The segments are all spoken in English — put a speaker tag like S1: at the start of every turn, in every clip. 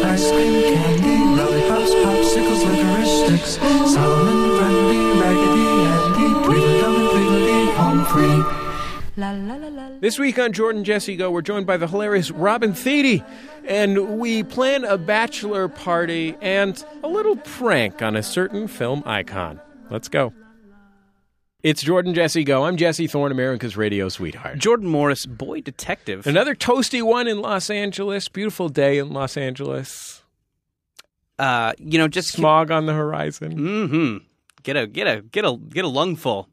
S1: ice cream, candy, lollipops, popsicles, licorice sticks, Solomon, Grundy, Raggedy Andy, Tweedledum and Tweedledee, home free.
S2: La la la la. la.
S3: This week on Jordan Jesse Go, we're joined by the hilarious Robin Thede, and we plan a bachelor party and a little prank on a certain film icon. Let's go. It's Jordan Jesse Go. I'm Jesse Thorne, America's radio sweetheart.
S4: Jordan Morris, boy detective.
S3: Another toasty one in Los Angeles. Beautiful day in Los Angeles.
S4: Uh, you know, just
S3: Smog on the horizon.
S4: Mm-hmm. Get a get a get a get a lungful.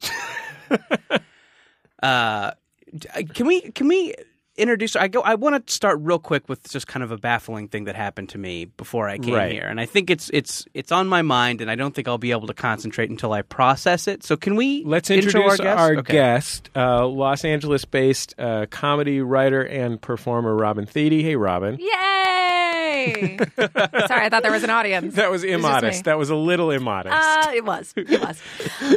S4: uh, d- can we can we introduce? I go. I want to start real quick with just kind of a baffling thing that happened to me before I came
S3: Right.
S4: here, and I think it's it's it's on my mind, and I don't think I'll be able to concentrate until I process it. So can we
S3: Let's
S4: intro
S3: introduce
S4: our guest? Okay.
S3: guest, uh, Los Angeles-based uh, comedy writer and performer Robin Thede. Hey, Robin.
S5: Yay! Sorry, I thought there was an audience.
S3: That was
S5: just
S3: immodest.
S5: me.
S3: That was a little immodest.
S5: Uh, it was. It was.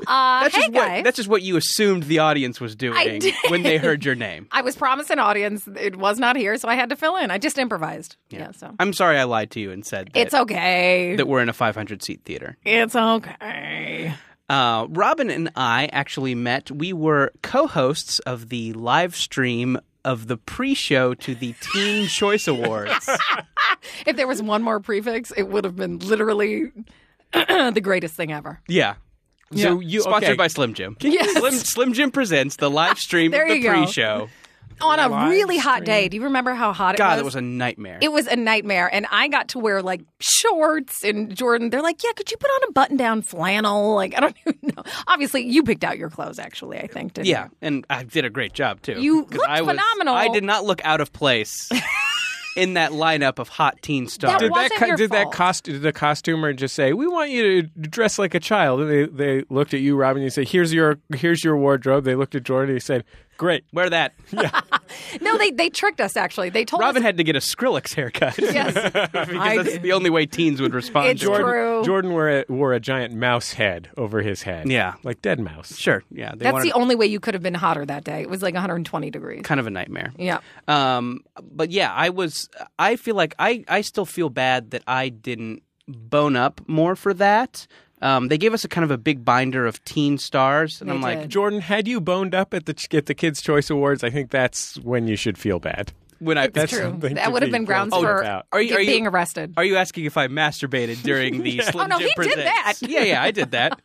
S5: Uh,
S4: That's
S5: hey,
S4: just what
S5: guy.
S4: that's just what you assumed the audience was doing
S5: did.
S4: when they heard your name.
S5: I was promised an audience. It was not here, so I had to fill in. I just improvised. Yeah, so.
S4: I'm sorry I lied to you and said that,
S5: It's okay.
S4: that we're in a 500 seat theater.
S5: it's okay.
S4: Uh, Robin and I actually met. We were co-hosts of the live stream of the pre-show to the Teen Choice Awards.
S5: If there was one more prefix, it would have been literally the greatest thing ever.
S4: Yeah.
S3: So you-
S4: sponsored
S3: okay.
S4: by Slim Jim.
S5: Yes.
S4: Slim, Slim Jim presents the live stream
S5: There
S4: of the
S5: you go.
S4: pre-show.
S5: On a really hot day. Do you remember how hot it
S4: God,
S5: was?
S4: that was a nightmare.
S5: it was a nightmare and i got to wear like shorts and jordan they're like yeah could you put on a button down flannel like i don't even know obviously you picked out your clothes actually i think didn't
S4: yeah, and I did a great job too.
S5: You
S4: 'Cause
S5: looked
S4: I was-
S5: phenomenal.
S4: I did not look out of place in that lineup of hot teen stars.
S3: did that
S5: wasn't
S3: co-
S5: your
S3: did that
S5: fault.
S3: cost did the costumer just say we want you to dress like a child and they, they looked at you robin you said here's your here's your wardrobe they looked at jordan and he said great
S4: Wear that.
S5: you? no they they tricked us actually they told
S4: Robin
S5: us
S4: had to get a Skrillex haircut.
S5: yes I
S4: because that's
S5: did.
S4: the only way teens would respond
S5: It's
S4: to it.
S5: true.
S3: jordan, jordan wore, a, wore a giant mouse head over his head
S4: Yeah.
S3: like dead mouse
S4: Sure. Yeah. They
S5: that's
S4: wanted
S5: the only way you could have been hotter that day it was like 120 degrees
S4: kind of a nightmare.
S5: yeah
S4: Um, but yeah, I was. I feel like I. I still feel bad that I didn't bone up more for that. Um, they gave us a kind of a big binder of teen stars, and
S5: They
S4: I'm like,
S5: did.
S3: jordan had you boned up at the ch- at the kids choice awards i think that's when you should feel bad
S4: when I.
S3: That's
S5: true
S3: something to
S5: that would have
S3: be
S5: been grounds
S3: guilty
S5: for
S3: about.
S4: Are you-
S5: get-
S4: are you-
S5: being arrested
S4: Are you asking if I masturbated during the Slim
S5: Oh, no,
S4: Jim
S5: he did
S4: Presents?
S5: that.
S4: Yeah, yeah, I did that.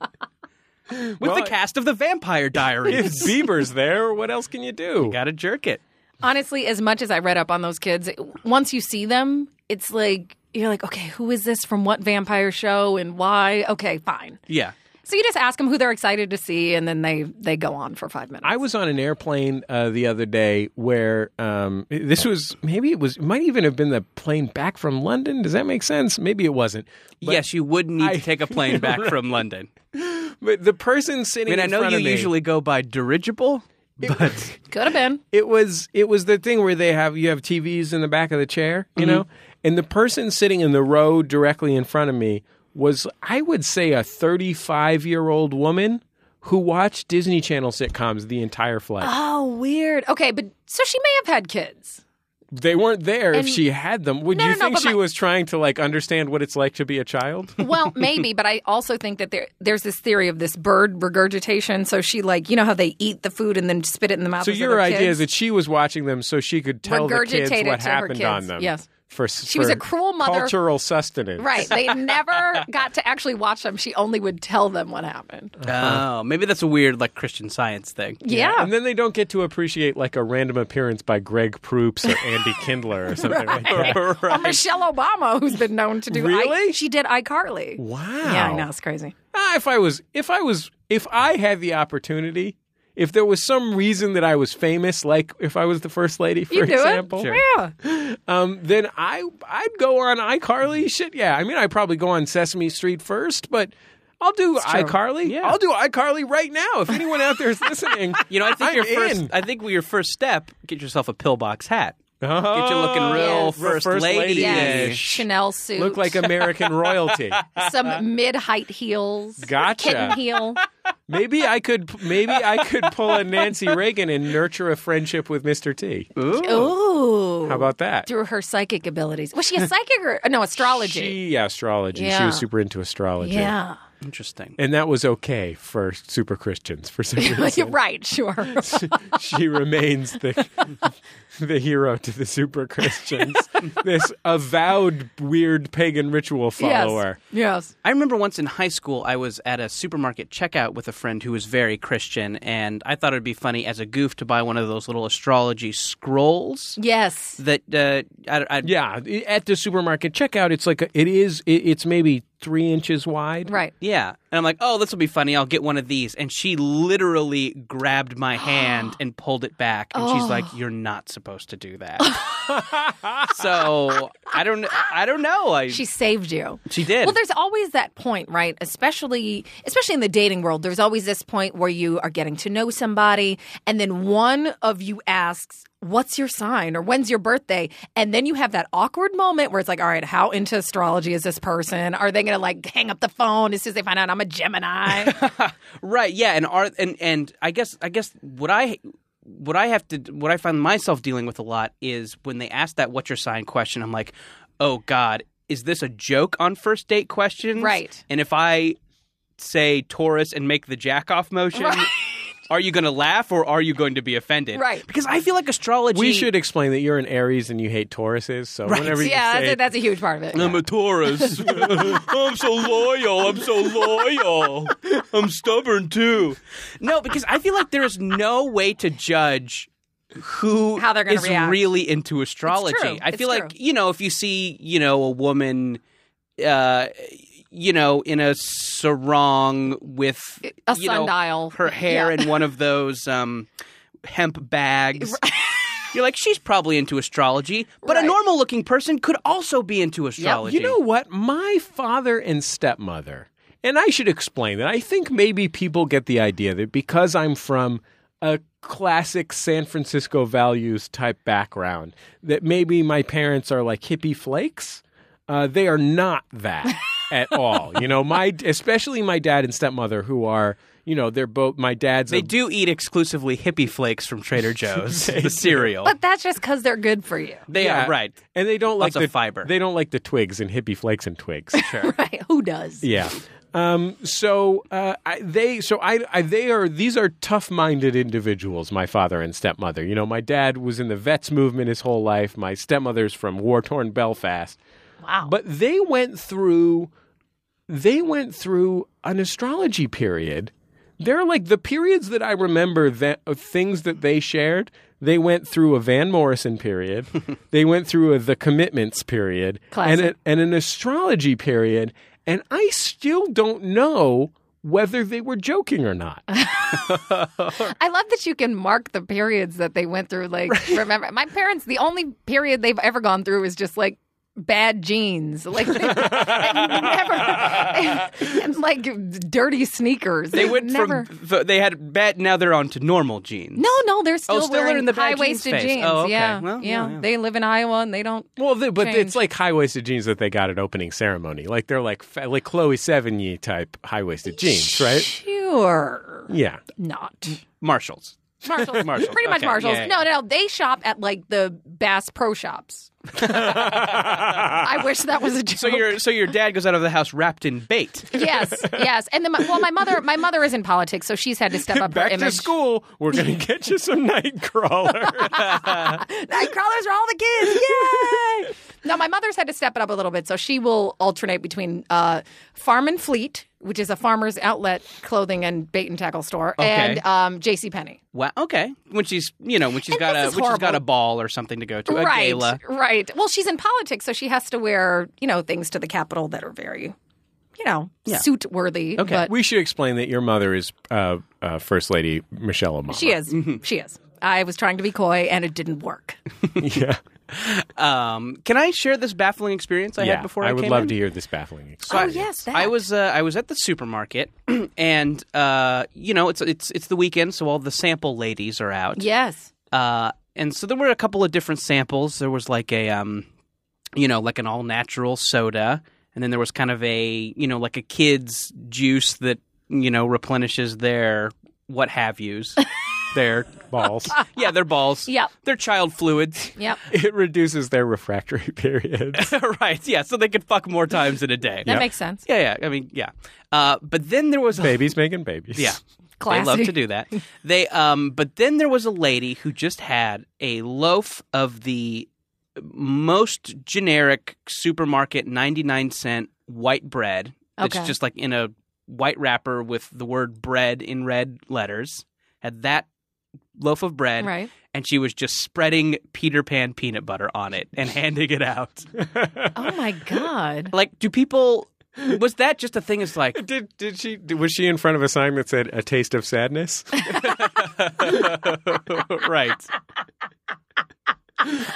S4: With
S3: Well,
S4: the cast of the Vampire
S3: if
S4: Diaries,
S3: bieber's there what else can you do
S4: gotta jerk it.
S5: honestly, as much as I read up on those kids, once you see them, it's like you're like, okay, who is this from what vampire show and why? Okay, fine.
S4: Yeah,
S5: So you just ask them who they're excited to see, and then they they go on for five minutes.
S3: I was on an airplane uh, the other day where um, this was maybe it was it might even have been the plane back from London. Does that make sense? Maybe it wasn't. But,
S4: yes, you would need
S3: I-
S4: to take a plane back from London.
S3: but the person
S4: I
S3: sitting
S4: mean, I
S3: in
S4: know
S3: front
S4: you
S3: of me,
S4: usually go by dirigible, but
S5: Could have been.
S3: it was it was the thing where they have you have TVs in the back of the chair, you know, and the person sitting in the row directly in front of me was I would say a thirty five year old woman who watched Disney Channel sitcoms the entire flight.
S5: Oh, weird. Okay, but so she may have had kids.
S3: they weren't there if
S5: and-
S3: she had them. Would
S5: No,
S3: you
S5: no, no,
S3: think
S5: but
S3: she
S5: my-
S3: was trying to like understand what it's like to be a child?
S5: Well, maybe, but I also think that there there's this theory of this bird regurgitation. So she like you know how they eat the food and then spit it in the mouth.
S3: So
S5: of
S3: your
S5: other
S3: idea
S5: kids?
S3: is that she was watching them so she could tell the kids
S5: Regurgitated
S3: what
S5: to her
S3: happened on
S5: kids,
S3: them.
S5: yes.
S3: For, she
S5: was a cruel mother.
S3: Cultural sustenance.
S5: right? They never got to actually watch them. She only would tell them what happened.
S3: Uh-huh.
S4: Oh, maybe that's a weird like Christian Science thing.
S5: yeah.
S3: And then they don't get to appreciate like a random appearance by Greg Proops or Andy Kindler or something like that.
S5: Or Michelle Obama, who's been known to do
S3: Really?
S5: I, she did iCarly.
S3: Wow.
S5: Yeah, I know it's crazy.
S3: Ah, if I was, if I was, if I had the opportunity, if there was some reason that I was famous, like if I was the first lady, for
S5: You do
S3: example,
S5: it, yeah.
S3: um, then I I'd go on iCarly shit. Yeah, I mean I probably go on Sesame Street first, but I'll do
S4: true.
S3: iCarly.
S4: Yeah.
S3: I'll do iCarly right now. If anyone out there is listening,
S4: You know, I think
S3: I'm
S4: your first.
S3: in.
S4: I think your first step. Get yourself a pillbox hat.
S3: Oh,
S4: Get you looking real
S5: yes.
S4: first,
S3: First
S4: lady.
S3: lady-ish.
S5: Yes. Chanel suit.
S3: look like American royalty.
S5: some mid height heels.
S3: Gotcha.
S5: Kitten heel.
S3: Maybe I could. Maybe I could pull a Nancy Reagan and nurture a friendship with Mr. T.
S5: Ooh.
S3: How about that?
S5: Through her psychic abilities. Was she a psychic or no astrology?
S3: She astrology. She
S5: Yeah.
S3: was super into astrology.
S5: yeah.
S4: Interesting.
S3: And that was okay for super Christians for some
S5: You're
S3: reason.
S5: right, sure.
S3: she remains the the hero to the super Christians. this avowed weird pagan ritual follower.
S5: Yes.
S4: I remember once in high school, I was at a supermarket checkout with a friend who was very Christian, and I thought it would be funny as a goof to buy one of those little astrology scrolls
S5: Yes.
S4: that uh, I, I,
S3: Yeah, i- at the supermarket checkout, it's like a, it is. It, it's maybe three inches wide.
S5: Right.
S4: Yeah. And I'm like, oh, this will be funny. I'll get one of these. And she literally grabbed my hand and pulled it back. And she's like, you're not supposed to do that. so I don't, I don't know. I,
S5: She saved you.
S4: she did.
S5: Well, there's always that point, right? Especially especially in the dating world, there's always this point where you are getting to know somebody and then one of you asks, "What's your sign?" or "When's your birthday?" and then you have that awkward moment where it's like, "All right, how into astrology is this person? Are they going to like hang up the phone as soon as they find out I'm a Gemini?"
S4: Right. Yeah. And are and and I guess I guess what I what I have to what I find myself dealing with a lot is when they ask that "What's your sign?" question, I'm like, oh God, is this a joke on first date questions?
S5: Right.
S4: And if I say Taurus and make the jack off motion. Are you going to laugh or are you going to be offended?
S5: Right.
S4: Because I feel like astrology.
S3: We should explain that you're an Aries and you hate Tauruses. So whenever you
S5: yeah,
S3: say
S5: that's a, that's a huge part of it.
S4: I'm a Taurus. I'm so loyal. I'm so loyal. I'm stubborn too. No, because I feel like there is no way to judge who
S5: How they're gonna
S4: is
S5: react.
S4: really into astrology.
S5: true.
S4: I
S5: It's
S4: feel like
S5: true.
S4: you know if you see you know a woman, uh, you know in a sarong with
S5: A
S4: you know,
S5: sundial.
S4: her hair
S5: Yeah.
S4: in one of those um, hemp bags. You're like she's probably into astrology, but
S5: Right.
S4: a normal looking person could also be into astrology.
S3: You know what? My father and stepmother, and I should explain that. I think maybe people get the idea that because I'm from a classic San Francisco values type background, that maybe my parents are like hippie flakes. Uh, they are not that at all. You know, my especially my dad and stepmother, who are you know they're both my dad's.
S4: They
S3: a,
S4: do eat exclusively hippie flakes from Trader Joe's, the cereal.
S5: But that's just because they're good for you.
S4: they
S3: yeah,
S4: are right.
S3: and they don't like
S4: Lots of
S3: the
S4: fiber.
S3: They don't like the twigs and hippie flakes and twigs.
S5: Right? Who does?
S3: Yeah. Um, so uh, I, they, so I, I, they are. These are tough-minded individuals. My father and stepmother. You know, my dad was in the vets movement his whole life. My stepmother's from war-torn Belfast.
S5: Wow.
S3: But they went through. They went through an astrology period. They're like the periods that I remember that of things that they shared. They went through a Van Morrison period. they went through a The Commitments period and, a,
S5: Classic.
S3: and an astrology period. And I still don't know whether they were joking or not.
S5: I love that you can mark the periods that they went through. Like, remember, my parents, the only period they've ever gone through is just like bad jeans, like they, they've never, and like dirty sneakers.
S4: They
S5: They've
S4: went
S5: never.
S4: from th- they had bad. Now they're onto normal jeans.
S5: no, no, they're still,
S4: Oh, still
S5: wearing
S4: are in the bad
S5: high
S4: jeans
S5: waisted
S4: phase.
S5: jeans.
S4: Oh, okay.
S5: yeah.
S4: Well,
S5: yeah,
S4: yeah, yeah.
S5: They live in Iowa and they don't.
S3: Well, they, but
S5: Change.
S3: it's like high-waisted jeans that they got at opening ceremony. Like they're like fa- like Chloe Sevigny type high-waisted jeans, right?
S5: Sure,
S3: Yeah.
S5: not.
S4: Mm. Marshalls.
S5: Marshalls. Pretty much
S4: Okay,
S5: Marshalls.
S4: yeah,
S5: No, no, they shop at like the Bass Pro Shops. I wish that was a joke.
S4: So your so your dad goes out of the house wrapped in bait.
S5: yes, yes, and the, well, my mother, my mother is in politics, so she's had to step up
S3: Back
S5: her
S3: to
S5: image.
S3: school. We're gonna get you some Nightcrawler.
S5: Nightcrawlers are all the kids. Yay! no, my mother's had to step it up a little bit, so she will alternate between uh, Farm and Fleet, which is a farmer's outlet clothing and bait and tackle store, and um, J.C. Penney.
S4: Wow. Okay. When she's you know when she's
S5: And
S4: got
S5: this
S4: a
S5: is
S4: when she's got
S5: horrible.
S4: a ball or something to go to a
S5: right,
S4: gala.
S5: right. Well, she's in politics, so she has to wear you know things to the Capitol that are very, you know, suit worthy. Okay, but
S3: we should explain that your mother is uh, uh, First Lady Michelle Obama.
S5: she is, she is. I was trying to be coy, and it didn't work.
S3: yeah.
S4: Um, can I share this baffling experience I
S3: yeah,
S4: had before I,
S3: I would
S4: came
S3: love
S4: in?
S3: to hear this baffling experience.
S4: So I-
S5: Oh, yes, that.
S4: I was uh, I was at the supermarket, and uh, you know it's it's it's the weekend, so all the sample ladies are out.
S5: Yes.
S4: Uh, and so there were a couple of different samples. There was like a, um, you know, like an all natural soda, and then there was kind of a, you know, like a kid's juice that you know replenishes their what have yous, their
S3: Balls.
S4: yeah, their balls,
S5: Yep.
S4: their child fluids,
S5: Yep.
S3: it reduces their refractory period.
S4: right? Yeah, so they could fuck more times in a day.
S5: That makes sense.
S4: yeah, yeah. I mean, yeah. Uh, but then there was a
S3: babies making babies.
S4: Yeah.
S5: Classy.
S4: They love to do that. They um but then there was a lady who just had a loaf of the most generic supermarket 99 cent white bread. It's
S5: Okay.
S4: just like in a white wrapper with the word bread in red letters. Had that loaf of bread
S5: Right.
S4: and she was just spreading Peter Pan peanut butter on it and handing it out.
S5: Oh my god.
S4: like do people was that just a thing It's like
S3: Did did she was she in front of a sign that said "A Taste of Sadness"?
S4: right.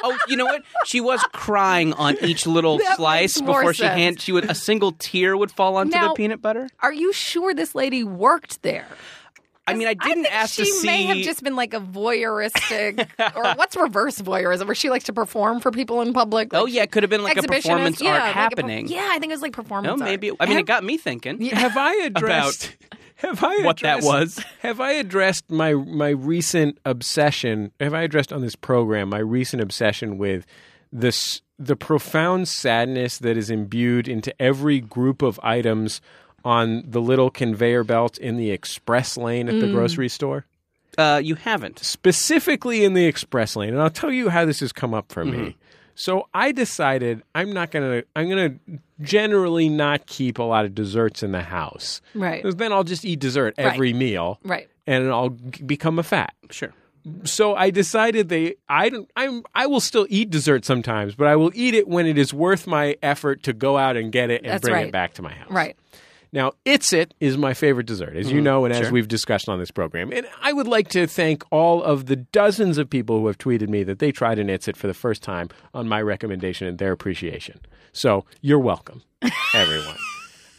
S4: Oh, you know what? She was crying on each little
S5: That
S4: slice
S5: makes more
S4: before she
S5: sense.
S4: hand. She would a single tear would fall onto
S5: Now-
S4: the peanut butter.
S5: Are you sure this lady worked there?
S4: I mean, I didn't
S5: think
S4: ask
S5: she
S4: to see.
S5: may have just been like a voyeuristic, or what's reverse voyeurism, where she likes to perform for people in public.
S4: oh yeah, it could have been like a
S5: exhibitionist.
S4: performance
S5: yeah,
S4: art
S5: like a per-
S4: happening.
S5: yeah, I think it was like performance.
S4: No,
S5: art.
S4: maybe. I mean, it got me thinking.
S3: Have I addressed have I
S4: what that
S3: addressed-
S4: was?
S3: Have I addressed my my recent obsession? Have I addressed on this program my recent obsession with this the profound sadness that is imbued into every group of items on the little conveyor belt in the express lane at
S4: Mm.
S3: the grocery store?
S4: Uh, you haven't.
S3: specifically in the express lane and i'll tell you how this has come up for
S4: Mm-hmm.
S3: me so i decided i'm not gonna i'm gonna generally not keep a lot of desserts in the house
S5: Right.
S3: because then i'll just eat dessert every meal
S5: Right.
S3: and i'll g- become a fat
S4: Sure.
S3: so i decided they i don't i'm i will still eat dessert sometimes but i will eat it when it is worth my effort to go out and get it and
S5: That's
S3: bring it
S5: right.
S3: back to my house
S5: Right.
S3: now, It's It is my favorite dessert, as
S5: Mm-hmm.
S3: you know, and as we've discussed on this program. And I would like to thank all of the dozens of people who have tweeted me that they tried an It's It for the first time on my recommendation and their appreciation. So you're welcome, everyone.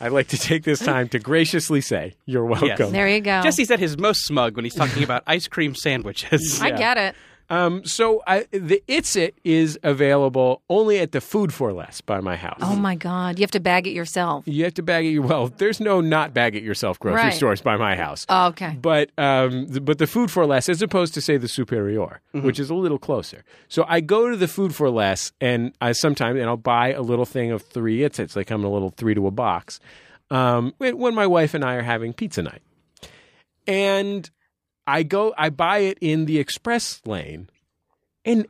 S3: I'd like to take this time to graciously say you're welcome.
S5: There you go.
S4: Jesse's at his most smug when he's talking about ice cream sandwiches.
S5: I get it.
S3: Um, so I, the It's It is available only at the Food for Less by my house.
S5: Oh my god, you have to bag it yourself.
S3: you have to bag it. Well, there's no not bag it yourself grocery
S5: Right.
S3: stores by my house.
S5: Oh, okay.
S3: but um, th- but the food for less, as opposed to say the superior, which is a little closer. So I go to the food for less, and I sometimes and I'll buy a little thing of three. It's it's like I'm a little three to a box. Um, when when my wife and I are having pizza night, and I go I buy it in the express lane, and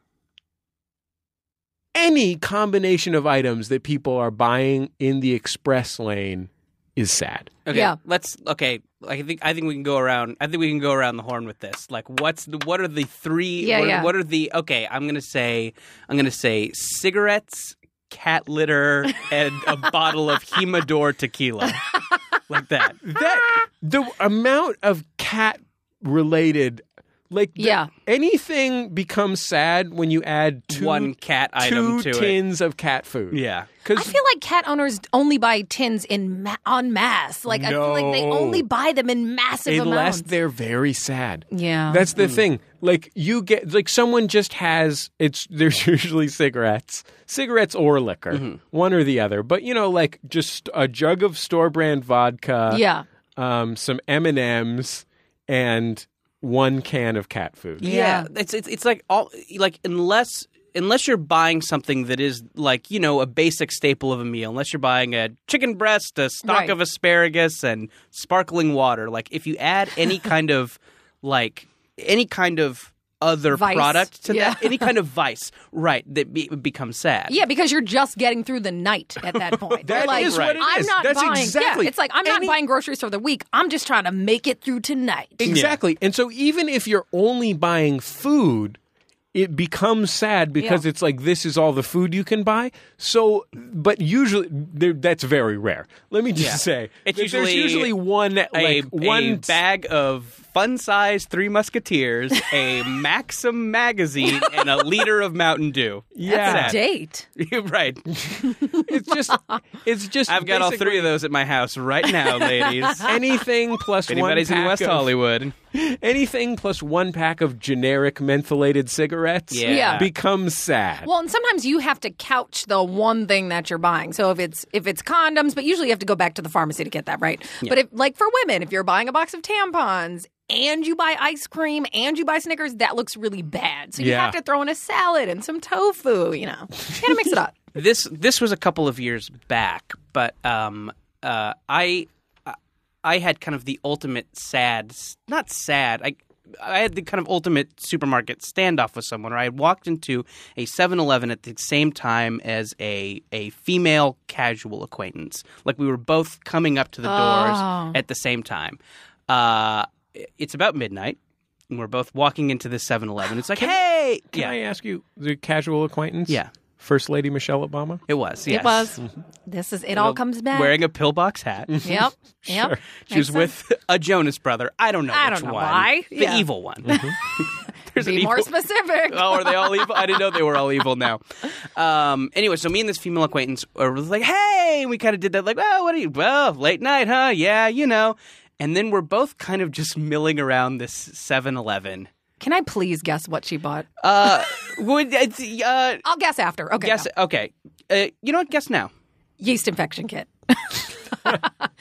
S3: any combination of items that people are buying in the express lane is sad.
S4: Okay,
S5: Yeah.
S4: let's. Okay, I think I think we can go around. I think we can go around the horn with this. Like, what's the, what are the three?
S5: Yeah,
S4: what,
S5: yeah.
S4: what are the? Okay, I'm gonna say I'm gonna say cigarettes, cat litter, and a bottle of Himador tequila, like that.
S3: that
S5: Ah.
S3: the amount of cat related like the-
S5: Yeah.
S3: anything becomes sad when you add two
S4: One cat item
S3: two
S4: to it.
S3: tins of cat food
S4: Yeah.
S5: I
S3: because
S5: feel like cat owners only buy tins in ma- en masse. Like I feel like they
S3: No.
S5: only buy them in massive
S3: unless
S5: amounts.
S3: they're very sad
S5: Yeah.
S3: that's
S4: Hmm.
S3: the thing like you get like someone just has it's there's usually cigarettes cigarettes or liquor
S4: Mm-hmm.
S3: one or the other but you know like just a jug of store brand vodka
S5: yeah.
S3: um some m&ms and one can of cat food
S4: Yeah, it's, it's it's like all like unless unless you're buying something that is like you know a basic staple of a meal. Unless you're buying a chicken breast, a stock
S5: Right.
S4: of asparagus, and sparkling water. Like if you add any kind of like any kind of other
S5: Vice.
S4: product to
S5: Yeah.
S4: that, any kind of vice, right? That be, becomes sad.
S5: Yeah, because you're just getting through the night at that point.
S3: That
S5: You're like,
S3: is what it
S5: I'm
S3: is.
S5: not
S3: That's
S5: buying.
S3: exactly-
S5: Yeah, it's like I'm not
S3: Any-
S5: buying groceries for the week. I'm just trying to make it through tonight.
S3: Exactly. And so even if you're only buying food, it becomes sad because
S5: Yeah.
S3: it's like this is all the food you can buy. So, but usually there- that's very rare. Let me just
S4: Yeah.
S3: say
S4: It's
S3: that
S4: usually
S3: there's usually one
S4: A,
S3: like
S4: one
S3: one
S4: bag of fun size Three Musketeers, a Maxim magazine, and a liter of Mountain Dew.
S5: That's a date.
S4: You're right.
S3: It's just, it's just.
S4: I've got all three of
S3: basically
S4: those at my house right now, ladies.
S3: Anything plus
S4: Anybody's
S3: one
S4: in
S3: pack
S4: West
S3: of-
S4: Hollywood.
S3: Anything plus one pack of generic mentholated cigarettes
S4: Yeah.
S5: Yeah.
S3: becomes sad.
S5: Well, and sometimes you have to couch the one thing that you're buying. So if it's if it's condoms, but usually you have to go back to the pharmacy to get that right. But if like for women, if you're buying a box of tampons and you buy ice cream and you buy Snickers, that looks really bad. So you
S3: Yeah.
S5: have to throw in a salad and some tofu. You know, you gotta mix it up.
S4: this this was a couple of years back, but um, uh, I I had kind of the ultimate sad, not sad. I I had the kind of ultimate supermarket standoff with someone. Or I had walked into a 7-Eleven at the same time as a a female casual acquaintance. Like we were both coming up to the doors at the same time. Uh, it's about midnight. And we're both walking into this 7-Eleven. It's like, hey,
S3: Can
S4: yeah,
S3: I ask you, the casual acquaintance?
S4: Yeah.
S3: First Lady Michelle Obama?
S4: it was. Yes.
S5: It was.
S3: Mm-hmm.
S5: This is. It all comes back.
S4: Wearing a pillbox hat.
S5: Yep. Yep.
S4: She was with a Jonas brother. I don't know.
S5: I
S4: which
S5: don't know
S4: one.
S5: why.
S4: The
S5: Yeah. Mm-hmm.
S4: evil one. There's an
S5: Be
S4: evil.
S5: more specific.
S4: oh, are they all evil? I didn't know they were all evil now. Um, anyway, so me and this female acquaintance were like, "Hey," and we kind of did that, like, "Oh, what are you? Well, late night, huh? Yeah, you know." And then we're both kind of just milling around this 7-Eleven.
S5: Can I please guess what she bought?
S4: Uh, would uh, uh,
S5: I'll guess after. Okay.
S4: guess?
S5: no.
S4: Okay, uh, you know what? Guess now.
S5: Yeast infection kit.
S4: Oh.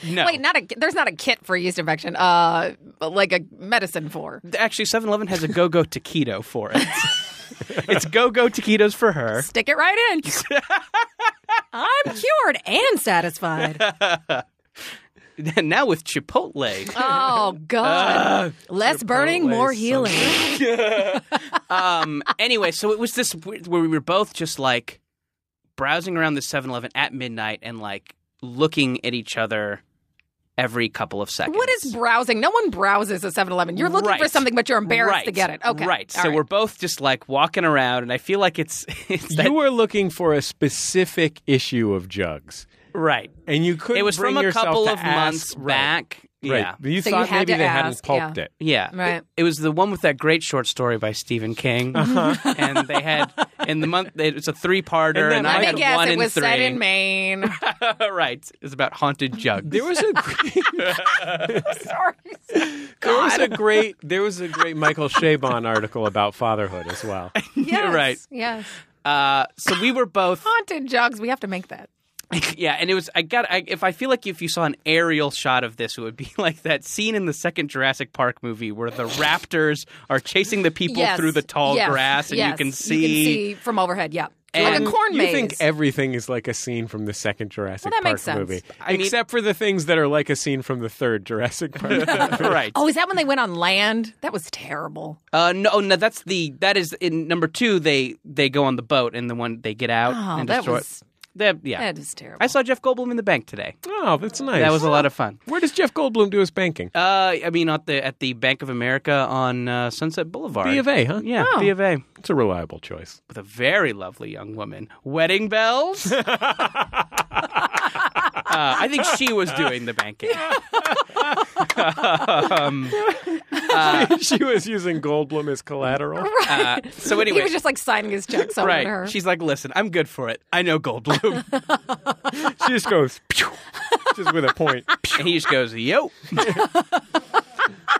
S4: No.
S5: Wait, not a. There's not a kit for yeast infection. Uh, like a medicine for.
S4: Actually, 7-Eleven has a go-go taquito for it. it's go-go taquitos for her.
S5: Stick it right in. I'm cured and satisfied.
S4: now with Chipotle.
S5: Oh
S4: Ah,
S5: God! Less burning, more healing.
S4: um, anyway, so it was this weird, where we were both just like browsing around the 7-Eleven at midnight and like looking at each other every couple of seconds.
S5: What is browsing? No one browses a 7-Eleven. You're looking for
S4: Right.
S5: something, but you're embarrassed
S4: right.
S5: to get it. Okay,
S4: right?
S5: All
S4: So we're both just like walking around, and I feel like it's it's that
S3: you were looking for a specific issue of jugs,
S4: right.
S3: and you couldn't.
S4: It was
S3: bring
S4: from a
S3: yourself
S4: couple
S3: to
S4: of
S3: ask-
S4: months
S3: right,
S4: back.
S3: Right.
S4: Yeah.
S3: You
S5: So you
S3: thought
S5: had
S3: maybe
S5: to
S3: they hadn't
S5: ask,
S3: pulped
S5: yeah.
S3: it.
S4: Yeah,
S5: Right.
S4: It, it was the one with that great short story by Stephen King, and they had in the month it was a three-parter, and,
S3: And that
S5: Let
S4: I
S5: me
S4: had
S5: guess.
S4: one
S5: it
S4: in
S5: was
S4: three.
S5: set in Maine.
S4: right, it's about haunted jugs.
S3: There was a
S4: "Oh,
S3: great,
S5: Sorry.
S3: there was a great there was a great Michael Chabon article about fatherhood as well.
S5: Yes.
S4: right.
S5: Yes.
S4: Uh, so we were both,
S5: Haunted jugs. We have to make that.
S4: yeah, and it was. I got. I, if I feel like if you saw an aerial shot of this, it would be like that scene in the second Jurassic Park movie where the raptors are chasing the people
S5: Yes.
S4: through the tall
S5: Yes.
S4: grass, and you
S5: Yes.
S4: can
S5: you
S4: see.
S5: can see from overhead. Yeah,
S4: And
S5: like a corn
S3: you
S5: maze.
S3: think everything is like a scene from the second Jurassic
S5: Well, that
S3: Park
S5: makes sense.
S3: movie,
S4: I mean-
S3: except for the things that are like a scene from the third Jurassic Park. movie.
S4: right.
S5: oh, is that when they went on land? That was terrible.
S4: Uh, no, no, that's the that is in number two. They they go on the boat, and the one they get out
S5: Oh,
S4: and
S5: that
S4: destroy.
S5: was
S4: That- yeah,
S5: that is terrible.
S4: I saw Jeff Goldblum in the bank today.
S3: Oh, that's nice.
S4: That was a lot of fun.
S3: Where does Jeff Goldblum do his banking?
S4: Uh, I mean, at the at the Bank of America on uh, Sunset Boulevard.
S3: B of A, huh?
S4: Yeah,
S5: Oh.
S4: B of A.
S3: It's a reliable choice.
S4: with a very lovely young woman. Wedding bells? uh, I think she was doing the banking. um,
S3: she was using Goldblum as collateral.
S4: uh, so
S5: he
S4: anyway,
S5: was just like signing his checks over to her.
S4: right? She's like, "Listen, I'm good for it. I know Goldblum."
S3: She just goes, "Pew," just with a point.
S4: and he just goes, "Yo."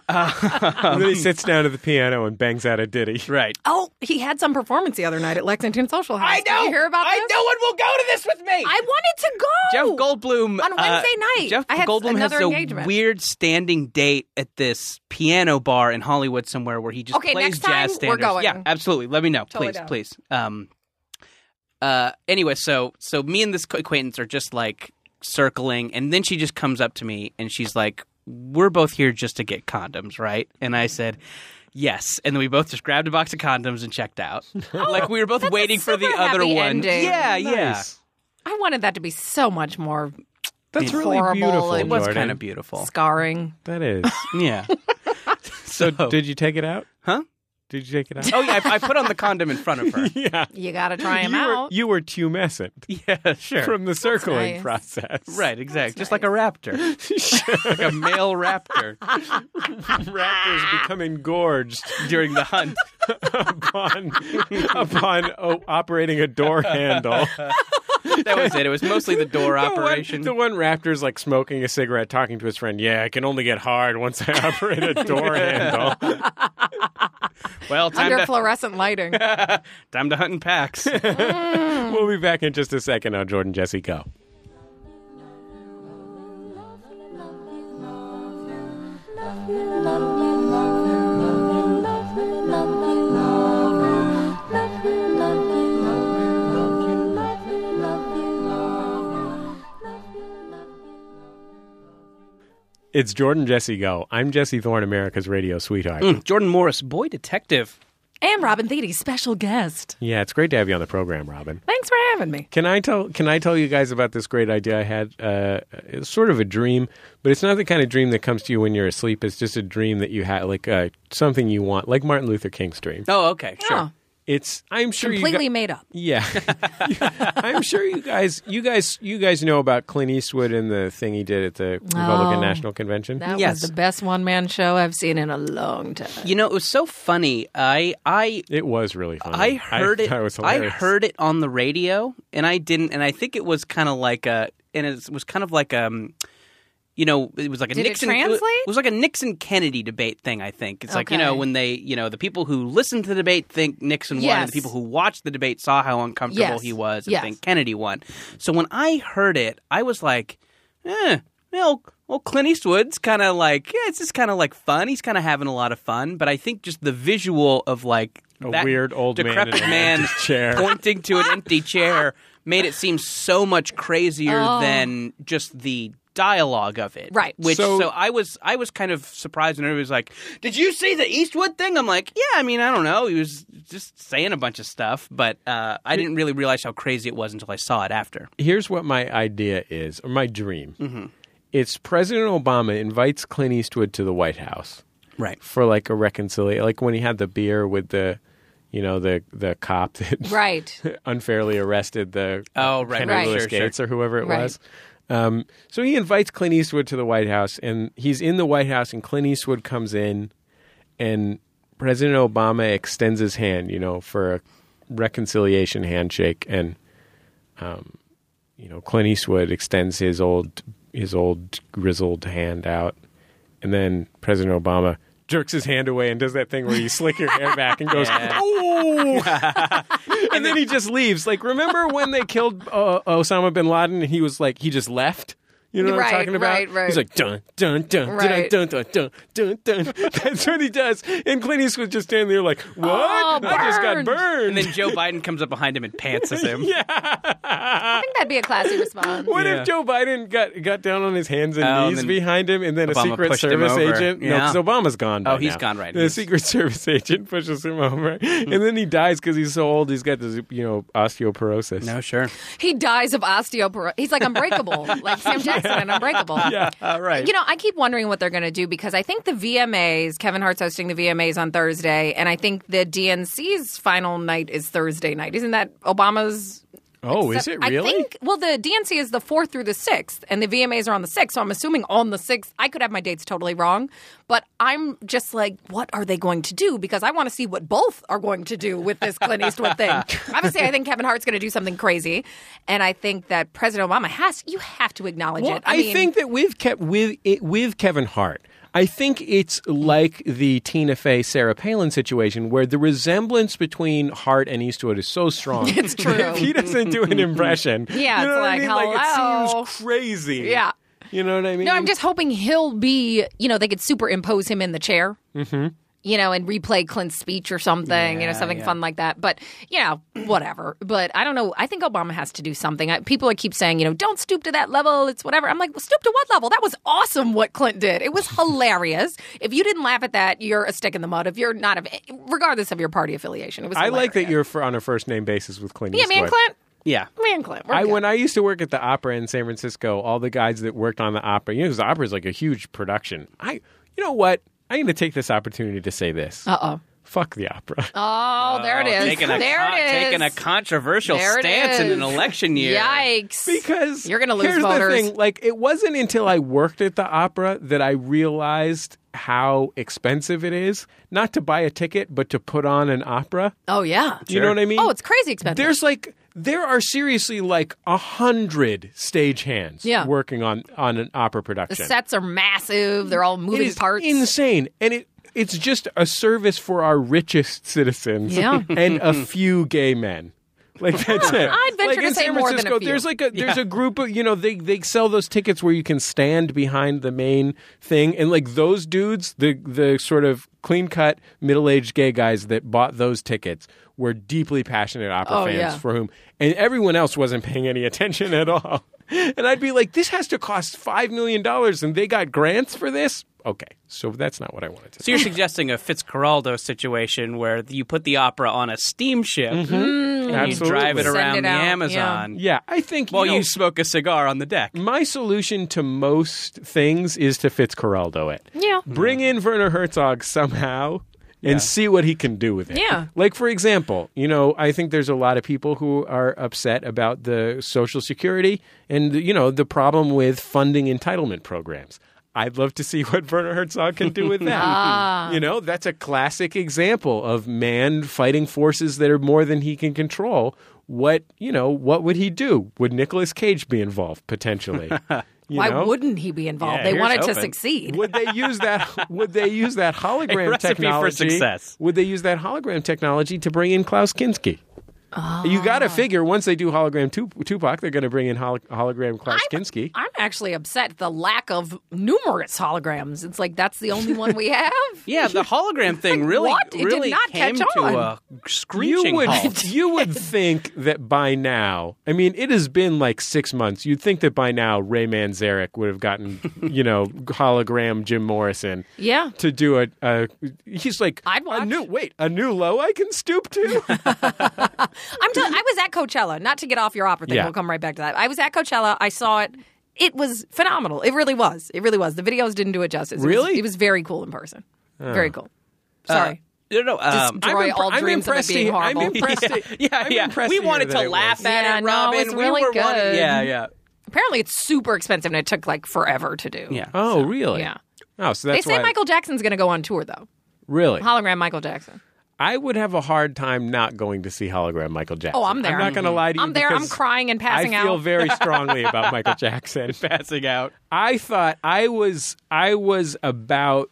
S3: And then he sits down to the piano and bangs out a ditty.
S4: Right.
S5: oh, he had some performance the other night at Lexington Social House. Did you hear about
S4: I
S5: this?
S4: No one will go to this with me.
S5: I wanted to
S4: Jeff
S5: go.
S4: Goldblum
S5: On
S4: uh,
S5: Wednesday night,
S4: Jeff
S5: I had
S4: Goldblum has
S5: another
S4: a
S5: engagement.
S4: weird standing date at this piano bar in Hollywood somewhere where he just
S5: Okay,
S4: plays
S5: next time,
S4: jazz
S5: we're
S4: standards.
S5: going.
S4: Yeah, absolutely. Let me know,
S5: Totally
S4: please,
S5: down.
S4: please. Um, uh, anyway, so so me and this acquaintance are just like circling, and then she just comes up to me and she's like, "We're both here just to get condoms, right?" And I said. Yes, and then we both just grabbed a box of condoms and checked out. like we were both waiting for the
S5: super
S4: other
S5: happy
S4: one.
S5: ending.
S4: Yeah, yeah.
S3: Nice.
S5: I wanted that to be so much more
S3: That's really
S5: Horrible
S3: beautiful.
S5: and-
S4: It was
S3: Jordan.
S4: kind of beautiful.
S5: scarring.
S3: That is.
S4: Yeah. so,
S3: Did you take it out?
S4: Oh. huh?
S3: Did you take it out?
S4: Oh yeah, I, I put on the condom in front of her.
S3: yeah.
S5: You got to try him
S3: you
S5: out.
S3: Were, you were tumescent
S4: yeah, sure.
S3: from the circling
S5: nice.
S3: process.
S4: right, exactly. Just like a raptor, like a male raptor
S3: Raptors become engorged
S4: during the hunt.
S3: upon, upon o- operating a door handle.
S4: That was it. It was mostly the door
S3: The one-
S4: operation.
S3: The one, raptor's like smoking a cigarette, talking to his friend. Yeah, I can only get hard once I operate a door handle.
S4: well, time
S5: Under
S4: to
S5: fluorescent lighting.
S4: time to hunt in packs.
S3: We'll be back in just a second on Jordan Jesse Go. It's Jordan Jesse Go. I'm Jesse Thorne, America's radio sweetheart.
S4: Hmm, Jordan Morris, boy detective.
S5: and Robin Thede, special guest.
S3: Yeah, it's great to have you on the program, Robin.
S5: Thanks for having me.
S3: Can I tell? Can I tell you guys about this great idea I had? Uh, it's sort of a dream, but it's not the kind of dream that comes to you when you're asleep. It's just a dream that you had, like uh, something you want, like Martin Luther King's dream.
S4: Oh, okay, sure.
S5: Oh,
S3: It's I'm sure you
S5: completely
S3: gu-
S5: made up.
S3: yeah. I'm sure you guys, you guys, you guys know about Clint Eastwood and the thing he did at the Republican
S5: Oh.
S3: National Convention.
S5: That
S4: Yes.
S5: was the best one man show I've seen in a long time.
S4: You know, it was so funny. I I
S3: it was really funny.
S4: I heard it.
S3: thought was
S4: I
S3: hilarious.
S4: heard it on the radio, and I didn't. And I think it was kind of like a, and it was kind of like um, you know, it was like a
S5: Did it
S4: Nixon. wa-
S5: translate?
S4: It was like a Nixon Kennedy debate thing. I think it's like you know
S5: Okay.
S4: when they, you know, the people who listened to the debate think Nixon won, and
S5: Yes.
S4: the people who watched the debate saw how uncomfortable
S5: Yes.
S4: he was and
S5: Yes.
S4: think Kennedy won. So when I heard it, I was like, eh, well. Well, Clint Eastwood's kind of like, yeah, it's just kind of like fun. He's kind of having a lot of fun, but I think just the visual of like
S3: a
S4: that
S3: weird old man in
S4: decrepit
S3: an
S4: man,
S3: empty chair.
S4: pointing to an empty chair made it seem so much crazier than just the dialogue of it.
S5: Right.
S4: Which
S3: So-
S4: so, I was I was kind of surprised when everybody was like, "Did you see the Eastwood thing?" I'm like, "Yeah, I mean, I don't know. He was just saying a bunch of stuff, but uh, I didn't really realize how crazy it was until I saw it after."
S3: Here's what my idea is, or my dream.
S4: Mm-hmm.
S3: It's President Obama invites Clint Eastwood to the White House
S4: Right.
S3: for like a reconciliation, like when he had the beer with the, you know, the the cop that
S5: Right.
S3: unfairly arrested the
S4: Oh, right,
S3: Henry
S5: right.
S3: Louis
S4: Sure, sure.
S3: Gates or whoever it
S5: Right.
S3: was. Um, so he invites Clint Eastwood to the White House, and he's in the White House, and Clint Eastwood comes in, and President Obama extends his hand, you know, for a reconciliation handshake, and um, you know, Clint Eastwood extends his old his old grizzled hand out, and then President Obama jerks his hand away and does that thing where you slick your hair back and goes, "Oh!" and then he just leaves. Like, remember when they killed uh, Osama bin Laden and he was like, he just left? You know what
S5: Right,
S3: I'm talking about?
S5: right, right.
S3: He's like, dun, dun, dun,
S5: Right.
S3: dun, dun, dun, dun, dun, dun. That's what he does. And Clint Eastwood just standing there like, what?
S5: Oh,
S3: I just got
S5: burned.
S3: burned.
S4: And then Joe Biden comes up behind him and pantses him.
S5: I think that'd be a classy response.
S3: what
S4: Yeah.
S3: if Joe Biden got, got down on his hands and
S4: Oh, and
S3: knees
S4: then
S3: behind him, and then
S4: Obama
S3: a Secret
S4: pushed him
S3: Service
S4: over.
S3: agent? No,
S4: Yeah.
S3: because Obama's gone. By
S4: Oh, he's
S3: now.
S4: gone, right.
S3: The
S4: He's-
S3: Secret Service agent pushes him over, and then he dies because he's so old. He's got this, you know, osteoporosis.
S4: No, sure.
S5: He dies of osteoporosis. He's like unbreakable, like Sam Jackson and Unbreakable.
S3: Yeah.
S4: All right.
S5: You know, I keep wondering what they're going to do because I think the VMAs, Kevin Hart's hosting the VMAs on Thursday, and I think the DNC's final night is Thursday night. Isn't that Obama's?
S3: Oh, is it
S5: I
S3: really?
S5: think, well, the DNC is the 4th through the 6th, and the VMAs are on the 6th, so I'm assuming on the 6th. I could have my dates totally wrong, but I'm just like, what are they going to do? Because I want to see what both are going to do with this Clint Eastwood thing. Obviously, I think Kevin Hart's going to do something crazy, and I think that President Obama has, you have to acknowledge
S3: Well,
S5: it.
S3: I,
S5: mean,
S3: think that with Kev with it, with Kevin Hart, I think it's like the Tina Fey Sarah Palin situation where the resemblance between Hart and Eastwood is so strong.
S5: It's true.
S3: if he doesn't do an impression,
S5: Yeah,
S3: you know
S5: it's
S3: what I
S5: like,
S3: mean?
S5: hello.
S3: it seems crazy.
S5: Yeah.
S3: you know what I mean.
S5: No, I'm just hoping he'll be, you know, they could superimpose him in the chair. Mm-hmm. You know, and replay Clint's speech or something, you know, something fun like that. But, you know, whatever. But I don't know. I think Obama has to do something. I, people keep saying, you know, don't stoop to that level. It's whatever. I'm like, well, stoop to what level? That was awesome what Clint did. It was hilarious. if you didn't laugh at that, you're a stick in the mud. If you're not, of, regardless of your party affiliation, it was
S3: I like that
S5: hilarious.
S3: you're for, on a first name basis with Clint
S5: Yeah,
S3: Eastwood.
S5: man, Clint.
S4: yeah.
S5: Man, Clint. We're
S3: I,
S5: good.
S3: when I used to work at the opera in San Francisco, all the guys that worked on the opera, you know, 'cause the opera is like a huge production. I, you know what? I'm going to take this opportunity to say this.
S5: Uh-oh.
S3: Fuck the opera.
S5: Oh, there it is.
S4: Taking a,
S5: there
S4: con-
S5: it is.
S4: Taking a controversial
S5: There it
S4: stance in
S5: is.
S4: an election year.
S5: Yikes.
S3: because
S5: You're gonna lose
S3: here's
S5: voters.
S3: The thing. Like it wasn't until I worked at the opera that I realized how expensive it is not to buy a ticket, but to put on an opera.
S5: oh, yeah.
S3: Do you know what I mean?
S5: Oh, it's crazy expensive.
S3: There's like there are seriously like a hundred stagehands
S5: Yeah.
S3: working on on an opera
S5: the
S3: production.
S5: sets are massive. They're all
S3: it
S5: moving
S3: is
S5: parts.
S3: insane, and it it's just a service for our richest citizens
S5: Yeah.
S3: and a few gay men. Like that's it.
S5: I'd venture
S3: like
S5: to
S3: in
S5: say
S3: San
S5: more than a
S3: Francisco,
S5: few.
S3: there's like a there's a group of you know they they sell those tickets where you can stand behind the main thing, and like those dudes, the the sort of clean cut middle aged gay guys that bought those tickets were deeply passionate opera
S5: Oh,
S3: fans
S5: yeah.
S3: for whom, and everyone else wasn't paying any attention at all. And I'd be like, this has to cost five million dollars, and they got grants for this. Okay, so that's not what I wanted to.
S4: So
S3: say.
S4: you're suggesting a Fitzcarraldo situation where you put the opera on a steamship and you drive
S3: Absolutely.
S4: it
S5: Mm-hmm. Send
S4: around
S5: it
S4: the
S5: out, yeah.
S4: Amazon
S3: Yeah, I think.
S4: while
S3: Mm-hmm. you, know,
S4: you smoke a cigar on the deck.
S3: my solution to most things is to Fitzcarraldo it.
S5: Yeah.
S3: Bring in Werner Herzog somehow and see what he can do with it.
S5: Yeah.
S3: Like, for example, you know, I think there's a lot of people who are upset about the Social Security and, you know, the problem with funding entitlement programs. I'd love to see what Werner Herzog can do with that.
S5: Ah.
S3: You know, that's a classic example of man fighting forces that are more than he can control. What, you know, what would he do? Would Nicolas Cage be involved potentially? You
S5: Why
S3: know?
S5: wouldn't he be involved?
S4: Yeah,
S5: they
S4: here's
S5: wanted to
S4: hoping.
S5: succeed.
S3: would they use that would they use that hologram
S4: A recipe for
S3: technology
S4: success.
S3: would they use that hologram technology to bring in klaus kinski you got
S5: Ah.
S3: to figure once they do hologram Tup- tupac they're going to bring in hol- hologram klaus kinski
S5: I'm actually upset at the lack of numerous holograms. It's like that's the only one we have.
S4: Yeah, the hologram thing really,
S5: what? It did
S4: really
S5: not
S4: came
S5: catch
S4: to
S5: on.
S4: a
S3: you
S4: screeching
S3: would
S4: halt.
S3: you would think that by now i mean it has been like 6 months you'd think that by now ray manzarek would have gotten you know hologram jim morrison
S5: Yeah.
S3: to do a, a he's like
S5: I'd
S3: a
S5: watch.
S3: new wait a new low i can stoop to
S5: I'm tell- I was at Coachella, not to get off your opera thing.
S3: Yeah.
S5: We'll come right back to that. I was at Coachella. I saw it. It was phenomenal. It really was. It really was. The videos didn't do it justice. It was-
S3: Really? Oh. Uh,
S5: It was, very cool in person. Very cool. Sorry.
S4: No, no, um,
S5: Destroy all
S3: I'm
S5: dreams
S3: impressed
S5: of it being
S3: to- I'm
S5: horrible.
S3: impressed to-
S4: yeah,
S3: I'm
S4: yeah.
S3: impressed
S4: We
S3: to
S4: wanted
S3: hear
S4: to
S3: that it
S4: laugh
S3: was.
S4: at
S5: Yeah,
S4: it,
S5: no,
S4: Robin.
S5: it's
S4: we
S5: really
S4: were wanting-
S5: good.
S4: Yeah, yeah,
S5: Apparently, it's super expensive and it took like forever to do.
S4: yeah.
S3: Oh, really?
S5: yeah.
S3: Oh, so
S5: They
S3: that's
S5: say
S3: why-
S5: Michael Jackson's going to go on tour though.
S3: Really,
S5: Hologram Michael Jackson.
S3: I would have a hard time not going to see hologram Michael Jackson.
S5: Oh, I'm there.
S3: I'm not going to lie to you.
S5: I'm there. I'm
S3: because
S5: crying and passing
S3: I feel
S5: out.
S3: very strongly about Michael Jackson.
S4: Passing out.
S3: I thought I was I was about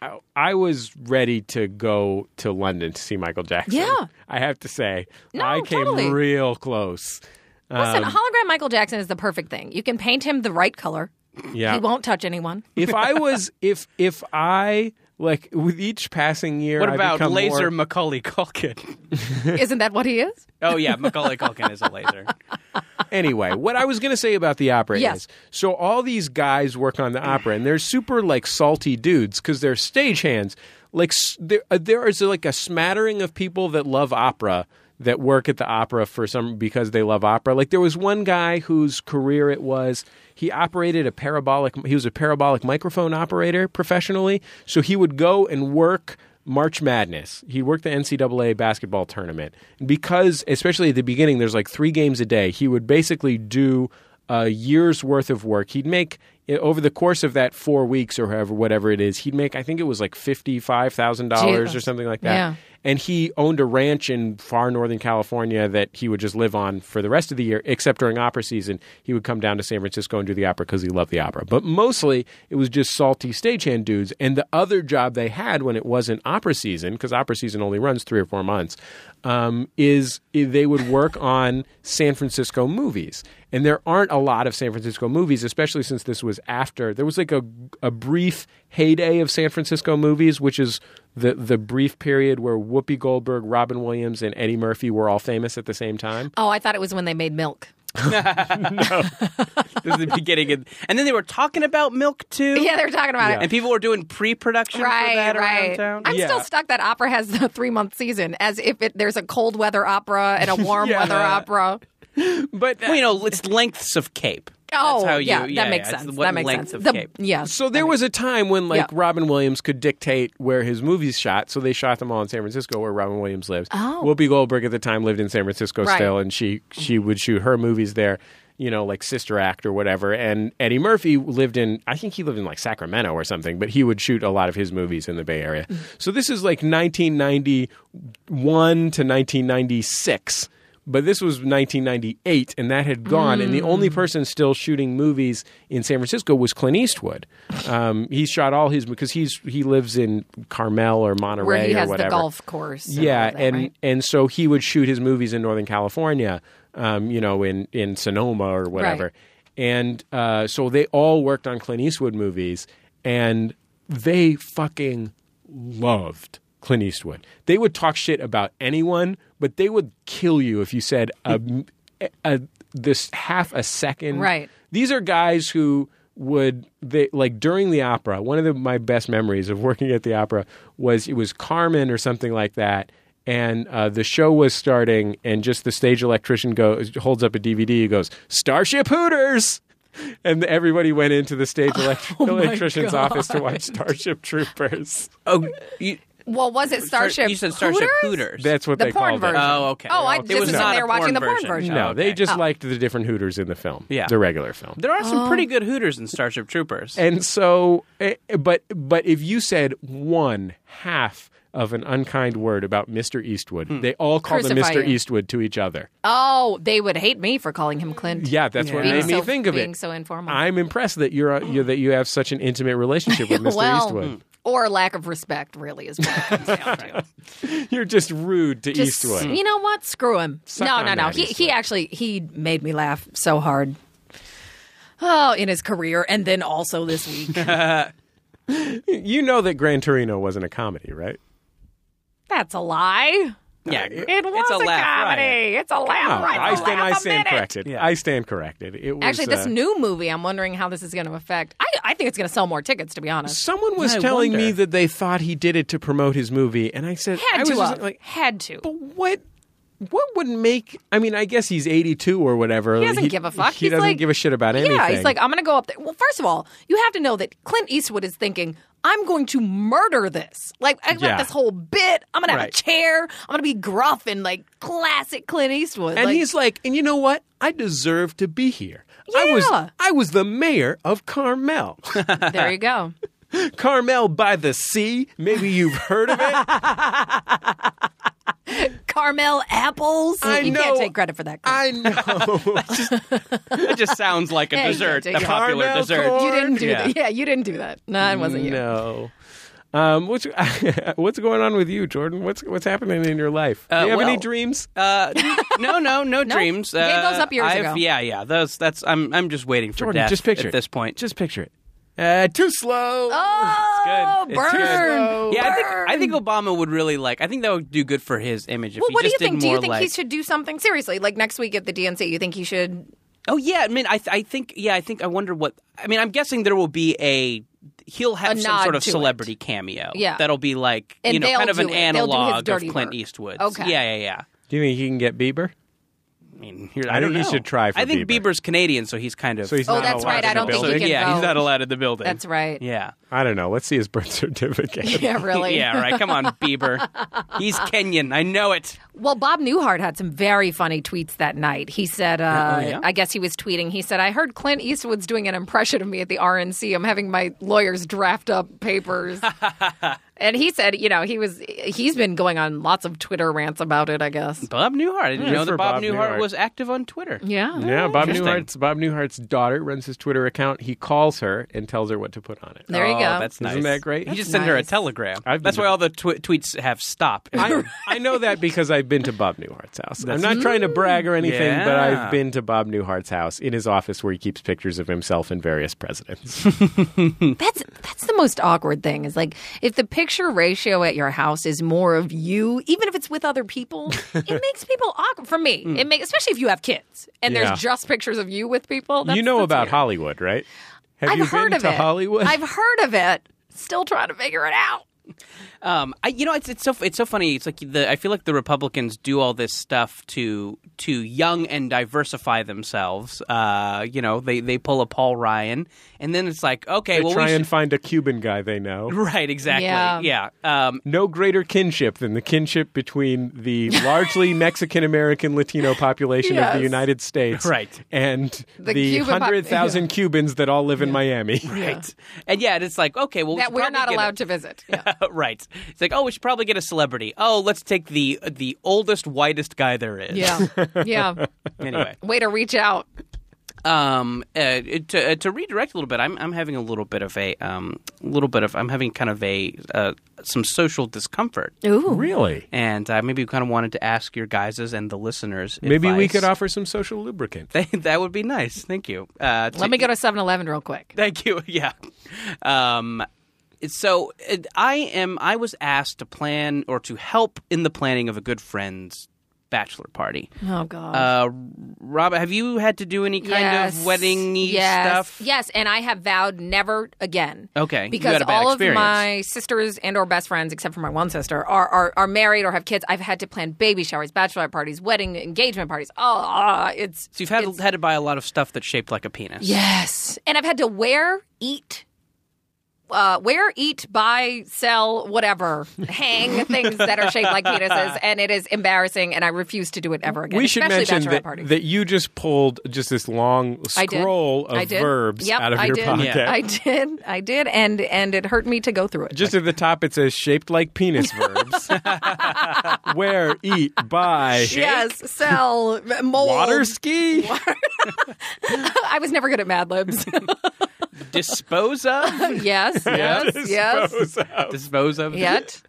S3: I, I was ready to go to London to see Michael Jackson.
S5: Yeah.
S3: I have to say,
S5: No,
S3: I came
S5: totally.
S3: real close.
S4: Um,
S5: Listen, hologram Michael Jackson is the perfect thing. You can paint him the right color.
S3: Yeah,
S5: He won't touch anyone.
S3: if I was if if I like with each passing year,
S4: What
S3: I
S4: about
S3: become
S4: laser
S3: more-
S4: Macaulay Culkin?
S5: Isn't that what he is?
S4: Oh yeah, Macaulay Culkin is a laser.
S3: anyway, what I was going to say about the opera
S5: Yes.
S3: is so all these guys work on the opera and they're super like salty dudes because they're stagehands. Like s- there, uh, there is like a smattering of people that love opera that work at the opera for some because they love opera. Like there was one guy whose career it was he operated a parabolic he was a parabolic microphone operator professionally, so he would go and work March Madness. He worked the NCAA basketball tournament. Because, especially at the beginning, there's like three games a day, he would basically do a year's worth of work. He'd make, eh, over the course of that four weeks or however, whatever it is, he'd make, I think it was like $55,000 or
S5: Jesus.
S3: something like that
S5: Yeah.
S3: and he owned a ranch in far northern California that he would just live on for the rest of the year, except during opera season. He would come down to San Francisco and do the opera because he loved the opera. But mostly it was just salty stagehand dudes. And the other job they had when it wasn't opera season, because opera season only runs three or four months, um, is they would work on San Francisco movies. And there aren't a lot of San Francisco movies, especially since this was after. There was like a, a brief heyday of San Francisco movies, which is the the brief period where Whoopi Goldberg, Robin Williams, and Eddie Murphy were all famous at the same time.
S5: Oh, I thought it was when they made milk.
S4: This is the beginning, of, and then they were talking about milk too.
S5: Yeah, they were talking about it.
S4: and people were doing pre-production for
S5: Right,
S4: that
S5: right.
S4: around town.
S5: I'm still
S3: Yeah.
S5: stuck that opera has the three month season, as if it, there's a cold weather opera and a warm weather opera.
S3: But
S4: well, you know, it's lengths of cape.
S5: Oh,
S4: how you-
S5: yeah,
S4: yeah,
S5: that makes
S4: yeah, it's
S5: sense.
S4: what
S5: That makes
S4: length
S5: sense.
S4: of
S5: The-
S4: cape.
S5: yeah,
S3: So there was a time when like
S5: Yeah.
S3: Robin Williams could dictate where his movies shot, so they shot them all in San Francisco where Robin Williams lives.
S5: Oh.
S3: Whoopi Goldberg at the time lived in San Francisco
S5: Right.
S3: still and she she would shoot her movies there, you know, like Sister Act or whatever. And Eddie Murphy lived in I think he lived in like Sacramento or something, but he would shoot a lot of his movies in the Bay Area.
S5: Mm-hmm.
S3: So this is like 1991 to 1996. But this was 1998, and that had gone. And the
S5: Mm.
S3: only person still shooting movies in San Francisco was Clint Eastwood. Um, he shot all his because he's he lives in Carmel or Monterey
S5: where he
S3: or
S5: has the
S3: whatever.
S5: golf course. and
S3: yeah,
S5: all that,
S3: and
S5: right?
S3: and so he would shoot his movies in Northern California, um, you know, in in Sonoma or whatever.
S5: Right.
S3: And uh, so they all worked on Clint Eastwood movies, and they fucking loved Clint Eastwood. They would talk shit about anyone, but they would kill you if you said a, a- this half a second.
S5: Right.
S3: These are guys who would they like during the opera. One of the, my best memories of working at the opera was it was Carmen or something like that. And uh, the show was starting, and just the stage electrician goes holds up a DVD. He goes, "Starship Hooters," and everybody went into the stage electri- electrician's office to watch Starship Troopers.
S4: Oh, you,
S5: well, was it Starship?
S4: you said Starship
S5: Hooters?
S4: Hooters.
S3: That's what
S5: The
S3: they
S5: porn
S3: called it.
S5: version.
S4: Oh, okay.
S5: Oh, I
S4: It was
S5: just was
S4: not
S5: there
S4: a
S5: watching
S4: porn
S5: the porn
S4: version.
S5: version.
S3: No,
S4: Oh,
S3: they
S4: okay.
S3: just liked the different Hooters in the film.
S4: Yeah.
S3: the regular film.
S4: there are
S5: Oh.
S4: some pretty good Hooters in Starship Troopers.
S3: And so, eh, but but if you said one half of an unkind word about Mr. Eastwood, they all called him
S5: Crucify
S3: Mr.
S5: you.
S3: Eastwood to each other.
S5: Oh, they would hate me for calling him Clint.
S3: Yeah, that's what
S5: Being
S3: made me
S5: so-
S3: think of
S5: being
S3: it.
S5: so informal.
S3: I'm impressed that you're, a, you're that you have such an intimate relationship with Mr.
S5: well, hmm.
S3: Eastwood.
S5: or lack of respect, really, is what it comes down to.
S3: You're just rude to
S5: hmm. Just,
S3: Eastwood.
S5: you know what? Screw him.
S3: Suck
S5: no,
S3: on
S5: no, no.
S3: that,
S5: He, he
S3: Eastwood.
S5: actually he made me laugh so hard. Oh, in his career, and then also this week.
S3: You know that Gran Torino wasn't a comedy, right?
S5: That's a lie.
S4: yeah,
S5: It was
S4: it's a,
S5: a,
S4: laugh
S5: comedy.
S4: riot.
S5: It's a laugh.
S3: No,
S5: riot.
S3: Oh, I
S5: It's a
S3: stand,
S5: laugh
S3: I
S5: a
S3: stand
S5: minute.
S3: corrected. I stand corrected. It was
S5: Actually, this
S3: uh,
S5: new movie, I'm wondering how this is going to affect. I, I think it's going to sell more tickets, to be honest.
S3: Someone was
S4: I
S3: telling me
S4: wonder.
S3: that they thought he did it to promote his movie, and I said,
S5: Had
S3: I was
S5: to,
S3: just
S5: have.
S3: like,
S5: had to.
S3: But what what would make I mean, I guess he's eighty two or whatever.
S5: He doesn't give a fuck.
S3: He
S5: He's
S3: doesn't
S5: like-
S3: give a shit about anything.
S5: Yeah, he's like, I'm going to go up there. Well, first of all, you have to know that Clint Eastwood is thinking, I'm going to murder this. Like, I got
S3: Yeah.
S5: this whole bit. I'm going to have
S3: Right.
S5: a chair. I'm going to be gruff and like classic Clint Eastwood.
S3: and
S5: like,
S3: he's like, and you know what? I deserve to be here. I
S5: Yeah.
S3: was I was the mayor of Carmel.
S5: there you go.
S3: Carmel by the sea. Maybe you've heard of it.
S5: Carmel apples.
S3: I
S5: you
S3: know.
S5: can't take credit for that. Clint.
S3: I know.
S4: It just sounds like a
S5: Hey,
S4: dessert,
S5: take
S4: a
S5: it.
S4: popular
S3: Carmel
S4: dessert.
S3: corn.
S5: you didn't do
S4: Yeah.
S5: that. Yeah, you didn't do that. No, it wasn't you.
S3: no. Um, what's what's going on with you, Jordan? What's what's happening in your life? Do you have any
S4: well-
S3: dreams?
S4: Uh, no, no, no dreams.
S5: Gave
S4: Uh,
S5: those up years
S4: I've-
S5: ago.
S4: Yeah, yeah. Those. That's. I'm. I'm just waiting for
S3: Jordan,
S4: death
S3: just picture
S4: at
S3: it.
S4: this point.
S3: Just picture it. Uh, too slow.
S5: Oh,
S4: It's good. It's
S5: burn.
S4: good. yeah, I think
S5: burn.
S4: I think Obama would really like. I think that would do good for his image if
S5: Well,
S4: he
S5: what do
S4: just
S5: you
S4: did
S5: think? Do
S4: more
S5: you think
S4: like.
S5: he should do something seriously, like next week at the DNC? You think he should?
S4: Oh yeah, I mean, I, th- I think yeah, I think I wonder what. I mean, I'm guessing there will be a he'll have
S5: A
S4: some
S5: nod
S4: sort of
S5: to it.
S4: celebrity cameo.
S5: Yeah.
S4: that'll be like
S5: And
S4: you know
S5: they'll
S4: kind of
S5: do
S4: an
S5: it. They'll do his
S4: analog of
S5: dirty
S4: Clint
S5: work.
S4: Eastwood's.
S5: Okay.
S4: Yeah, yeah, yeah.
S3: Do you think he can get Bieber?
S4: I mean, here,
S3: I
S4: I don't
S3: think
S4: know.
S3: he should try for
S4: I think
S3: Bieber.
S4: Bieber's Canadian, so he's kind of.
S3: So he's
S5: Oh,
S3: not
S5: that's
S3: allowed
S5: right.
S3: in
S5: I
S3: the
S5: don't think
S3: building?
S5: he can
S4: yeah,
S5: vote.
S4: he's not allowed in the building.
S5: That's right.
S4: Yeah.
S3: I don't know. Let's see his birth certificate.
S5: Yeah, really.
S4: Yeah, right. Come on, Bieber. He's Kenyan. I know it.
S5: Well, Bob Newhart had some very funny tweets that night. He
S4: oh,
S5: said, uh, I guess he was tweeting. He said, I heard Clint Eastwood's doing an impression of me at the RNC. I'm having my lawyers draft up papers. and he said, you know, he was, he's been going on lots of Twitter rants about it, I guess.
S4: Bob Newhart. I didn't
S3: Good
S4: know
S3: for
S4: that Bob,
S3: Bob
S4: Newhart,
S3: Newhart.
S4: was active on Twitter.
S5: Yeah.
S3: Yeah, Bob
S4: Interesting.
S3: Newhart's Bob Newhart's daughter runs his Twitter account. He calls her and tells her what to put on it.
S5: There you
S4: Oh,
S5: go.
S4: That's nice.
S3: Isn't that great?
S4: You just
S5: That's
S4: send her a
S5: nice.
S4: telegram.
S3: I've been
S4: That's why
S3: to-
S4: all the tw- tweets have stop.
S3: I, Oh. I know that because I've been to Bob Newhart's house. I'm not trying to brag or anything, but
S4: Yeah.
S3: I've been to Bob Newhart's house in his office where he keeps pictures of himself and various presidents.
S5: That's that's the most awkward thing is like if the picture ratio at your house is more of you, even if it's with other people, it makes people awkward. For me, it makes especially if you have kids and
S3: Hmm. Yeah.
S5: there's just pictures of you with people. That's,
S3: you know
S5: that's
S3: about
S5: weird.
S3: Hollywood, right? Have
S5: I've
S3: you
S5: heard
S3: been
S5: of
S3: to
S5: it.
S3: Hollywood?
S5: I've heard of it. Still trying to figure it out.
S4: Um, I, you know, it's it's so it's so funny. It's like the I feel like the Republicans do all this stuff to to young and diversify themselves. Uh, you know, they they pull a Paul Ryan, and then it's like, okay,
S3: They
S4: well,
S3: try
S4: we
S3: and find a Cuban guy they know.
S4: should... right, exactly,
S5: Yeah.
S4: yeah. Um,
S3: No greater kinship than the kinship between the largely Mexican American Latino population of
S5: Yes.
S3: the United States
S4: Right.
S3: and
S5: The
S3: the,
S5: Cuban pop-
S3: 100,000 Cubans that all live in Miami.
S4: Right, and yeah, and it's like okay, well, we
S5: that
S4: should
S5: we're
S4: probably
S5: not
S4: get a-
S5: allowed to visit. Yeah.
S4: right. It's like, oh, we should probably get a celebrity. Oh, let's take the the oldest, whitest guy there is.
S5: yeah. Yeah.
S4: Anyway,
S5: Way to reach out.
S4: um, uh, to uh, to redirect a little bit, I'm I'm having a little bit of a um, little bit of I'm having kind of a uh, some social discomfort,
S5: Ooh.
S3: Really?
S4: and uh, maybe you kind of wanted to ask your guises and the listeners.
S3: Maybe we
S4: advice.
S3: could offer some social lubricant.
S4: that would be nice. Thank you. Uh,
S5: Let me go to 7 Eleven real quick.
S4: Thank you. Yeah. Um, so uh, I am. I was asked to plan or to help in the planning of a good friend's bachelor party.
S5: Oh, God.
S4: Uh, Rob, have you had to do any kind of wedding
S5: yes,
S4: stuff?
S5: Yes, and I have vowed never again.
S4: Okay, you
S5: because
S4: had a bad
S5: all
S4: experience.
S5: of my sisters and or best friends, except for my one sister, are, are are married or have kids. I've had to plan baby showers, bachelorette parties, wedding engagement parties. Oh, ah, it's
S4: So you've had
S5: it's-
S4: had to buy a lot of stuff that's shaped like a penis.
S5: yes, and I've had to wear, eat. Uh, wear, eat, buy, sell, whatever, hang things that are shaped like penises, and it is embarrassing, and I refuse to do it ever again.
S3: we should
S5: especially
S3: mention
S5: bachelorette
S3: that,
S5: parties.
S3: that you just pulled just this long
S5: I did.
S3: scroll
S5: I
S3: of
S5: did.
S3: verbs
S5: Yep,
S3: out of
S5: I
S3: your
S5: did.
S3: pocket.
S4: Yeah.
S5: I did. I did. And and it hurt me to go through it.
S3: Just at the top, it says shaped like penis verbs. Where, eat, buy,
S5: yes, sell, mold.
S3: water ski.
S5: I was never good at Mad Libs.
S4: Dispose of.
S5: yes, yes, yes.
S3: Dispose of.
S4: Dispose of.
S5: Yet.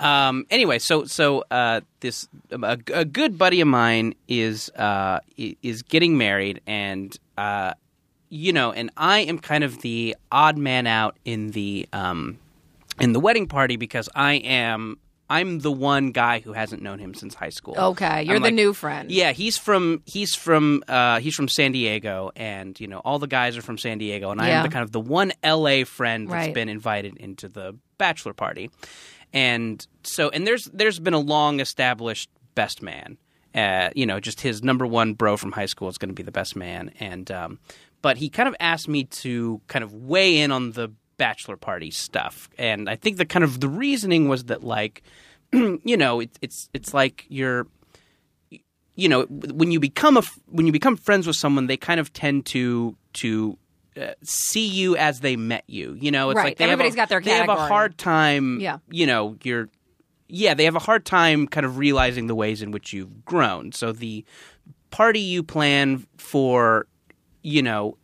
S4: Um, anyway, so so uh, this um, a, a good buddy of mine is uh, i- is getting married, and uh, you know, and I am kind of the odd man out in the um, in the wedding party because I am I'm the one guy who hasn't known him since high school.
S5: Okay, you're
S4: I'm
S5: the
S4: like,
S5: new friend.
S4: Yeah, he's from he's from uh, he's from San Diego, and you know all the guys are from San Diego, and I
S5: Yeah.
S4: am the kind of the one LA friend that's
S5: Right.
S4: been invited into the bachelor party, and so and there's there's been a long established best man, uh, you know, just his number one bro from high school is going to be the best man, and um, but he kind of asked me to kind of weigh in on the bachelor party stuff, and I think the kind of the reasoning was that like. You know, it, it's it's like you're you know when you become a when you become friends with someone they kind of tend to to uh, see you as they met you you know it's
S5: Right.
S4: like they
S5: Everybody's
S4: have a,
S5: got their
S4: they have a
S5: category.
S4: hard time
S5: Yeah.
S4: you know you're yeah they have a hard time kind of realizing the ways in which you've grown so the party you plan for you know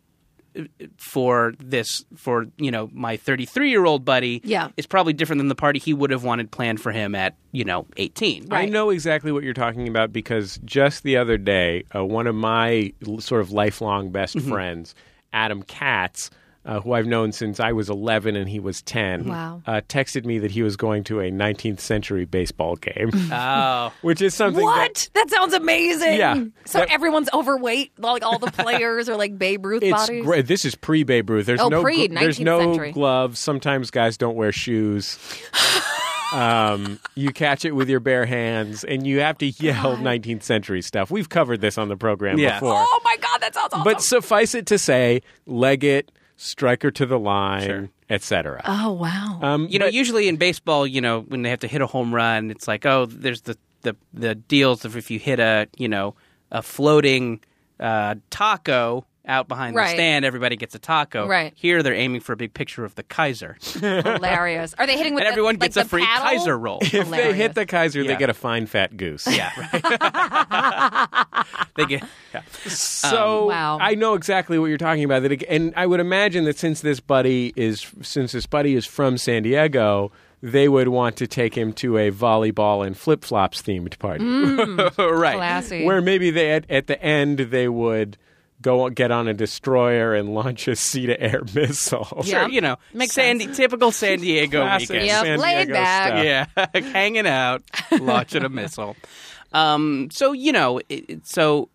S4: for this for you know my 33 year old buddy
S5: Yeah.
S4: is probably different than the party he would have wanted planned for him at you know 18
S3: I know exactly what you're talking about because just the other day, uh, one of my l- sort of lifelong best
S5: Mm-hmm.
S3: friends, Adam Katz, uh, who I've known since I was 11 and he was 10,
S5: Wow.
S3: uh, texted me that he was going to a 19th century baseball game,
S4: oh
S3: which is something that-
S5: What? That sounds amazing.
S3: Yeah.
S5: So
S3: That-
S5: everyone's overweight. Like all the players are like Babe Ruth
S3: It's
S5: bodies.
S3: great. This is pre Babe Ruth. There's
S5: Oh,
S3: no
S5: pre-
S3: gl- there's
S5: 19th
S3: no
S5: century.
S3: gloves. Sometimes guys don't wear shoes. um, you catch it with your bare hands, and you have to yell 19th century stuff. We've covered this on the program
S4: Yeah.
S3: before.
S5: Oh my god, that sounds awesome.
S3: But suffice it to say, Leggett, striker to the line, etc.
S5: oh wow.
S3: Um,
S4: You know,
S3: but-
S4: usually in baseball, you know, when they have to hit a home run, it's like, oh, there's the the, the deals of if you hit a you know a floating uh, taco out behind
S5: Right.
S4: the stand, everybody gets a taco.
S5: Right.
S4: Here, they're aiming for a big picture of the Kaiser,
S5: Hilarious. Are they hitting with
S4: and
S5: the-
S4: everyone
S5: like
S4: gets
S5: the
S4: a free
S5: paddle?
S4: Kaiser roll.
S3: if they hit
S5: hilarious.
S3: the Kaiser,
S4: Yeah.
S3: they get a fine fat goose.
S4: yeah, right. they get yeah.
S3: So
S5: Um, Wow.
S3: I know exactly what you're talking about. That, and I would imagine that since this buddy is since this buddy is from San Diego, they would want to take him to a volleyball and flip flops themed party,
S5: Mm.
S4: right.
S5: Classy.
S3: where maybe they at, at the end they would go get on a destroyer and launch a sea to air missile.
S4: Sure,
S5: Yeah.
S4: you know,
S5: Makes
S4: San Di- typical San Diego
S3: Classic
S4: weekend.
S5: Yep,
S3: San
S5: laid
S3: Diego
S5: back.
S3: stuff.
S4: yeah, hanging out, launching a missile. Um, so you know, it, it- so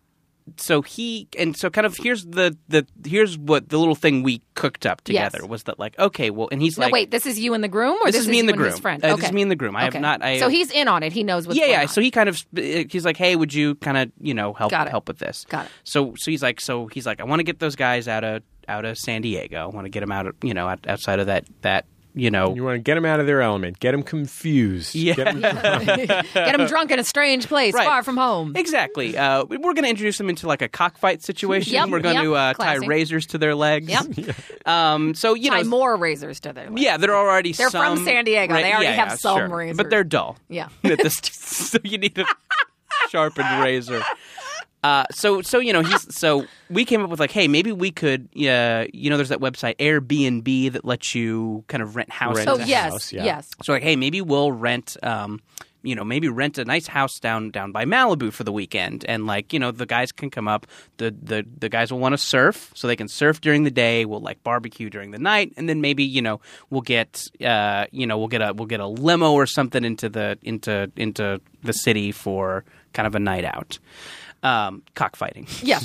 S4: so he and so kind of here's the the here's what the little thing we cooked up
S5: Yes.
S4: together was that like okay well and he's
S5: No,
S4: like
S5: wait. This is you and the groom, or
S4: This
S5: this,
S4: is me and
S5: you
S4: the groom.
S5: his friend?
S4: Uh,
S5: okay.
S4: this is me and the groom. I have
S5: Okay.
S4: not- I-
S5: so he's in on it. He knows what's
S4: yeah
S5: going
S4: yeah
S5: on.
S4: so he kind of uh, he's like hey would you kind of you know help
S5: Got it.
S4: help with this
S5: Got it.
S4: so so he's like so he's like I want to get those guys out of out of San Diego I want to get them out of you know out, outside of that that you know
S3: You want to get them out of their element, get them confused.
S4: Yeah.
S3: Get 'em-
S5: Get him drunk in a strange place,
S4: Right.
S5: far from home.
S4: Exactly. Uh, we- we're going to introduce them into like a cockfight situation.
S5: Yep,
S4: we're going to
S5: yep,
S4: uh, tie
S5: classy.
S4: razors to their legs.
S5: Yep.
S4: Um, so you
S5: Tie
S4: know,
S5: more razors to their. legs.
S4: yeah, they're already
S5: They're from
S4: some
S5: San Diego. They already
S4: yeah,
S5: have
S4: yeah,
S5: some
S4: sure. but
S5: razors.
S4: they're dull.
S5: Yeah.
S4: At this- so you need a sharpened razor. Uh, so so you know he's so we came up with like hey maybe we could uh, you know there's that website Airbnb that lets you kind of rent houses
S3: Rent
S5: Oh
S3: His
S5: yes,
S3: house, yeah.
S5: yes.
S4: so like, hey, maybe we'll rent, um, you know, maybe rent a nice house down down by Malibu for the weekend, and like, you know, the guys can come up. the the The guys will want to surf, so they can surf during the day. We'll like barbecue during the night, and then maybe you know we'll get, uh, you know, we'll get a we'll get a limo or something into the into into the city for kind of a night out, um, cockfighting,
S5: Yeah.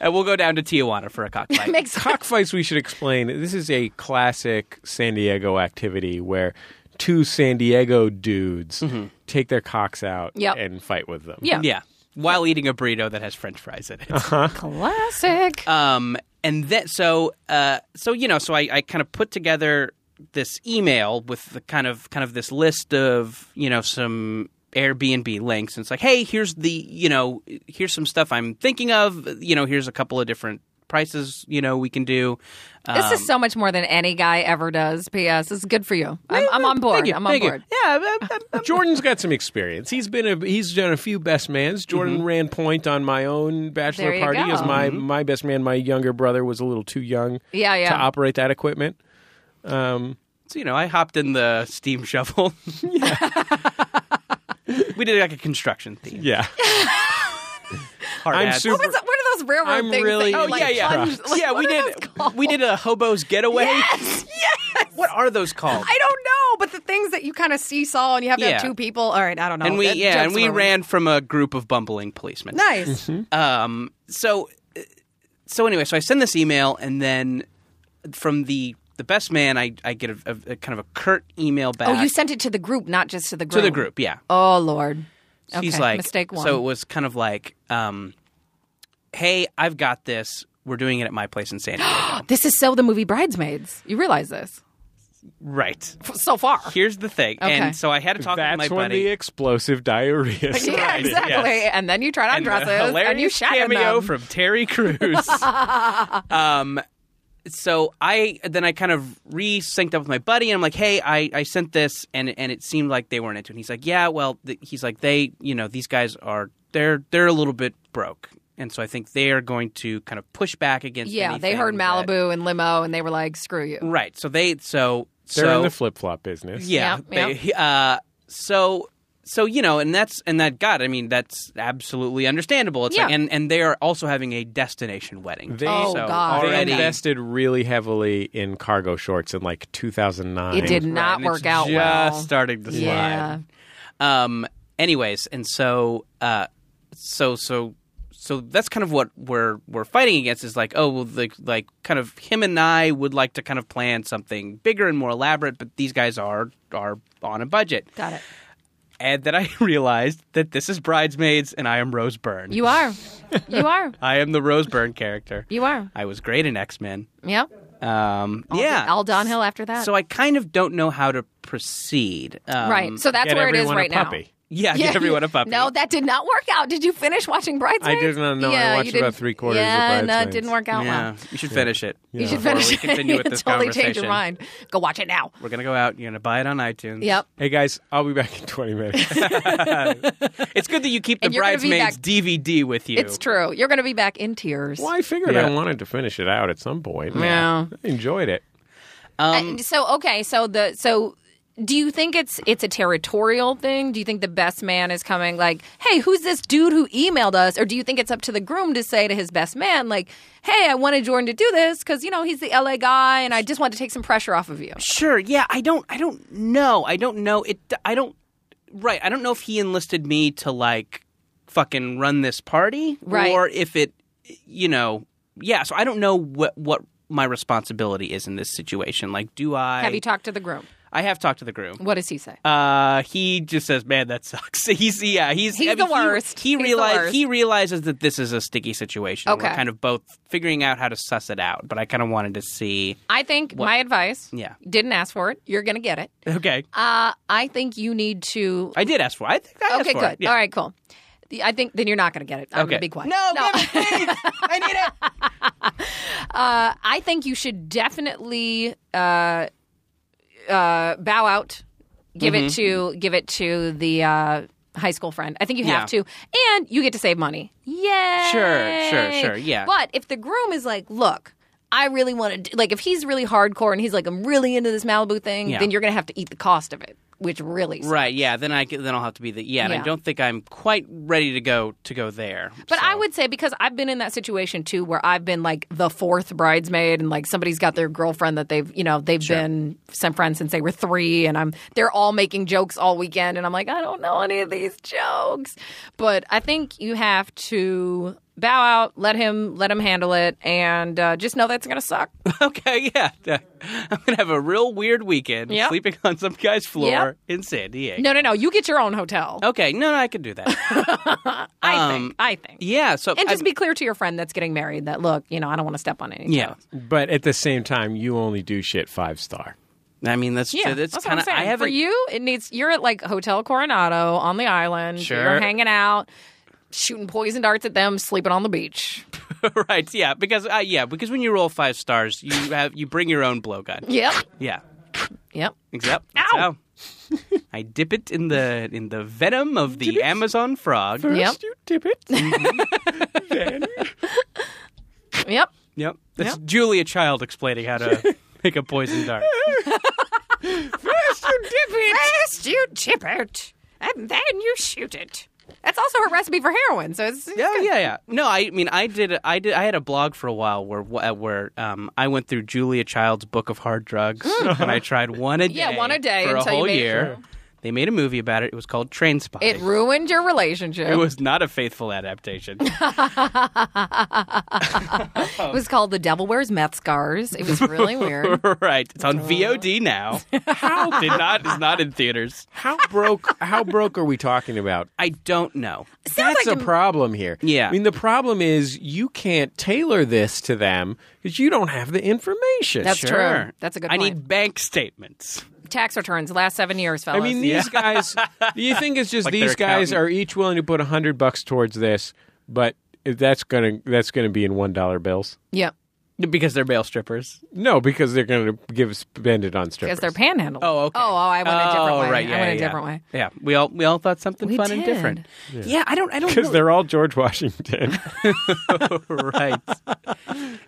S4: and we'll go down to Tijuana for a cockfight.
S5: Makes
S3: Cockfights, we should explain. This is a classic San Diego activity where two San Diego dudes
S4: Mm-hmm.
S3: take their cocks out
S5: Yep.
S3: and fight with them.
S5: yeah.
S4: yeah, while eating a burrito that has French fries in it.
S5: Classic.
S4: Um, and then so uh, so you know, so I, I kind of put together this email with the kind of kind of this list of you know some Airbnb links, and it's like, hey, here's the you know here's some stuff I'm thinking of. You know, here's a couple of different prices you know we can do.
S5: this
S4: Um,
S5: is so much more than any guy ever does. P.S. It's good for you. I'm, I'm on board.
S4: Thank you,
S5: I'm on
S4: thank you.
S5: board.
S4: Yeah, I- I- I-
S3: Jordan's got some experience. He's been a, he's done a few best mans.
S4: Mm-hmm.
S3: Jordan ran point on my own
S5: There
S3: bachelor
S5: you
S3: party
S5: go.
S3: as
S4: Mm-hmm.
S3: my my best man. My younger brother was a little too young
S5: Yeah, yeah.
S3: to operate that equipment. Um,
S4: So you know, I hopped in the steam shovel. we did like a construction theme.
S3: yeah,
S4: Hard
S3: I'm
S4: ads.
S3: super.
S5: What is that- what are those railroad
S3: I'm
S5: things?
S3: really-
S5: That
S4: Oh
S5: you, like,
S4: yeah, yeah,
S5: plunge- like,
S4: yeah. We
S5: what are
S4: did.
S5: those called?
S4: We did a hobo's getaway.
S5: Yes, yes.
S4: What are those called?
S5: I don't know, but the things that you kind of seesaw and you have to have
S4: Yeah.
S5: two people. All right, I don't know.
S4: and we
S5: Oh, That
S4: yeah, and
S5: joke's
S4: we
S5: ruined.
S4: ran from a group of bumbling policemen.
S5: Nice.
S4: Um, so uh, so anyway, so I send this email, and then from the the best man, I I get a, a- a kind of a curt email back
S5: Oh, you sent it to the group, not just to the group.
S4: to the group. Yeah,
S5: Oh Lord. Okay.
S4: he's like
S5: mistake one.
S4: So it was kind of like, um, hey, I've got this. We're doing it at my place in San Diego.
S5: this is so the movie Bridesmaids. You realize this
S4: right.
S5: F- so far.
S4: Here's the thing,
S5: Okay.
S4: and so I had to talk
S3: That's
S4: with my
S3: when
S4: buddy.
S3: the explosive diarrhea.
S5: yeah,
S3: started.
S5: exactly. And then you tried on
S4: and the
S5: dresses and,
S4: hilarious
S5: you shat in
S4: cameo
S5: them.
S4: from Terry Crews. um, so I then I kind of re-synced up with my buddy, and I'm like, "Hey, I, I sent this, and and it seemed like they weren't into it." And he's like, "Yeah, well, th- he's like they, you know, these guys are they're they're a little bit broke, and so I think they are going to kind of push back against."
S5: yeah, they
S4: anything
S5: heard
S4: that-
S5: Malibu and limo, and they were like, "Screw you."
S4: right? So they so
S3: They're
S4: so
S3: in the flip flop business.
S4: yeah.
S5: Yeah,
S4: they- uh, so so you know, and that's and that God, I mean, that's absolutely understandable. It's like,
S5: Yeah.
S4: and and they are also having a destination wedding.
S3: They
S5: Oh,
S4: so
S5: God.
S3: They
S4: already.
S3: invested really heavily in cargo shorts in like 2009.
S5: It did
S4: Right,
S5: not
S4: and
S5: work
S4: it's
S5: out
S4: just
S5: well.
S4: starting to slide.
S5: Yeah.
S4: Um. Anyways, and so uh, so so so that's kind of what we're we're fighting against is like oh well like like kind of him and I would like to kind of plan something bigger and more elaborate, but these guys are are on a budget.
S5: Got it.
S4: And then I realized that this is bridesmaids and I am Rose Byrne.
S5: You are. You are.
S4: I am the Rose Byrne character.
S5: You are.
S4: I was great in X Men.
S5: Yeah.
S4: Um, yeah.
S5: All downhill after that.
S4: so I kind of don't know how to proceed. Um,
S5: right. So that's
S3: Get
S5: where it is
S3: everyone
S5: right
S3: a
S5: now.
S3: puppy.
S4: yeah, give everyone a puppy.
S5: No, that did not work out. Did you finish watching Bridesmaids?
S3: I did not know. I
S5: Yeah, you
S3: watched
S5: didn't-
S3: about three-quarters of
S5: Yeah, no, it
S3: Bridesmaids.
S5: didn't work out
S4: yeah,
S5: well.
S4: you should finish it.
S5: You should
S4: Before
S5: finish
S4: we
S5: it.
S4: continue with
S5: You
S4: this
S5: totally
S4: conversation. Mm.
S5: change your mind. Go watch it now.
S4: We're gonna go out. You're gonna buy it on iTunes.
S5: Yep.
S3: Hey guys, I'll be back in 20 minutes.
S4: It's good that you keep the
S5: And you're gonna be
S4: bridesmaids
S5: back-
S4: DVD with you.
S5: It's true. You're going to be back in tears.
S3: well, I figured
S4: Yeah.
S3: I wanted to finish it out at some point.
S5: Yeah.
S3: I enjoyed it.
S4: Um,
S5: Uh, so okay, so the so do you think it's it's a territorial thing? Do you think the best man is coming like, "Hey, who's this dude who emailed us?" Or do you think it's up to the groom to say to his best man like, "Hey, I wanted Jordan to do this cuz you know, he's the LA guy and I just want to take some pressure off of you."
S4: Sure. Yeah. I don't. I don't know. I don't know. It. I don't. Right. I don't know if he enlisted me to like fucking run this party,
S5: Right.
S4: or if it, you know, yeah. So I don't know what what my responsibility is in this situation. Like, do I?
S5: Have you talked to the groom?
S4: I have talked to the groom.
S5: What does he say?
S4: Uh, he just says, "Man, that sucks." he's yeah, he's
S5: He's
S4: I mean,
S5: the worst.
S4: He, he
S5: He's the
S4: realize-
S5: worst.
S4: he realizes that this is a sticky situation.
S5: Okay.
S4: We're kind of both figuring out how to suss it out, but I kind of wanted to see.
S5: I think my advice.
S4: Yeah.
S5: Didn't ask for it. You're gonna get it.
S4: Okay,
S5: Uh, I think you need to.
S4: I did ask for. It. I think I asked
S5: okay,
S4: for
S5: good.
S4: It. Yeah.
S5: All right, cool. The- I think then you're not gonna get it. I'm
S4: Okay.
S5: gonna be quiet.
S4: No, give me- please. I need it.
S5: Uh, I think you should definitely uh, uh, bow out. Give it
S4: Mm-hmm.
S5: to give it to the uh, high school friend. I think you have
S4: Yeah.
S5: to, and you get to save money. Yay!
S4: Sure, sure, sure, yeah.
S5: But if the groom is like, look. I really want to like if he's really hardcore and he's like I'm really into this Malibu thing,
S4: Yeah.
S5: then you're gonna have to eat the cost of it, which really sucks.
S4: Right. Yeah. Then I get- then I'll have to be the yeah. And
S5: Yeah.
S4: I don't think I'm quite ready to go to go there.
S5: But
S4: so.
S5: I would say because I've been in that situation too, where I've been like the fourth bridesmaid, and like somebody's got their girlfriend that they've you know they've been some friends since they were three, and I'm they're all making jokes all weekend, and I'm like I don't know any of these jokes. But I think you have to bow out, let him let him handle it, and uh, just know that's gonna suck.
S4: Okay. Yeah. I'm gonna have a real weird weekend
S5: Yep.
S4: sleeping on some guy's floor
S5: Yep.
S4: in San Diego.
S5: no, no, no, you get your own hotel.
S4: Okay. No, no, I could do that.
S5: I
S4: um,
S5: think. I think.
S4: yeah. So
S5: And
S4: I-
S5: just be clear to your friend that's getting married that look, you know, I don't want to step on any.
S4: yeah.
S3: But at the same time, you only do shit five star.
S4: I mean, that's
S5: Yeah,
S4: that's,
S5: that's what
S4: kind
S5: I'm
S4: of
S5: saying.
S4: I haven't.
S5: For you, it needs. You're at like Hotel Coronado on the island.
S4: Sure.
S5: You're hanging out, shooting poison darts at them, sleeping on the beach.
S4: right? Yeah. Because uh, yeah. Because when you roll five stars, you have you bring your own blowgun.
S5: Yep.
S4: Yeah.
S5: Yep.
S4: Yep. That's
S5: Ow!
S4: how. I dip it in the in the venom of the Amazon frog.
S5: Yep.
S3: First you dip it.
S5: Yep.
S4: Yep. That's Julia Child explaining how to make a poison dart.
S5: First you dip it. First you chip it, and then you shoot it. That's also her recipe for heroin. So it's
S4: Yeah, yeah, yeah. No, I mean, I did, I did, I had a blog for a while where uh, where um, I went through Julia Child's book of hard drugs, and I tried one a day.
S5: Yeah, one a day
S4: for
S5: until
S4: a
S5: you
S4: whole
S5: made it
S4: year. They made a movie about it. It was called Train Spotting.
S5: it ruined your relationship.
S4: It was not a faithful adaptation.
S5: It was called The Devil Wears Meth Scars. It was really weird.
S4: right. It's on VOD now. How did not? It's not in theaters.
S3: How broke? How broke are we talking about?
S4: I don't know.
S5: Sounds
S3: That's
S5: like
S3: a
S5: a-
S3: problem here.
S4: Yeah.
S3: I mean, the problem is you can't tailor this to them because you don't have the information.
S5: That's
S4: Sure.
S5: true. That's a good
S4: I
S5: point.
S4: need bank statements.
S5: Tax returns last seven years,
S3: I
S5: fellas.
S3: mean, these guys. Do you think it's just
S4: Like
S3: these
S4: their
S3: guys
S4: accountant.
S3: are each willing to put a hundred bucks towards this, but that's gonna that's gonna be in one dollar bills?
S5: yep.
S4: Because they're male strippers.
S3: No, because they're gonna give spend it on strippers.
S5: Because they're panhandling.
S4: Oh, okay.
S5: Oh, oh, I went a different
S4: Oh,
S5: way.
S4: Right, yeah,
S5: I went a
S4: yeah.
S5: different way.
S4: Yeah, we all we all thought something
S5: We
S4: fun and
S5: did.
S4: different. Yeah. I don't. I don't.
S3: because
S4: really-
S3: they're all George Washington.
S4: right.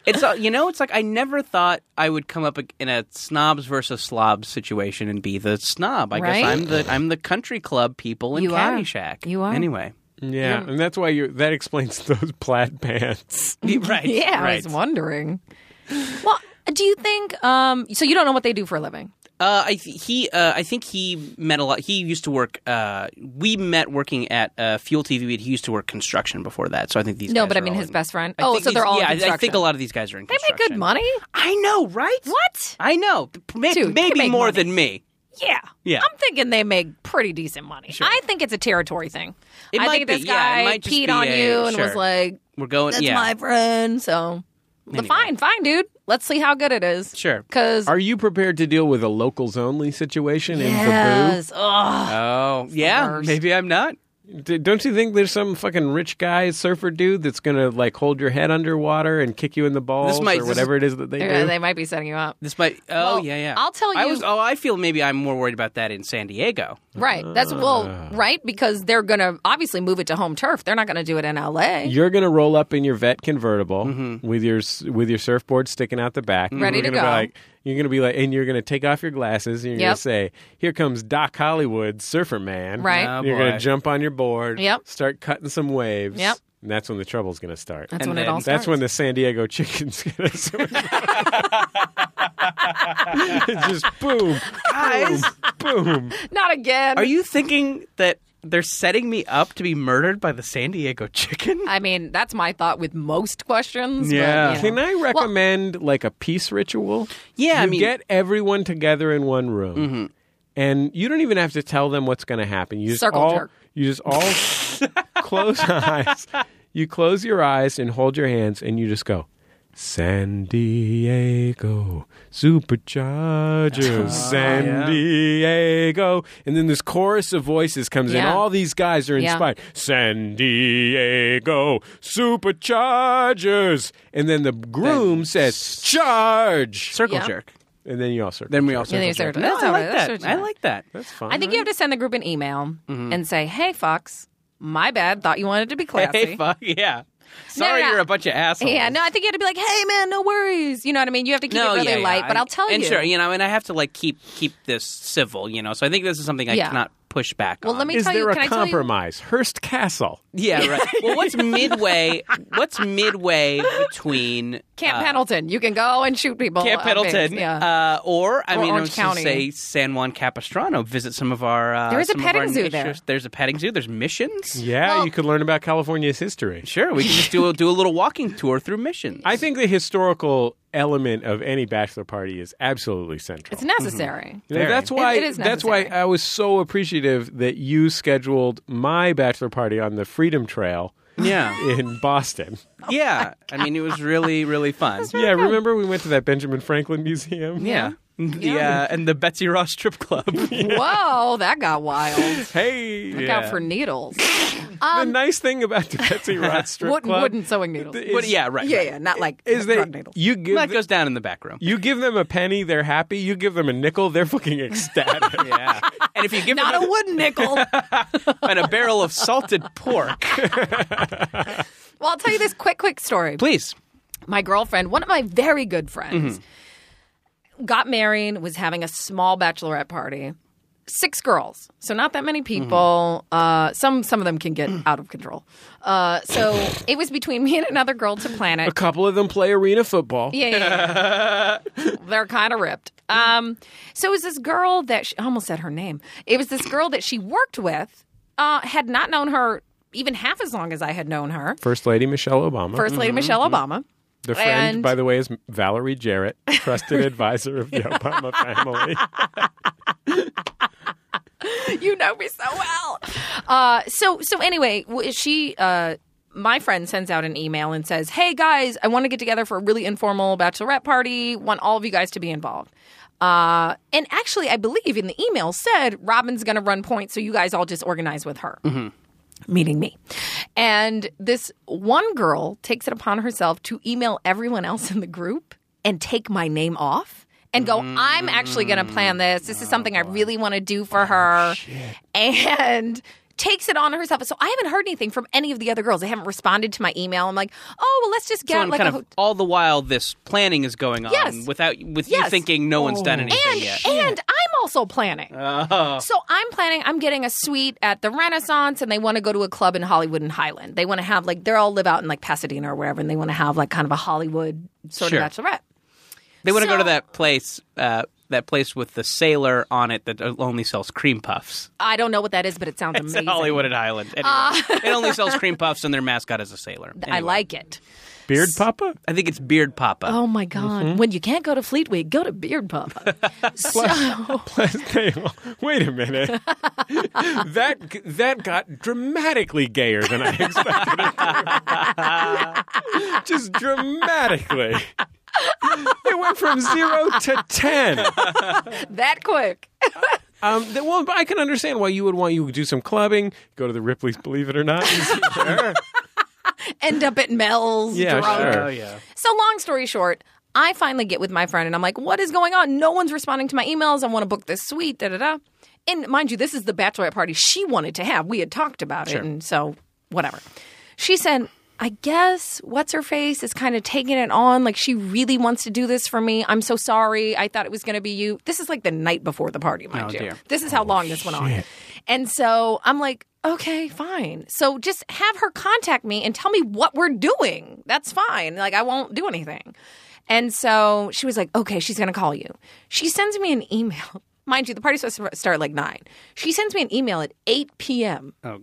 S4: It's uh, you know, it's like I never thought I would come up in a snobs versus slobs situation and be the snob. I
S5: Right?
S4: guess I'm the I'm the country club people in
S5: You are.
S4: Caddyshack.
S5: You are.
S4: anyway.
S3: yeah, and that's why you that explains those plaid pants.
S4: right.
S5: Yeah, I
S4: Right.
S5: was wondering. well, do you think? Um, so you don't know what they do for a living?
S4: Uh, I th- he uh, I think he met a lot. He used to work. Uh, we met working at uh, Fuel TV. and He used to work construction before that. So I think these.
S5: No,
S4: guys
S5: but I
S4: are
S5: mean
S4: all
S5: his
S4: in-
S5: best friend.
S4: I
S5: oh,
S4: think
S5: so they're
S4: these-
S5: all. in
S4: Yeah, I- I
S5: construction.
S4: think a lot of these guys are in.
S5: They make good money.
S4: I know, right?
S5: What?
S4: I know. May-
S5: Dude, they
S4: maybe
S5: make
S4: more
S5: money.
S4: than me.
S5: Yeah.
S4: Yeah.
S5: I'm thinking they make pretty decent money. I think it's a territory thing.
S4: It
S5: I
S4: might
S5: think
S4: be,
S5: this
S4: yeah,
S5: guy
S4: it might just
S5: peed
S4: be
S5: on
S4: a-
S5: you and
S4: sure.
S5: was like,
S4: We're going.
S5: "That's
S4: yeah.
S5: my friend." So, but fine, fine, dude. Let's see how good it is.
S4: Sure.
S5: Because
S3: Are you prepared to deal with a locals only situation in
S5: yes, Ugh.
S4: Oh, yeah.
S5: worst.
S4: Maybe I'm not.
S3: Fabu? D- don't you think there's some fucking rich guy surfer dude that's gonna like hold your head underwater and kick you in the balls
S4: might-
S3: or
S4: this-
S3: whatever it is that they
S5: They're-
S3: do?
S5: they might be setting you up.
S4: This might. Oh
S5: Well,
S4: yeah, yeah.
S5: I'll tell
S4: I
S5: you-
S4: was. Oh, I feel maybe I'm more worried about that in San Diego.
S5: Right. That's
S3: Uh.
S5: well, right because they're going to obviously move it to home turf. They're not going to do it in LA.
S3: You're gonna roll up in your vet convertible with your s- with your surfboard sticking out the back, and
S5: Mm-hmm. Ready
S3: you're
S5: to
S3: gonna be
S5: go.
S3: like- you're gonna be like, and you're gonna take off your glasses, and you're
S5: Yep.
S3: gonna say, "Here comes Doc Hollywood, Surfer Man."
S5: Right.
S4: Oh,
S3: you're gonna
S4: boy.
S3: jump on your board,
S5: Yep.
S3: start cutting some waves,
S5: Yep.
S3: and that's when the trouble's gonna start.
S5: that's
S4: and
S5: when it
S4: then-
S5: all starts.
S3: That's when the San Diego chickens gonna swim. It's just boom,
S4: Guys,
S3: boom.
S5: Not again.
S4: are you thinking that they're setting me up to be murdered by the San Diego chicken.
S5: I mean, that's my thought with most questions. but,
S4: Yeah.
S5: you know.
S3: Can I recommend like a peace ritual?
S4: Yeah, I
S3: you
S4: mean-
S3: get everyone together in one room, and you don't even have to tell them what's going to happen. You just
S5: Circle
S3: all
S5: jerk.
S3: you just all close eyes. You close your eyes and hold your hands, and you just go. San Diego Superchargers, San
S4: yeah.
S3: Diego, and then this chorus of voices comes in.
S5: Yeah.
S3: All these guys are
S5: Yeah.
S3: inspired. San Diego Superchargers. And then the groom says, charge.
S4: Circle
S5: Yeah.
S4: jerk.
S3: And then you also.
S4: Then we all
S5: Yeah,
S4: circle
S5: they
S4: jerk.
S5: circle-
S4: No,
S5: that's
S4: I
S5: all
S4: like
S5: right. That's
S4: that.
S5: what
S4: I
S5: you-
S4: like that.
S3: That's fine.
S5: I think you have to send the group an email
S4: Mm-hmm.
S5: and say, "Hey, Fox, my bad. Thought you wanted to be classy."
S4: Hey, fuck yeah.
S5: No,
S4: Sorry,
S5: no, no.
S4: you're a bunch of assholes.
S5: Yeah, no, I think you have to be like, "Hey, man, no worries." You know what I mean? You have to keep it really
S4: yeah, yeah.
S5: light. But
S4: I-
S5: I'll tell
S4: and
S5: you.
S4: sure, you know, and I have to like keep keep this civil, you know. So I think this is something I
S5: Yeah.
S4: cannot push back
S5: Well,
S4: on.
S5: let me
S3: Is
S5: tell
S3: there
S5: you.
S3: a
S5: can I tell you?
S3: compromise? Hearst Castle.
S4: Yeah, right. Well, what's midway? What's midway between
S5: Camp
S4: uh,
S5: Pendleton. You can go and shoot people.
S4: Camp
S5: uh,
S4: Pendleton,
S5: pigs, Yeah.
S4: uh, or I
S5: Or
S4: mean, I
S5: Orange
S4: was
S5: County.
S4: to say San Juan Capistrano. Visit some of our. Uh,
S5: There is a
S4: some of our
S5: petting zoo
S4: niche-
S5: there.
S4: There's a petting zoo. There's missions.
S3: Yeah, you could learn about California's history.
S4: Sure, we can just do a, do a little walking tour through missions.
S3: I think the historical element of any bachelor party is absolutely central.
S5: it's necessary.
S3: You know, that's why
S5: It- it is
S3: that's why
S5: necessary.
S3: I was so appreciative that you scheduled my bachelor party on the Freedom Trail
S4: yeah,
S3: in Boston.
S4: yeah. I mean, it was really really fun.
S3: yeah, remember we went to that Benjamin Franklin Museum?
S4: Yeah. The, uh, and the Betsy Ross strip club.
S5: Whoa, that got wild.
S3: Hey,
S5: Look out for needles.
S3: the nice thing about the Betsy Roth strip
S5: Um, Wooden,
S3: club
S5: wooden sewing needles.
S3: is,
S4: But yeah, right.
S5: yeah,
S4: right.
S5: yeah, not like
S3: is
S5: drug
S3: that
S5: needles.
S3: you give
S4: That
S3: th-
S4: goes down in the back room.
S3: you give them a penny, they're happy. You give them a nickel, they're fucking ecstatic.
S4: Yeah. And if you give
S5: Not
S4: them
S5: a wooden nickel. well,
S4: and a barrel of salted pork,
S5: I'll tell you this quick, quick story.
S4: please.
S5: my girlfriend, one of my very good friends,
S4: Mm-hmm.
S5: got married, was having a small bachelorette party. Six girls, so not that many
S4: Mm-hmm.
S5: people. Uh, some some of them can get
S4: Mm.
S5: out of control. Uh, so it was between me and another girl to plan it.
S3: a couple of them play arena football.
S5: Yeah, yeah, yeah. they're kind of ripped. Um, so it was this girl that she, I almost said her name. It was this girl that she worked with. Uh, had not known her even half as long as I had known her.
S3: First Lady Michelle Obama.
S5: First Lady Michelle Obama.
S3: Mm-hmm, the friend,
S5: and-
S3: by the way, is Valerie Jarrett, trusted advisor of the Obama family.
S5: you know me so well. Uh, so so anyway, w- she. Uh, my friend sends out an email and says, "Hey guys, I want to get together for a really informal bachelorette party. Want all of you guys to be involved." Uh, and actually, I believe in the email said Robin's going to run points, so you guys all just organize with her
S4: Mm-hmm.
S5: meaning me. And this one girl takes it upon herself to email everyone else in the group and take my name off and go, I'm actually going to plan this. This is
S4: Mm.
S5: something I
S4: Oh,
S5: really want to do for her. And takes it on herself. So I haven't heard anything from any of the other girls. They haven't responded to my email. I'm like, oh, well, let's just
S4: So
S5: get
S4: I'm
S5: like
S4: kind
S5: a.
S4: of all the while this planning is going on
S5: Yes.
S4: without with you
S5: Yes.
S4: thinking no one's done anything
S5: and,
S4: yet.
S5: and I'm also planning.
S4: Oh.
S5: So I'm planning. I'm getting a suite at the Renaissance, and they want to go to a club in Hollywood and Highland. They want to have like they're all live out in like Pasadena or wherever, and they want to have like kind of a Hollywood sort
S4: Sure.
S5: of bachelorette.
S4: They want to go to
S5: So-
S4: that place uh, that place with the sailor on it that only sells cream puffs.
S5: I don't know what that is, but it sounds
S4: It's
S5: amazing.
S4: in Hollywood and Island. Anyway, it only sells cream puffs and their mascot is a sailor.
S5: "Ah." I
S4: Anyway.
S5: like it.
S3: Beard Papa?
S4: I think it's Beard Papa.
S5: Oh my god!
S4: Mm-hmm.
S5: When you can't go to Fleet Week, go to Beard Pub. so
S3: Plus they- Wait a minute. that that got dramatically gayer than I expected. It to. Just dramatically. It went from zero to ten.
S5: that quick.
S3: Um, th- well, I can understand why you would want you to do some clubbing, go to the Ripley's Believe It or Not.
S5: End up at Mel's.
S3: Yeah,
S5: drunk.
S3: sure.
S4: Oh, yeah.
S5: So long story short, I finally get with my friend and I'm like, what is going on? No one's responding to my emails. I want to book this suite, da da da. And mind you, this is the bachelorette party she wanted to have. We had talked about it, and so whatever. She said, I guess what's her face is kind of taking it on. Like she really wants to do this for me. I'm so sorry. I thought it was going to be you. This is like the night before the party, mind you.
S4: dear.
S5: This is how long this went on. And so I'm like, okay, fine. So just have her contact me and tell me what we're doing. That's fine. Like, I won't do anything. And so she was like, okay, she's going to call you. She sends me an email Mind you, the party's supposed to start like 9. She sends me an email at 8 p.m.
S4: Oh.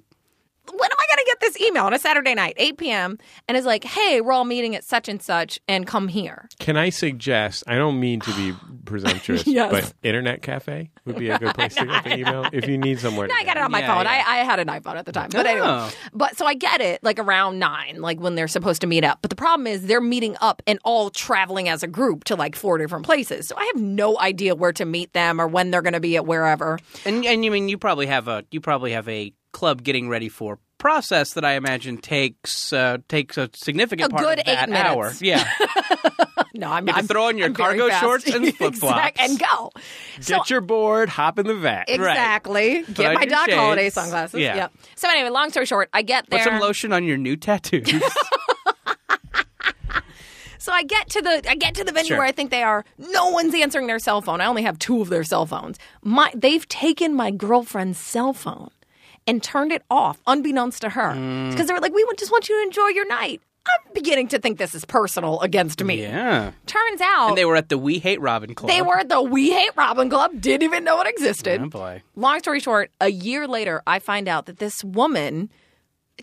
S5: When am I going to get this email on a Saturday night, 8 p.m., and is like, hey, we're all meeting at such and such and come here.
S3: Can I suggest? I don't mean to be presumptuous,
S5: Yes.
S3: but internet cafe would be a good place to get the email if you need somewhere.
S5: No,
S3: to
S5: I got it
S3: go.
S5: on my
S4: Yeah,
S5: phone.
S4: yeah.
S5: I, I had an iPhone at the time. But
S4: Oh.
S5: anyway, but so I get it like around nine, like when they're supposed to meet up. But the problem is they're meeting up and all traveling as a group to like four different places. So I have no idea where to meet them or when they're going to be at wherever.
S4: And and you mean you probably have a you probably have a club getting ready for process that I imagine takes uh, takes a significant
S5: A
S4: part
S5: good
S4: of that
S5: eight
S4: hour.
S5: minutes.
S4: Yeah,
S5: No, I'm
S4: You have to throw on your
S5: very
S4: cargo
S5: fast.
S4: shorts and
S5: Exact-
S4: flip-flops.
S5: and go.
S3: Get your board, hop in the vat.
S5: Exactly. Get
S4: on
S5: my
S4: your
S5: Doc
S4: shades.
S5: Holiday sunglasses.
S4: Yeah.
S5: Yep. So anyway, long story short, I get there.
S4: put some lotion on your new tattoos.
S5: So I get to the I get to the venue
S4: Sure.
S5: where I think they are. No one's answering their cell phone. I only have two of their cell phones. My they've taken my girlfriend's cell phone and turned it off, unbeknownst to her,
S4: Mm.
S5: because they were like, "We would- just want you to enjoy your night." I'm beginning to think this is personal against me.
S4: yeah,
S5: Turns out
S4: and they were at the We Hate Robin club.
S5: they were at the We Hate Robin Club. Didn't even know it existed.
S4: Oh, boy.
S5: Long story short, a year later, I find out that this woman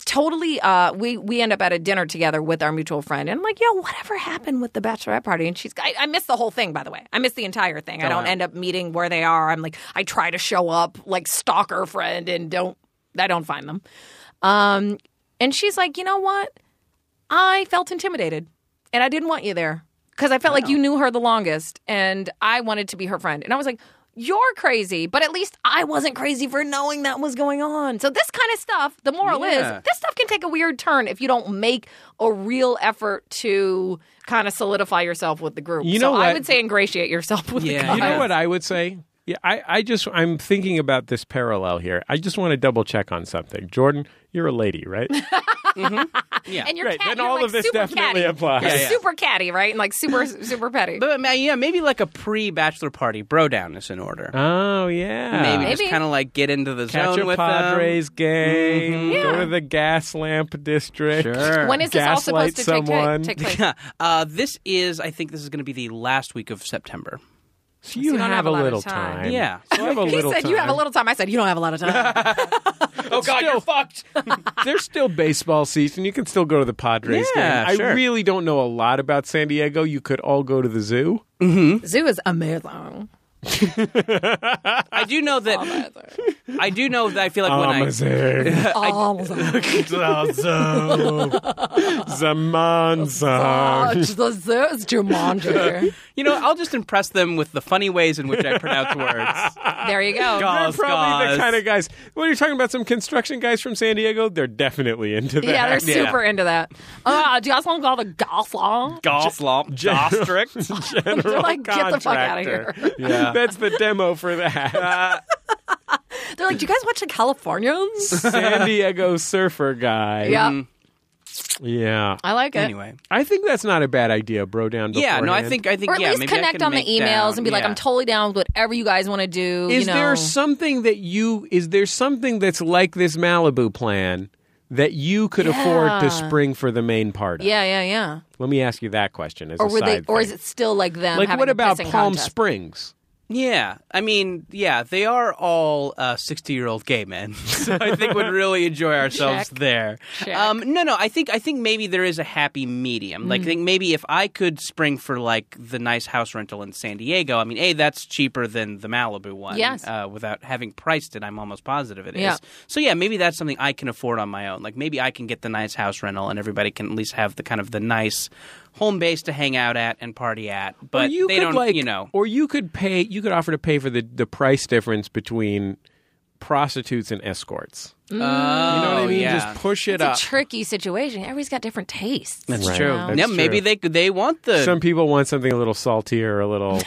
S5: totally uh, we we end up at a dinner together with our mutual friend and I'm like yo whatever happened with the bachelorette party and she's I, I missed the whole thing by the way I missed the entire thing I don't end up meeting where they are I'm like I try to show up like stalker friend and don't I don't find them um and she's like you know what I felt intimidated and I didn't want you there because I felt like you knew her the longest and I wanted to be her friend. And I was like, you're crazy, but at least I wasn't crazy for knowing that was going on. So, this kind of stuff, the moral
S4: Yeah.
S5: is this stuff can take a weird turn if you don't make a real effort to kind of solidify yourself with the group.
S3: You
S5: so
S3: know
S5: I
S3: what?
S5: would say ingratiate yourself with
S4: Yeah.
S5: the guy.
S3: You know what I would say? Yeah, I, I just I'm thinking about this parallel here. I just want to double check on something. Jordan, you're a lady, right?
S5: And you're
S3: Right,
S5: cat-
S3: then
S5: you're,
S3: all
S5: like,
S3: of this
S5: super
S3: definitely
S5: catty.
S3: applies.
S5: You're
S4: Yeah, yeah.
S5: super catty, right? And like super, super petty.
S4: But ma- yeah, maybe like a pre-bachelor party bro down is in order.
S3: oh yeah.
S4: maybe,
S5: Maybe.
S4: just kind of like get into the
S3: Catch
S4: zone
S3: a
S4: with
S3: Padres game. Go
S5: Mm-hmm. Yeah.
S3: to the gas lamp district.
S4: them. Sure.
S5: when is this all
S3: gaslight
S5: supposed to take,
S3: someone.
S5: take place?
S4: Yeah. Uh, this is, I think, this is going to be the last week of September.
S3: So you,
S5: you don't
S3: have,
S5: have
S3: a
S5: a lot of
S3: little
S5: time.
S3: time.
S4: Yeah.
S3: You have a
S5: He
S3: little
S5: said,
S3: time.
S5: You have a little time. I said, You don't have a lot of time.
S4: Oh God, you're fucked.
S3: There's still baseball season. You can still go to the Padres
S4: Yeah,
S3: game. I
S4: sure.
S3: really don't know a lot about San Diego. You could all go to the zoo.
S5: Zoo is amazing.
S4: I do know that. I do know that. I feel like when I
S3: Amazing.
S5: Amazing.
S3: Zaman song.
S5: the zoo is Jumanji.
S4: You know, I'll just impress them with the funny ways in which I pronounce words.
S5: There you go.
S3: They're
S4: Gauze,
S3: probably
S4: gauze.
S3: the kind of guys. What are you talking about? Some construction guys from San Diego? They're definitely into that.
S5: Yeah, they're
S4: Yeah.
S5: super into that. Uh, do you guys want to go to Goslong?
S4: Golf lump, district.
S5: They're like, get the fuck out of here.
S3: Yeah. That's the demo for that.
S5: They're like, do you guys watch the Californians?
S3: San Diego surfer guy.
S5: yeah,
S3: Yeah.
S5: I like it.
S4: Anyway,
S3: I think that's not a bad idea, bro. Down.
S4: yeah, no, I
S3: beforehand.
S4: think I think
S5: Or at
S4: yeah,
S5: least
S4: maybe I
S5: connect
S4: can
S5: on the
S4: make
S5: emails
S4: down-
S5: and be like,
S4: yeah.
S5: I'm totally down with whatever you guys want to do.
S3: Is
S5: you know?
S3: there something that you is there something that's like this Malibu plan that you could afford
S5: Yeah.
S3: to spring for the main part? Of?
S5: Yeah, yeah, yeah.
S3: Let me ask you that question. As
S5: Or
S3: a
S5: were they?
S3: side
S5: Or
S3: thing.
S5: is it still like them?
S3: like
S5: having
S3: what
S5: a
S3: about
S5: pissing
S3: Palm
S5: contest?
S3: Springs?
S4: Yeah, I mean, yeah, they are all uh, sixty-year-old gay men, so I think would really enjoy ourselves
S5: Check.
S4: there. Um, no, no, I think I think maybe there is a happy medium.
S5: Mm.
S4: Like, I think maybe if I could spring for like the nice house rental in San Diego, I mean, a that's cheaper than the Malibu one.
S5: Yes.
S4: uh, without having priced it, I'm almost positive it is.
S5: Yeah.
S4: So yeah, maybe that's something I can afford on my own. Like maybe I can get the nice house rental, and everybody can at least have the kind of the nice home base to hang out at and party at. But
S3: or you
S4: they
S3: could
S4: don't,
S3: like,
S4: you know.
S3: or you could pay. You could offer to pay for the the price difference between prostitutes and escorts. you know what I
S4: Oh,
S3: mean?
S4: yeah.
S3: Just push it up.
S5: It's a tricky situation. Everybody's got different tastes.
S4: That's
S3: Right.
S4: true.
S3: Wow.
S4: yeah,
S3: That's
S4: maybe
S3: true.
S4: they could. They want the
S3: Some people want something a little saltier, a little.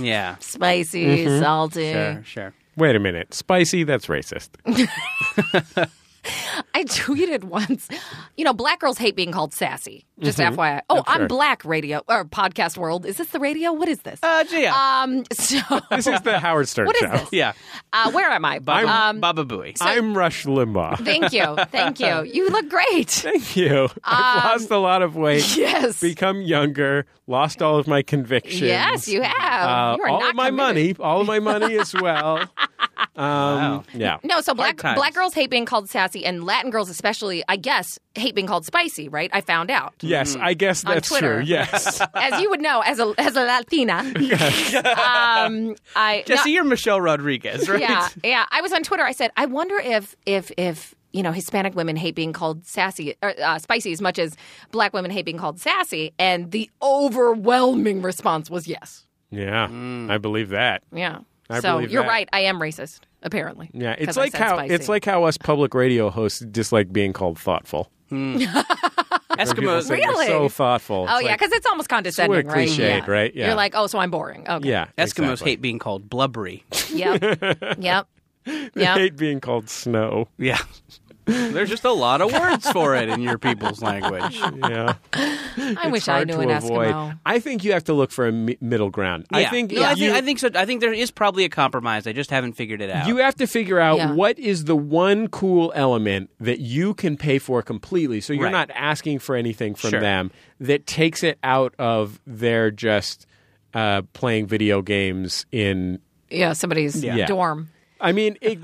S4: yeah.
S5: Spicy, salty.
S4: Sure, sure.
S3: Wait a minute, spicy. That's racist.
S5: I tweeted once, you know, black girls hate being called sassy. Just FYI. Oh, I'm black radio or podcast world. Is this the radio? What is this?
S4: Uh, yeah.
S5: um, so
S3: This is the Howard Stern
S5: What is
S3: show.
S5: this?
S4: yeah.
S5: uh, where am I?
S4: Baba,
S5: um,
S4: Baba Booey.
S3: I'm Rush Limbaugh.
S5: thank you, thank you. You look great.
S3: Thank you. I've lost a lot of weight,
S5: Um, Yes,
S3: become younger, lost all of my convictions.
S5: yes, you have.
S3: Uh,
S5: you are
S3: all
S5: not
S3: of my
S5: committed.
S3: money, all of my money as well. Um, Yeah.
S5: No, so black
S4: times.
S5: black girls hate being called sassy, and Latin girls especially, I guess, hate being called spicy. Right? I found out.
S3: Yes, I guess
S5: Mm-hmm. On
S3: that's
S5: Twitter.
S3: true. Yes.
S5: As you would know, as a as a Latina, um, I no,
S4: Jesse, you're Michelle Rodriguez, right?
S5: Yeah, yeah. I was on Twitter. I said, I wonder if if if you know Hispanic women hate being called sassy or uh, spicy as much as black women hate being called sassy, and the overwhelming response was yes.
S3: yeah. I believe that.
S5: Yeah.
S3: I
S5: so
S3: believe
S5: you're
S3: that.
S5: right. I am racist. Apparently.
S3: Yeah,
S5: 'Cause
S3: it's
S5: I
S3: like
S5: said
S3: how
S5: spicy.
S3: it's like how us public radio hosts dislike being called thoughtful. People
S4: Eskimos.
S3: say you're
S5: Really?
S3: so thoughtful. It's
S5: Oh yeah,
S3: like,
S5: because it's almost condescending,
S3: sort of
S5: right?
S3: cliched, right? Yeah.
S5: You're like, oh, so I'm boring. Okay.
S3: yeah,
S4: Eskimos
S3: exactly.
S4: hate being called blubbery.
S5: Yep. yep.
S3: They
S5: Yep.
S3: hate being called snow.
S4: Yeah. There's just a lot of words for it in your people's language.
S3: Yeah,
S5: I wish I
S3: hard
S5: knew
S3: to
S5: an
S3: avoid.
S5: Eskimo.
S3: I think you have to look for a mi- middle ground. I
S4: Yeah.
S3: think
S4: No, I
S3: you,
S4: think I think so. I think there is probably a compromise. I just haven't figured it out.
S3: you have to figure out
S5: Yeah.
S3: what is the one cool element that you can pay for completely, so you're
S4: Right.
S3: not asking for anything from
S4: Sure.
S3: them that takes it out of their just uh, playing video games in
S5: Yeah, somebody's
S3: Yeah.
S5: dorm.
S3: I mean, it,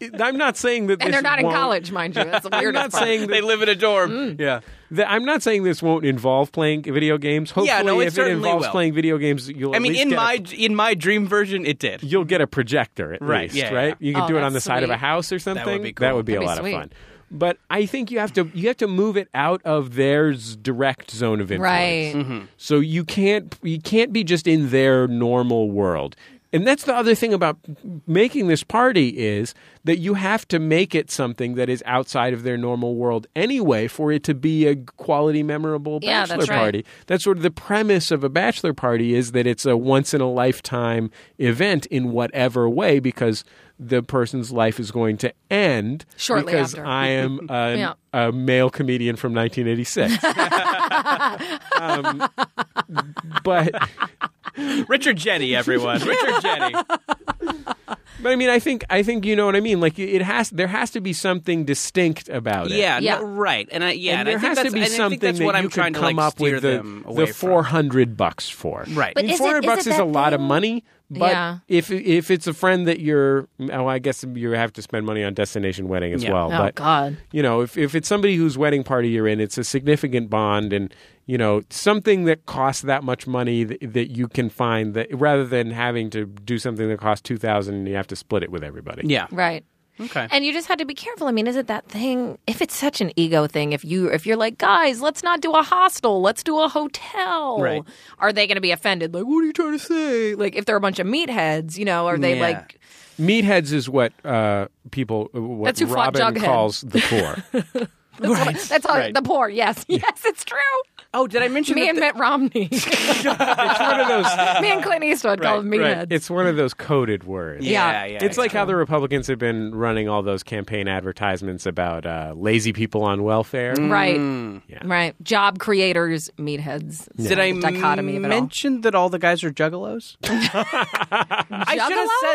S3: it- I'm not saying that.
S5: And
S3: this
S5: they're not in
S3: won't-
S5: college, mind you. That's the weirdest
S3: I'm not
S5: part.
S3: saying
S4: they
S3: that, Mm.
S4: live in a dorm. Yeah.
S3: that- I'm not saying this won't involve playing video games. Hopefully,
S4: Yeah, no, it
S3: if it
S4: certainly
S3: involves
S4: will.
S3: playing video games, you'll.
S4: I
S3: at
S4: mean,
S3: least
S4: in
S3: get a-
S4: my in my dream version, it did.
S3: you'll get a projector at
S4: Right,
S3: least,
S4: yeah,
S3: right?
S4: yeah.
S3: You can
S5: Oh,
S3: do it on the
S5: that's
S3: side of a
S5: sweet.
S3: house or something.
S4: would be
S3: That
S4: cool.
S3: would be
S5: That'd
S3: a
S5: be
S3: lot
S5: sweet.
S3: of fun. But I think you have to you have to move it out of their s- direct zone of influence.
S5: Right.
S4: Mm-hmm.
S3: So you can't you can't be just in their normal world. And that's the other thing about making this party is that you have to make it something that is outside of their normal world anyway for it to be a quality memorable
S5: Yeah,
S3: bachelor
S5: that's right.
S3: party. That's sort of the premise of a bachelor party is that it's a once in a lifetime event in whatever way because the person's life is going to end
S5: Shortly
S3: because
S5: after.
S3: I am an-
S5: Yeah.
S3: a male comedian from 1986. Um, but
S4: Richard Jenny, everyone. Richard Jenny.
S3: but I mean I think I think you know what I mean like it has there has to be something distinct about it.
S4: Yeah,
S5: Yeah.
S4: No, right. And I, yeah, and
S3: And there
S4: I think
S3: has
S4: that's,
S3: to be
S4: and I
S3: something
S4: think that's
S3: that
S4: what
S3: you
S4: I'm
S3: could
S4: trying to
S3: come
S4: like
S3: up
S4: steer
S3: with the,
S4: them away
S3: the four hundred bucks for.
S4: from. Right.
S3: I mean,
S5: is it-
S3: four
S5: is
S3: hundred bucks
S5: it
S3: is a
S5: that
S3: lot of
S5: thing?
S3: money, but
S5: Yeah.
S3: if if it's a friend that you're, oh, I guess you have to spend money on destination wedding as
S4: Yeah.
S3: well.
S5: Oh
S3: but
S5: God.
S3: you know, if if it's somebody whose wedding party you're in, it's a significant bond, and you know something that costs that much money that, that you can find that rather than having to do something that costs two thousand and you have to split it with everybody.
S4: yeah.
S5: Right.
S4: Okay.
S5: And you just had to be careful. I mean, is it that thing? If it's such an ego thing, if you if you're like, guys, let's not do a hostel, let's do a hotel.
S4: Right.
S5: Are they going to be offended? Like, what are you trying to say? Like, if they're a bunch of meatheads, you know, are they
S4: Yeah.
S5: like?
S3: Meatheads is what uh, people what
S5: That's who fought
S3: Robin
S5: Jughead.
S3: calls the core.
S5: That's right. that's all, the poor. Yes, yes, it's true.
S4: oh, did I mention
S5: Me
S4: that
S5: and
S4: the-
S5: Mitt Romney,
S3: it's one of those.
S5: me and Clint Eastwood called them meatheads.
S3: Right. It's one of those coded words.
S4: yeah, yeah,
S3: it's like how the Republicans have been running all those campaign advertisements about uh, lazy people on welfare.
S5: Mm. Right,
S3: Mm. Yeah.
S5: right. Job creators, meatheads. It's
S4: Did I
S5: the dichotomy of it all.
S4: mention that all the guys are juggalos? I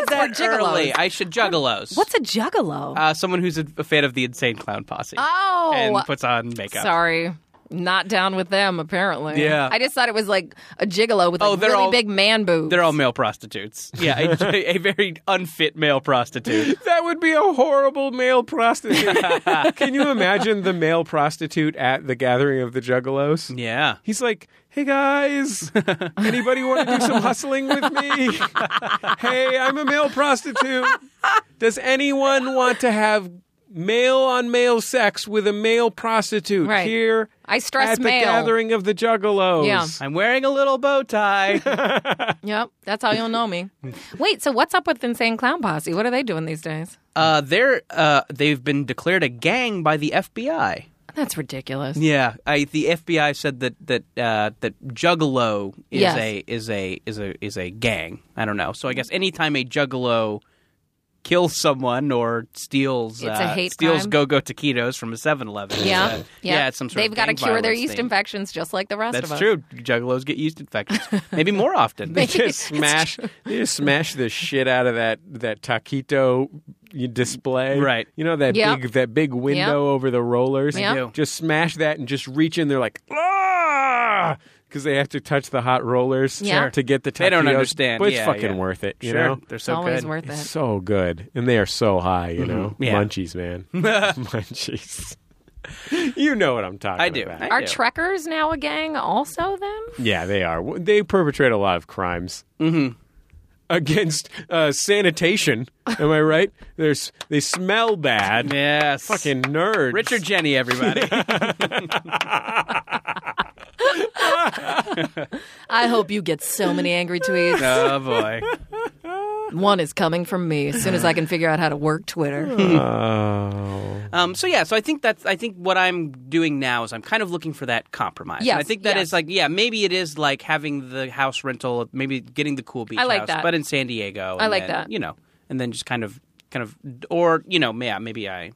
S4: should have said
S5: Juggalos
S4: that
S5: or
S4: early.
S5: gigolos?
S4: I should juggalos.
S5: What's a juggalo?
S4: uh, someone who's a, a fan of the Insane Clown Posse
S5: oh,
S4: and puts on makeup?
S5: Sorry. Not down with them, apparently.
S4: Yeah.
S5: I just thought it was like a gigolo with like,
S4: Oh, they're
S5: really
S4: all-
S5: big man boobs.
S4: They're all male prostitutes. Yeah, a, a very unfit male prostitute.
S3: That would be a horrible male prostitute. Can you imagine the male prostitute at the gathering of the juggalos?
S4: Yeah.
S3: He's like, hey guys, anybody want to do some hustling with me? hey, I'm a male prostitute. Does anyone want to have male on male sex with a male prostitute
S5: Right.
S3: here
S5: I stress
S3: at the
S5: male.
S3: gathering of the juggalos?
S5: Yeah.
S4: I'm wearing a little bow tie.
S5: Yep. That's how you'll know me. Wait, so what's up with Insane Clown Posse? What are they doing these days?
S4: Uh, they're uh, they've been declared a gang by the FBI.
S5: That's ridiculous.
S4: Yeah, I, the FBI said that that uh, that Juggalo is
S5: Yes.
S4: a is a is a is a gang. I don't know. So I guess anytime a Juggalo kills someone or steals
S5: It's a
S4: uh,
S5: hate
S4: steals
S5: crime.
S4: go-go taquitos from a 7-Eleven.
S5: Yeah,
S4: Uh, yeah. It's some sort
S5: They've
S4: of
S5: got to
S4: gang
S5: cure their
S4: violence
S5: yeast
S4: thing.
S5: infections just like the rest of
S4: That's
S5: us.
S4: true. Juggalos get yeast infections, maybe more often.
S3: They just smash. They just smash the shit out of that that taquito y- display.
S4: Right.
S3: You know that
S5: Yeah.
S3: big that big window
S5: Yeah.
S3: over the rollers.
S5: Yeah.
S4: do.
S3: Just smash that and just reach in. They're like ah. Because they have to touch the hot rollers
S5: Yeah.
S3: to get the taquitos.
S4: They don't understand.
S3: But it's
S4: Yeah,
S3: fucking
S4: yeah.
S3: worth it. You
S4: sure,
S3: know,
S4: they're
S5: It's
S4: so
S5: always
S4: good.
S5: worth
S3: it's
S5: it.
S3: so good, and they are so high. You know,
S4: Mm-hmm. Yeah.
S3: munchies, man, munchies. you know what I'm talking
S4: I do.
S3: about.
S4: I
S5: Are
S4: do.
S5: trekkers now a gang also then?
S3: Yeah, they are. W- They perpetrate a lot of crimes
S4: Mm-hmm.
S3: against uh, sanitation. Am I right? There's they smell bad.
S4: yes,
S3: Fucking nerds.
S4: Richard Jenny, everybody.
S5: I hope you get so many angry tweets.
S4: oh boy.
S5: One is coming from me as soon as I can figure out how to work Twitter.
S3: Oh.
S4: Um, so yeah, so I think that's I think what I'm doing now is I'm kind of looking for that compromise. And I
S5: Yes,
S4: think that is
S5: yes.
S4: like yeah, maybe it is like having the house rental, maybe getting the cool beach
S5: I like
S4: house,
S5: that.
S4: but in San Diego.
S5: I
S4: and
S5: like
S4: then,
S5: that.
S4: You know, and then just kind of kind of or you know yeah maybe I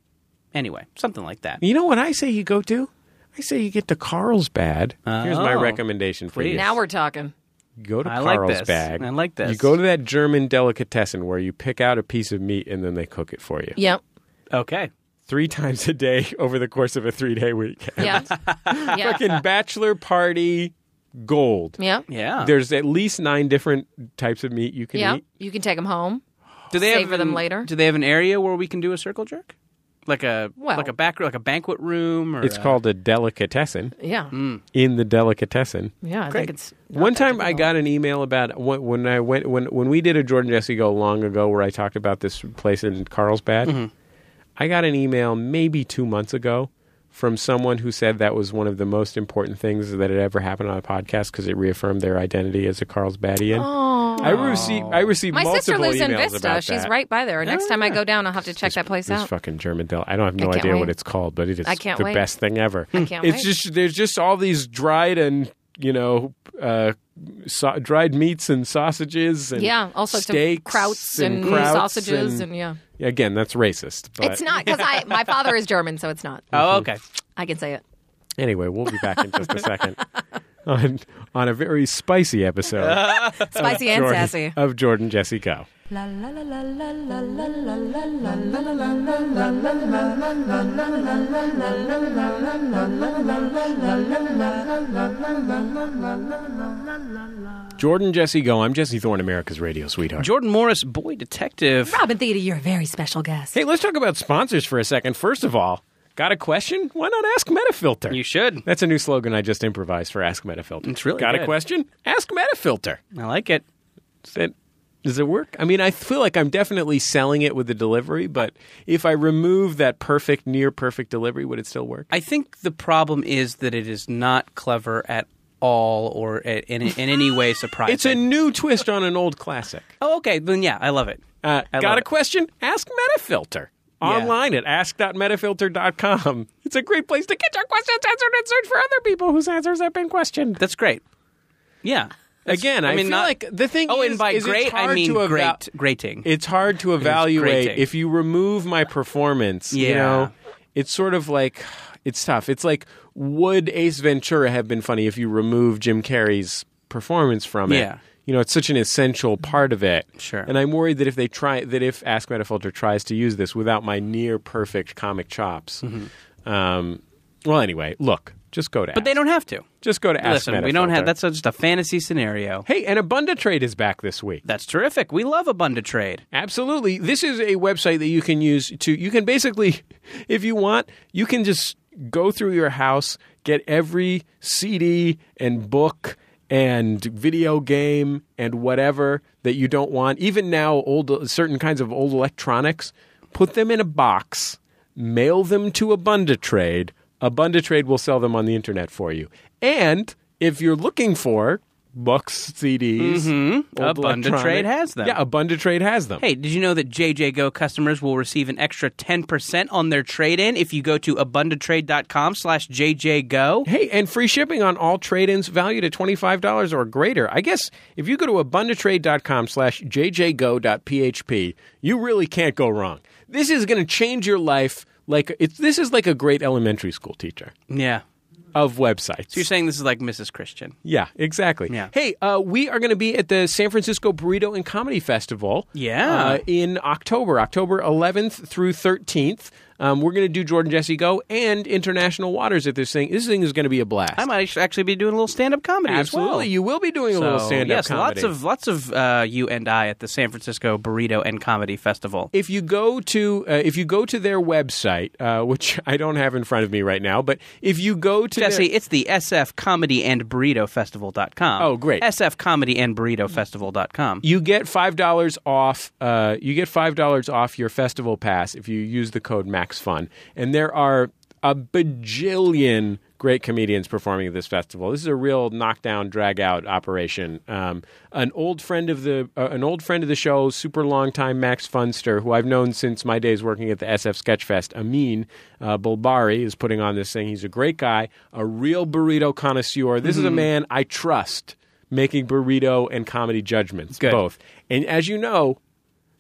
S4: anyway something like that.
S3: You know what I say you go to? I say you get to Carlsbad. Here's my
S4: Oh.
S3: recommendation for
S4: Please.
S3: you.
S5: now we're talking.
S3: go to
S4: I like this.
S3: Carlsbad.
S4: I like this.
S3: You go to that German delicatessen where you pick out a piece of meat and then they cook it for you.
S5: Yep.
S4: Okay.
S3: Three times a day over the course of a three day weekend.
S5: Yeah. yeah.
S3: Fucking bachelor party gold.
S5: Yeah.
S4: Yeah.
S3: There's at least nine different types of meat you can
S5: Yeah.
S3: eat.
S5: You can take them home.
S4: do they
S5: savor them later.
S4: Do they have an area where we can do a circle jerk? Like a
S5: Well-
S4: like a back like a banquet room or
S3: It's
S4: a-
S3: called a delicatessen.
S5: Yeah.
S3: In the delicatessen.
S5: Yeah. I think it's
S3: One time I got an email about when, when I went when when we did a Jordan Jesse go long ago where I talked about this place in Carlsbad.
S5: Mm-hmm.
S3: I got an email maybe two months ago from someone who said that was one of the most important things that had ever happened on a podcast because it reaffirmed their identity as a Carlsbadian. I received I received
S5: Oh. my
S3: multiple
S5: sister lives in
S3: emails
S5: Vista.
S3: about
S5: She's
S3: that.
S5: right by there. Next time I go down, I'll have to check that place
S3: This
S5: out.
S3: fucking German del. I don't have no
S5: can't
S3: idea what
S5: wait.
S3: it's called, but it is
S5: I can't
S3: the
S5: wait.
S3: best thing ever. I
S5: can't
S3: it's
S5: wait.
S3: just there's just all these dried and you know uh, sau- dried meats and sausages and
S5: yeah. All sorts
S3: steaks
S5: of krauts and,
S3: krauts
S5: sausages and, yeah.
S3: again that's racist. But Uh,
S5: It's not because I my father is German, so it's not.
S4: Oh, okay.
S5: I can say it.
S3: anyway. We'll be back in just a second on on a very spicy episode
S5: Spicy and
S3: uh, Jordan- Uh,
S5: sassy.
S3: of Jordan Jesse Go.
S2: La la la la la la la la la la la la.
S3: Jordan Jesse Go. I'm Jesse Thorne, America's radio sweetheart.
S4: Jordan Morris, boy detective.
S5: Robin Theda, you're a very special guest.
S3: Hey, let's talk about sponsors for a second. First of all, got a question? Why not ask Metafilter?
S4: You should.
S3: That's a new slogan I just improvised for Ask Metafilter.
S4: It's really
S3: got a
S4: good.
S3: question? Ask Metafilter.
S4: I like it.
S3: Is that, does it work? I mean, I feel like I'm definitely selling it with the delivery, but if I remove that perfect, near perfect delivery, would it still work?
S4: I think the problem is that it is not clever at all or a- in, in any way surprising.
S3: It's a new twist on an old classic.
S4: oh, okay. Then yeah, I love it.
S3: Uh,
S4: I
S3: got
S4: love
S3: a
S4: it.
S3: question? Ask Metafilter. Online at ask.metafilter.com. It's a great place to get your questions answered and search for other people whose answers have been questioned.
S4: That's great. Yeah. That's-
S3: Again, I,
S4: mean,
S3: feel
S4: not-
S3: like the thing.
S4: Oh,
S3: is,
S4: and by
S3: is it's
S4: great, I
S3: hard
S4: mean
S3: to eva-
S4: great, grating.
S3: It's hard to evaluate
S4: grating.
S3: if you remove my performance. You
S4: Yeah.
S3: know, it's sort of like it's tough. It's like would Ace Ventura have been funny if you remove Jim Carrey's performance from it?
S4: Yeah.
S3: You know, it's such an essential part of it.
S4: Sure.
S3: And I'm worried that if they try that if Ask Metafilter tries to use this without my near perfect comic chops. Um, well, anyway, look, just go to.
S4: Mm-hmm. but they don't have to.
S3: Just go to Ask
S4: Listen, we don't have.
S3: Metafilter.
S4: That's just a fantasy scenario.
S3: Hey, and Abunda Trade is back this week.
S4: That's terrific. We love Abunda Trade.
S3: Absolutely. This is a website that you can use to, you can basically, if you want, you can just go through your house, get every CD and book and video game and whatever that you don't want, even now, old, certain kinds of old electronics, put them in a box, mail them to Abunda Trade. Abunda Trade will sell them on the internet for you. And if you're looking for Books, CDs.
S4: Mm-hmm.
S3: old
S4: Abunda
S3: electronic-
S4: Trade has them.
S3: Yeah, Abunda Trade has them.
S4: Hey, did you know that JJ Go customers will receive an extra 10% on their trade-in if you go to abundatrade.com slash jjgo?
S3: Hey, and free shipping on all trade-ins valued at $25 or greater. I guess if you go to abundatrade.com slash jjgo.php, you really can't go wrong. This is going to change your life. Like it's, This is like a great elementary school teacher
S4: Yeah.
S3: of websites.
S4: You're saying this is like Mrs. Christian.
S3: yeah, exactly.
S4: Yeah.
S3: Hey, uh, we are going to be at the San Francisco Burrito and Comedy Festival.
S4: Yeah.
S3: uh, in October, October 11th through 13th. Um, we're going to do Jordan Jesse Go and International Waters at this thing. This thing is going to be a blast.
S4: I might actu- actually be doing a little stand-up comedy
S3: Absolutely,
S4: as well.
S3: you will be doing a little
S4: So,
S3: stand-up
S4: yes, lots
S3: comedy.
S4: of lots of uh, you and I at the San Francisco Burrito and Comedy Festival.
S3: if you go to uh, if you go to their website, uh, which I don't have in front of me right now, but if you go to their-
S4: Jesse, it's the SF Comedy and Burrito Festival.com.
S3: Oh, great.
S4: SF Comedy and Burrito Festival.com.
S3: you get five dollars off. Uh, you get five dollars off your festival pass if you use the code MaxFun. And there are a bajillion great comedians performing at this festival. This is a real knockdown, drag out operation. Um, an old friend of the uh, an old friend of the show, super long time Max Funster, who I've known since my days working at the SF Sketchfest, Amin uh, Bulbari is putting on this thing. He's a great guy, a real burrito connoisseur. This is a man I trust making burrito and comedy judgments
S4: Good.
S3: both and as you know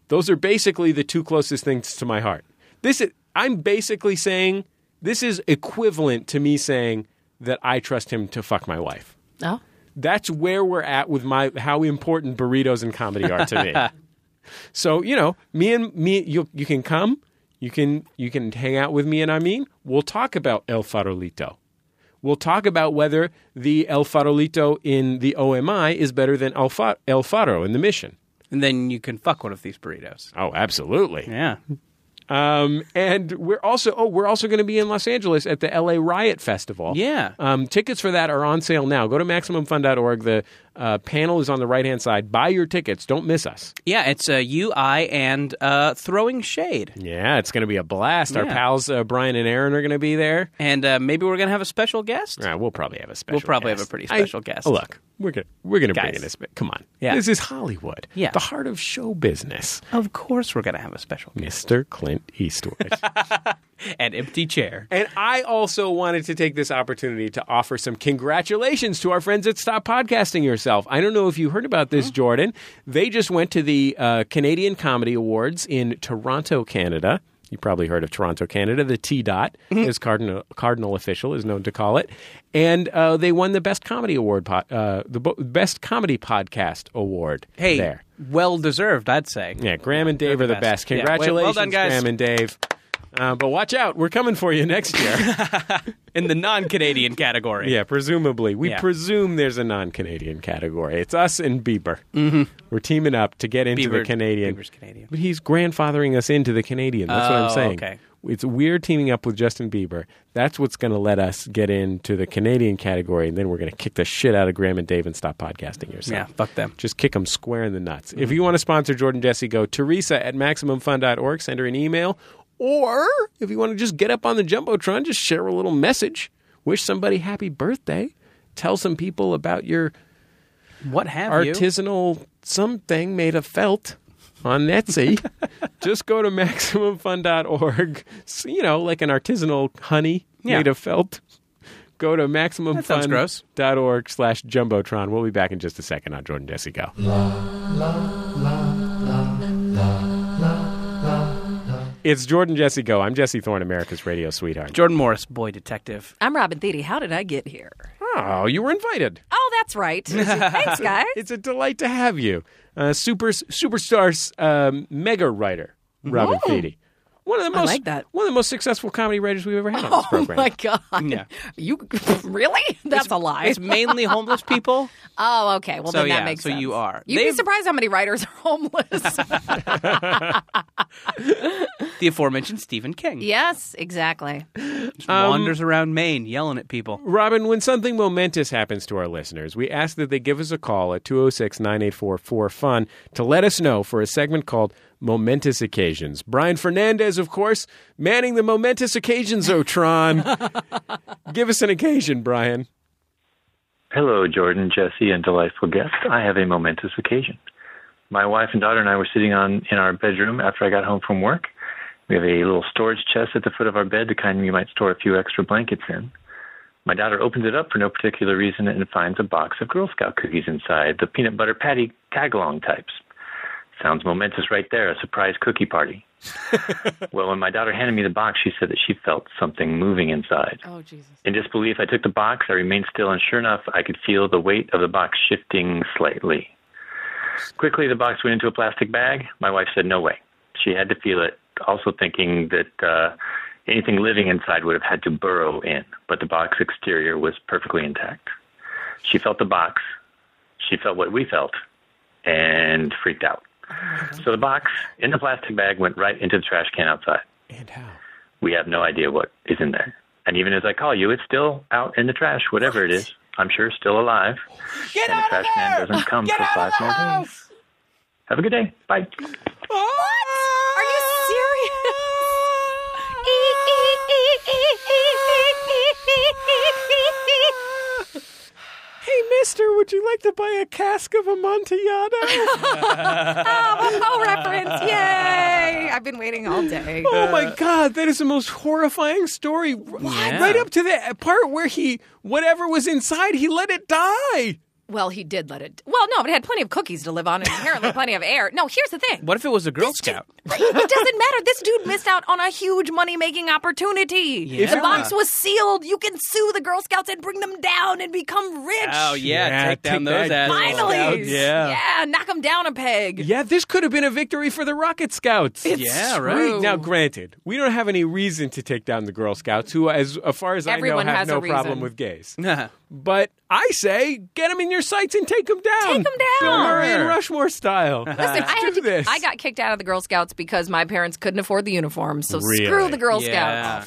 S3: those are basically the two closest things to my heart this is, i'm basically saying this is equivalent to me saying that i trust him to fuck my wife
S5: Oh.
S3: that's where we're at with my how important burritos and comedy are to me so you know me and me you, you can come you can you can hang out with me and i mean we'll talk about el farolito We'll talk about whether the El Farolito in the OMI is better than El, Fa- El Faro in the mission.
S4: And then you can fuck one of these burritos.
S3: Oh, absolutely.
S4: Yeah.
S3: Um, and we're also oh, we're also going to be in Los Angeles at the LA Riot Festival.
S4: Yeah.
S3: Um, tickets for that are on sale now. Go to maximumfun.org. The uh, panel is on the right hand side. Buy your tickets. Don't miss us.
S4: Yeah, it's uh, you, I, and uh, Throwing Shade.
S3: Yeah, it's going to be a blast. Our
S4: Yeah.
S3: pals uh, Brian and Aaron are going to be there.
S4: And uh, maybe we're going to have a special guest.
S3: Nah, we'll probably have a special.
S4: We'll probably have
S3: guest.
S4: a pretty
S3: I- Oh,
S4: special guest.
S3: Look, we're gonna we're gonna bring
S4: Guys.
S3: in a spe- Come on,
S4: Yeah.
S3: This is Hollywood.
S4: Yeah.
S3: the heart of show business.
S4: Of course, we're going to have a special guest.
S3: Mr. Clint Eastwood.
S4: An empty chair.
S3: and I also wanted to take this opportunity to offer some congratulations to our friends at Stop Podcasting Yourself. I don't know if you heard about this, Jordan. They just went to the uh, Canadian Comedy Awards in Toronto, Canada. You probably heard of Toronto, Canada. The T dot,
S4: Mm-hmm.
S3: as cardinal cardinal official is known to call it, and uh, they won the best comedy award, po- uh, the bo- best comedy podcast award.
S4: Hey,
S3: there,
S4: well deserved, I'd say.
S3: yeah, Graham and Dave
S4: the
S3: are the best.
S4: best. Yeah, well- well
S3: Congratulations,
S4: done, guys.
S3: Graham and Dave. Uh, but watch out, we're coming for you next year.
S4: In the non Canadian category.
S3: yeah, presumably. We
S4: Yeah.
S3: presume there's a non Canadian category. It's us and Bieber. Mm-hmm. We're teaming up to get into the
S4: Bieber-
S3: Canadian.
S4: Bieber's Canadian.
S3: But he's grandfathering us into the Canadian. That's what I'm
S4: Oh,
S3: saying.
S4: okay.
S3: It's we're teaming up with Justin Bieber. That's what's going to let us get into the Canadian category, and then we're going to kick the shit out of Graham and Dave and stop podcasting yourself.
S4: Yeah, fuck them. Mm-hmm.
S3: Just kick them square in the nuts. If you want to sponsor Jordan Jesse, go Teresa at MaximumFun.org. Send her an email. Or if you want to just get up on the Jumbotron, just share a little message. Wish somebody happy birthday. Tell some people about your
S4: What have you?
S3: artisanal something made of felt on Etsy. just go to MaximumFun.org. S- You know, like an artisanal honey
S4: Yeah.
S3: made of felt. Go to
S4: sounds gross.
S3: MaximumFun.org slash Jumbotron. We'll be back in just a second on Jordan Jesse Go. It's Jordan Jesse Go. I'm Jesse Thorne, America's radio sweetheart.
S4: Jordan Morris, boy detective.
S5: I'm Robin Thede. How did I get here?
S3: Oh, you were invited.
S5: Oh, that's right. Thanks, guys.
S3: It's a delight to have you. Uh, super superstar um, mega writer Robin Thede. One of the most
S5: Oh. like that. Oh
S3: one of the most successful comedy writers we've ever had on this program.
S5: my God.
S4: Yeah.
S5: You really? That's a lie.
S4: It's mainly homeless people.
S5: Oh, okay. Well,
S4: So,
S5: then that
S4: yeah,
S5: makes
S4: so
S5: sense.
S4: you are.
S5: You'd be
S4: They've-
S5: surprised how many writers are homeless.
S4: The aforementioned Stephen King.
S5: yes, exactly.
S4: Just wanders around Maine yelling at people.
S3: Robin, when something momentous happens to our listeners, we ask that they give us a call at 206 984 4FUN to let us know for a segment called Momentous Occasions. Brian Fernandez, of course, manning the Momentous Occasions Otron. give us an occasion, Brian.
S6: Hello, Jordan, Jesse, and delightful guest. I have a momentous occasion. My wife and daughter and I were sitting on in our bedroom after I got home from work. We have a little storage chest at the foot of our bed, the kind you might store a few extra blankets in. My daughter opens it up for no particular reason and finds a box of Girl Scout cookies inside, the peanut butter patty tagalong types. Sounds momentous right there, a surprise cookie party. well, when my daughter handed me the box, she said that she felt something moving inside.
S5: Oh, Jesus.
S6: In disbelief, I took the box. I remained still, and sure enough, I could feel the weight of the box shifting slightly. Quickly, the box went into a plastic bag. My wife said, No way. She had to feel it, also thinking that uh, anything living inside would have had to burrow in, but the box exterior was perfectly intact. She felt the box. She felt what we felt and freaked out. So the box in the plastic bag went right into the trash can outside.
S3: And how?
S6: We have no idea what is in there. And even as I call you, it's still out in the trash, whatever it is. I'm sure still alive.
S4: Get
S6: and the
S4: out
S6: trash
S4: of there!
S6: man doesn't come
S4: Get
S6: for
S4: out
S6: five
S4: of the
S6: more days.
S4: house!
S6: Have a good day. Bye.
S5: Are you serious?
S3: Hey, mister, would you like to buy a cask of Amontillado?
S5: oh, Poe reference. Yay. I've been waiting all day.
S3: oh my God, that is the most horrifying story.
S4: Uh, Yeah.
S3: Right up to the part where he, whatever was inside, he let it die.
S5: Well, he did let it. Well, no, but it had plenty of cookies to live on and apparently plenty of air. No, here's the thing.
S4: What if it was a Girl Scout?
S5: Right, it doesn't matter. This dude missed out on a huge money making opportunity.
S4: Yeah.
S5: The box was sealed. You can sue the Girl Scouts and bring them down and become rich.
S4: Oh yeah,
S3: Yeah,
S4: take down
S3: take
S4: those
S3: that,
S4: assholes.
S3: Girl
S5: Finally.
S4: Scouts. Yeah.
S5: Yeah, knock them down a peg.
S3: Yeah, this could have been a victory for the Rocket Scouts.
S4: Yeah, right.
S3: Right. Now, granted, we don't have any reason to take down the Girl Scouts, who, as, as far as
S5: Everyone
S3: I know, have
S5: has a
S3: no problem
S5: reason.
S3: with gays.
S4: Nah.
S3: But I say, get them in your sights and take them down.
S5: Take 'em down.
S3: Bill Murray and
S4: Sure.
S3: Rushmore style.
S5: Listen, I, had
S3: do
S5: to,
S3: this.
S5: I got kicked out of the Girl Scouts because my parents couldn't afford the uniforms. So
S3: Really?
S5: screw the Girl
S4: Yeah.
S5: Scouts.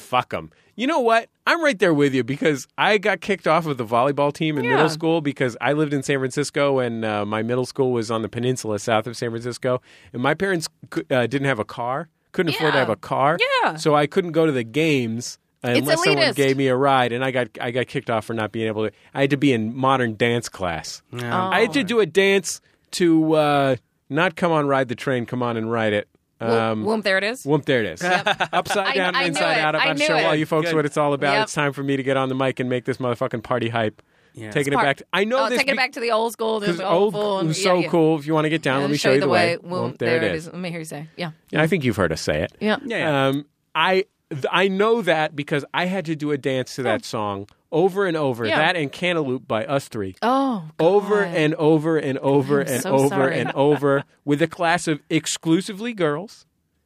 S3: Ah, Fuck them. You know what? I'm right there with you because I got kicked off of the volleyball team in
S5: Yeah.
S3: middle school because I lived in San Francisco and uh, my middle school was on the peninsula south of San Francisco. And my parents cou- uh, didn't have a car, couldn't afford to
S5: Yeah.
S3: have a car.
S5: Yeah.
S3: So I couldn't go to the games. Unless someone
S5: elitist.
S3: gave me a ride, and I got I got kicked off for not being able to. I had to be in modern dance class. I had
S5: Oh.
S3: to do a dance to uh, not come on ride the train, come on and ride it. Um,
S5: Whoop, whoop, there it is.
S3: Whoop, there it is. Upside
S5: I-
S3: down,
S5: I knew
S3: inside
S5: it.
S3: out. I'm
S5: I
S3: about to
S5: knew
S3: show
S5: it.
S3: all you folks
S4: Good.
S3: what it's all about.
S5: Yep.
S3: It's time for me to get on the mic and make this motherfucking party hype.
S4: Yeah.
S3: Taking it
S5: Part-
S3: back. To, I know
S5: oh,
S3: this
S5: taking it
S3: be-
S5: back to the old school. This
S3: 'cause old
S5: school.
S3: it
S5: and-
S3: was
S5: yeah,
S3: so
S5: yeah.
S3: cool. If you want to get down,
S5: I'll
S3: let me show you the way.
S5: Whoop,
S3: Whoop,
S5: there, it is. Let me hear you say. Yeah.
S3: Yeah, I think you've heard us say it.
S5: Yeah.
S4: Yeah.
S3: Um, I th- I know that because I had to do a dance to that song over and over.
S5: Oh. Yeah.
S3: That and Cantaloupe by Us Three
S5: Oh.
S3: over
S5: God.
S3: and over and over
S5: I'm
S3: and
S5: so
S3: over
S5: sorry.
S3: and over with a class of exclusively girls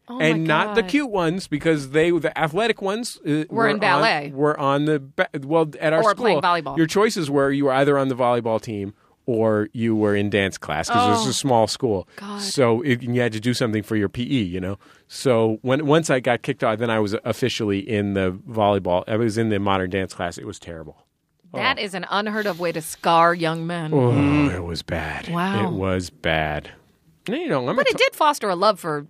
S5: Oh,
S3: and
S5: my
S3: not the
S5: God.
S3: cute ones because they the athletic ones uh, were,
S5: in ballet.
S3: on, were on the ba- well at our
S5: Or
S3: school
S5: playing volleyball.
S3: your choices were you were either on the volleyball team or you were in dance class because it was
S5: Oh.
S3: a small school
S5: God.
S3: so it, you had to do something for your pe you know so when once i got kicked out then i was officially in the volleyball i was in the modern dance class it was terrible
S5: That is an unheard of way to scar young men.
S3: Oh, it was bad.
S5: Wow.
S3: It was bad. No, you know, I'm
S5: But it did foster a love for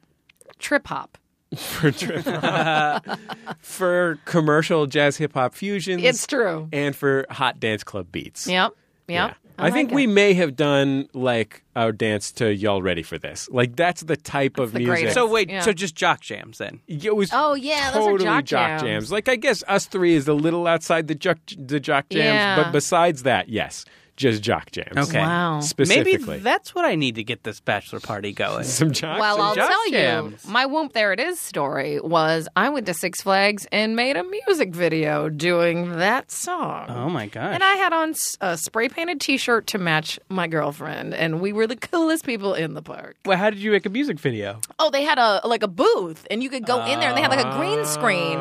S5: trip hop.
S3: for, for commercial jazz hip hop fusions.
S5: It's true.
S3: And for hot dance club beats.
S5: Oh. Yep. Yep.
S3: I, think we may have done like our dance to Y'all Ready for This. Like that's the type of
S5: the
S3: music.
S5: greatest.
S4: So wait,
S5: Yeah.
S4: so just jock jams then?
S3: it was
S5: Oh, yeah, those are
S3: totally
S5: jock
S3: jock
S5: jams.
S3: jams. Like I guess us three is a little outside the jock the jock jams,
S5: Yeah.
S3: but besides that, yes, just jock jams.
S4: Okay.
S5: Wow.
S3: Specifically,
S4: Maybe that's what I need to get this bachelor party going.
S3: some jock.
S5: Well,
S3: some
S5: I'll
S3: jock
S5: tell
S3: jams.
S5: you, my whoop there it is story was I went to Six Flags and made a music video doing that song.
S4: Oh my gosh.
S5: And I had on s- a spray painted t shirt to match my girlfriend, and we were the coolest people in the park.
S4: well, how did you make a music video?
S5: Oh, they had a like a booth, and you could go in there, and they had like a green screen,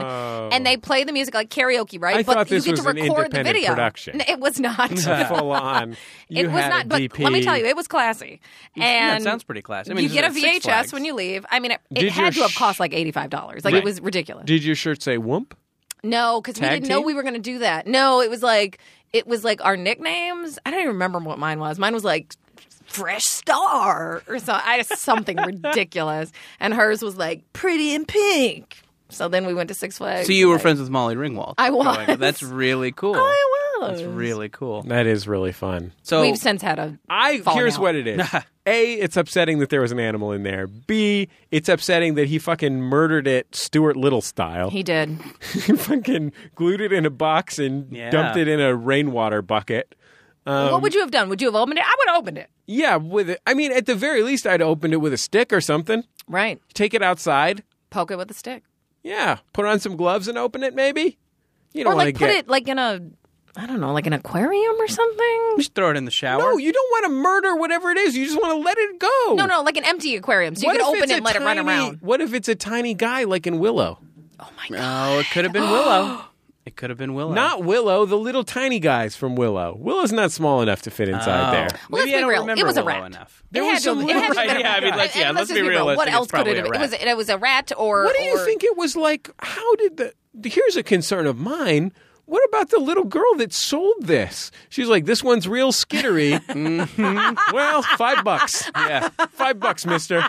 S5: and they play the music like karaoke, right?
S3: Oh. I thought this
S5: you get
S3: was
S5: to
S3: an
S5: record the
S3: independent
S5: video.
S3: production.
S5: No, It was not.
S3: full on. You
S5: it was
S3: had
S5: not.
S3: a
S5: But
S3: DP.
S5: let me tell you, it was classy. And
S4: Yeah, it sounds pretty classy. I mean,
S5: you
S4: this
S5: get a
S4: is at Six
S5: VHS
S4: Flags.
S5: when you leave. I mean, it,
S3: Did
S5: it
S3: your
S5: had to have
S3: sh-
S5: cost like eighty five dollars. Like
S3: Right.
S5: it was ridiculous.
S3: Did your shirt say "whoomp"?
S5: no, because we
S3: Tag
S5: didn't know
S3: team?
S5: we were going to do that. No, it was like it was like our nicknames. I don't even remember what mine was. Mine was like Fresh Star or so. I something ridiculous, and hers was like Pretty in Pink. So then we went to Six Flags.
S4: So you were
S5: Like,
S4: friends with Molly Ringwald.
S5: I was.
S4: Going, That's really cool.
S5: I does.
S4: It's really cool.
S3: That is really fun.
S4: So
S5: We've since had a.
S3: I
S5: Falling
S3: here's
S5: out.
S3: what it is. A, it's upsetting that there was an animal in there. B, it's upsetting that he fucking murdered it Stuart Little style.
S5: He did.
S3: He fucking glued it in a box and
S4: Yeah.
S3: dumped it in a rainwater bucket.
S4: Um,
S5: what would you have done? Would you have opened it? I would have opened it.
S3: Yeah, with it. I mean, at the very least, I'd opened it with a stick or something.
S5: Right.
S3: Take it outside.
S5: Poke it with a stick.
S3: Yeah, put on some gloves and open it. Maybe you don't
S5: Or
S3: want
S5: like
S3: to
S5: put
S3: get.
S5: it like in a, I don't know, like an aquarium or something.
S4: just throw it in the shower.
S3: No, you don't want to murder whatever it is. You just want to let it go.
S5: No, no, like an empty aquarium. So you
S3: What
S5: can
S3: if
S5: open it
S3: it's a
S5: and let it run
S3: tiny-
S5: around.
S3: What if it's a tiny guy like in Willow?
S4: Oh, it could have been Willow. It could have been Willow.
S3: Not Willow, the little tiny guys from Willow. Willow's not small enough to fit inside
S4: Oh.
S3: there.
S5: Well,
S4: Maybe
S5: let's be
S4: I don't
S5: real. It
S4: remember
S5: was a
S4: Willow
S5: rat.
S4: enough.
S3: There
S5: it
S3: was
S5: had
S3: some
S5: to, it had to
S3: right,
S5: have been a
S3: yeah, I mean,
S5: rat.
S3: let's-
S5: And-
S3: yeah,
S5: and
S3: let's
S5: just
S3: be
S5: real.
S3: realistic,
S5: What
S3: it's
S5: else could
S3: probably
S5: it have
S3: a
S5: been? It
S3: rat.
S5: was, it was a rat or.
S3: What do you
S5: or-
S3: think it was like? How did the. Here's a concern of mine. What about the little girl that sold this? She's like, this one's real skittery.
S4: Mm-hmm.
S3: Mhm. Well, five bucks. Yeah. Five bucks, mister.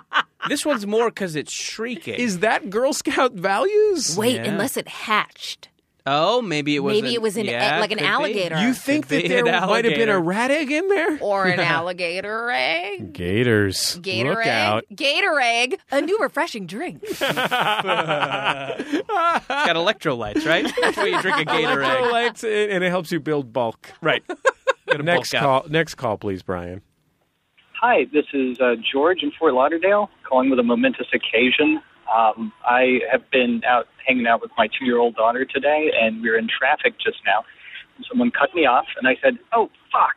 S4: This one's more because it's shrieking.
S3: Is that Girl Scout values?
S5: Wait,
S4: Yeah.
S5: unless it hatched.
S4: oh, maybe it was.
S5: Maybe
S4: an-
S5: it was an- e,
S4: yeah,
S5: like an
S4: could be.
S5: alligator.
S3: You think
S4: Could
S3: that
S4: be
S3: there
S4: an
S3: might have been a
S4: alligator.
S3: rat egg in there?
S5: Or an alligator egg.
S3: Gators.
S5: Gator
S3: Look
S5: egg.
S3: out.
S5: Gator egg. A new refreshing drink.
S4: It's got electrolytes, right? That's why you drink a gator egg.
S3: Electrolytes, and and it helps you build bulk.
S4: Right.
S3: Next call, next call, please, Brian.
S7: Hi, this is uh, George in Fort Lauderdale calling with a momentous occasion. Um, I have been out hanging out with my two year old daughter today, and we were in traffic just now. And someone cut me off, and I said, Oh, fuck.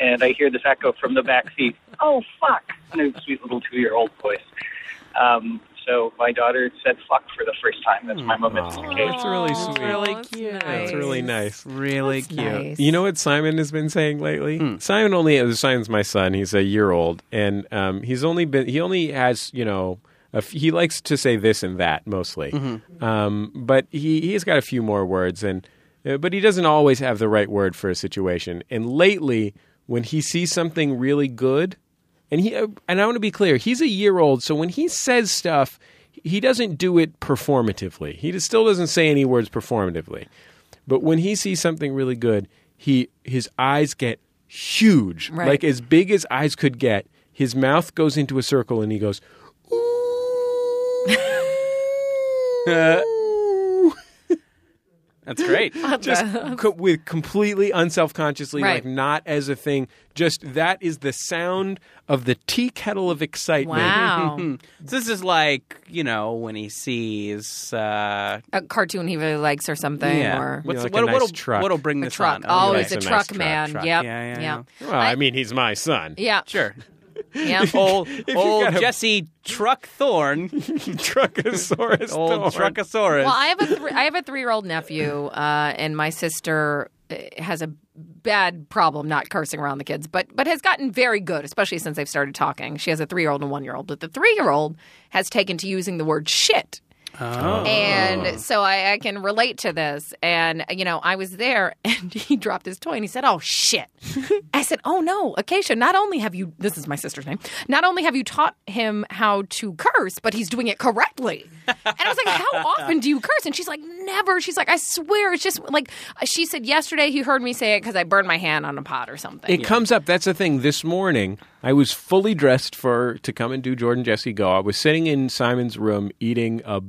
S7: And I hear this echo from the back seat, Oh, fuck, in a sweet little two year old voice. Um, so my daughter said fuck for the first time. That's my momentous occasion.
S3: That's really sweet.
S5: really cute.
S3: That's really nice.
S4: Really cute.
S5: Nice.
S3: You know what Simon has been saying lately? Simon only uh, Simon's my son. He's a year old, and um, he's only been he only has you know a f- he likes to say this and that mostly, um, but he he's got a few more words and uh, but he doesn't always have the right word for a situation. And lately, when he sees something really good, and he uh, and I want to be clear, he's a year old, so when he says stuff, he doesn't do it performatively. He just still doesn't say any words performatively. But when he sees something really good, he his eyes get huge,
S5: Right.
S3: like as big as eyes could get. His mouth goes into a circle, and he goes, "Ooh."
S4: That's great.
S3: just co- with completely unself consciously, like
S5: Right.
S3: not as a thing. Just that is the sound of the tea kettle of excitement.
S5: Wow.
S4: This is like you know when he sees uh,
S5: a cartoon he really likes or something.
S4: yeah.
S5: Or
S3: What's-
S4: What's
S3: like a
S4: what,
S3: nice
S4: what'll,
S3: truck.
S4: what'll bring
S5: the
S4: this
S5: truck.
S4: on?
S5: Oh,
S3: he likes
S5: he's a
S3: a nice
S5: truck
S3: truck,
S5: man.
S4: truck.
S5: Yep.
S4: Yeah, yeah,
S5: yeah.
S3: Well, I mean, he's my son.
S5: Yeah.
S4: Sure.
S5: Yeah.
S4: Old
S3: you
S4: old
S3: got a-
S4: Jesse Truck Thorn.
S3: Truckosaurus.
S4: Old
S3: Thorn.
S4: Truckosaurus.
S5: Well, I have a three, I have a three year old nephew, uh, and my sister uh, has a bad problem not cursing around the kids, but but has gotten very good, especially since they've started talking. She has a three year old and one year old, but the three year old has taken to using the word shit. And so I, I can relate to this. And, you know, I was there and he dropped his toy and he said, Oh, shit. I said, Oh, no, Acacia, not only have you, this is my sister's name, not only have you taught him how to curse, but he's doing it correctly. And I was like, How often do you curse? And she's like, Never. She's like, I swear. It's just like, she said yesterday he heard me say it because I burned my hand on a pot or something.
S3: It comes up. That's the thing. This morning, I was fully dressed for to come and do Jordan Jesse Go. I was sitting in Simon's room eating a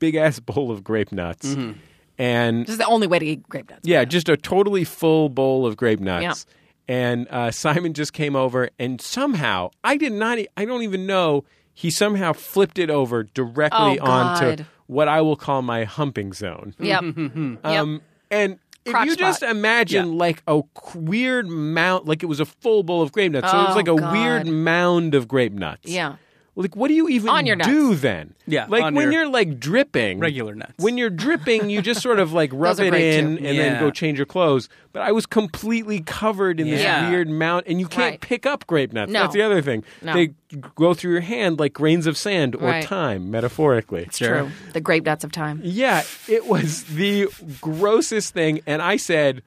S3: big ass bowl of grape nuts,
S5: Mm-hmm.
S3: and
S5: this is the only way to eat grape nuts.
S3: yeah, just a totally full bowl of grape nuts. And uh, Simon just came over, and somehow I did not. e- I don't even know. He somehow flipped it over directly
S5: Oh,
S3: onto
S5: God.
S3: what I will call my humping zone.
S5: Yep. Yep.
S3: Um, and if
S5: Crotch
S3: you just
S5: spot.
S3: imagine like a qu- weird mound, like it was a full bowl of grape nuts, so it was
S5: Oh,
S3: like a
S5: God.
S3: weird mound of grape nuts.
S5: Yeah.
S3: Like, what do you even
S5: On your nuts.
S3: do then?
S4: Yeah,
S3: Like
S4: on
S3: when
S4: your
S3: you're like dripping,
S4: regular nuts.
S3: When you're dripping, you just sort of like rub
S5: Those are
S3: it
S5: great,
S3: in
S5: too.
S3: and then
S4: Yeah.
S3: go change your clothes. But I was completely covered in this
S4: Yeah.
S3: weird mound, and you can't
S5: Right.
S3: pick up grape nuts.
S5: No.
S3: That's the other thing.
S5: No.
S3: They go through your hand like grains of sand or
S5: Right.
S3: time, metaphorically.
S5: It's true. The grape nuts of time.
S3: Yeah, it was the grossest thing. And I said,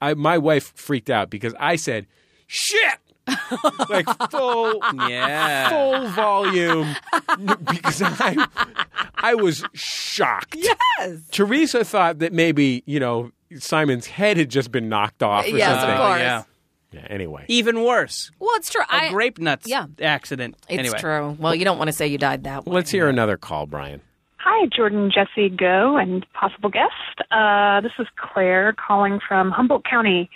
S3: I, my wife freaked out because I said, shit! like full,
S4: yeah.
S3: full volume because I, I was shocked.
S5: Yes.
S3: Teresa thought that maybe, you know, Simon's head had just been knocked off or
S5: Yes, of
S3: something.
S5: course.
S4: yeah.
S3: Yeah, anyway.
S4: Even worse,
S5: Well, it's true.
S4: a
S5: I,
S4: grape nuts
S5: yeah.
S4: accident.
S5: It's
S4: anyway.
S5: true. Well, you don't want to say you died that way.
S3: Let's hear another call, Brian.
S8: Hi, Jordan, Jesse, Go, and possible guest. Uh, this is Claire calling from Humboldt County.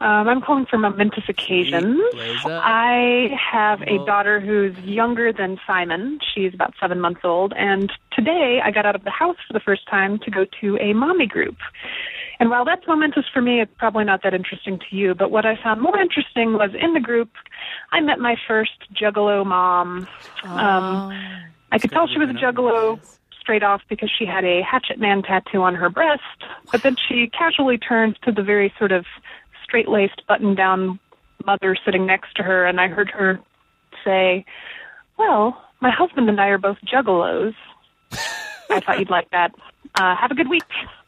S8: Um, I'm calling for momentous occasions.
S4: Blaze up.
S8: I have a
S4: Well-
S8: daughter who's younger than Simon. She's about seven months old. And today I got out of the house for the first time to go to a mommy group. And while that's momentous for me, it's probably not that interesting to you. But what I found more interesting was in the group, I met my first juggalo mom. Um, I could tell she was a juggalo straight off because she had a hatchet man tattoo on her breast, but then she casually turns to the very sort of straight laced button down mother sitting next to her, and I heard her say, Well, my husband and I are both juggalos. I thought you'd like that. Uh, have a good week.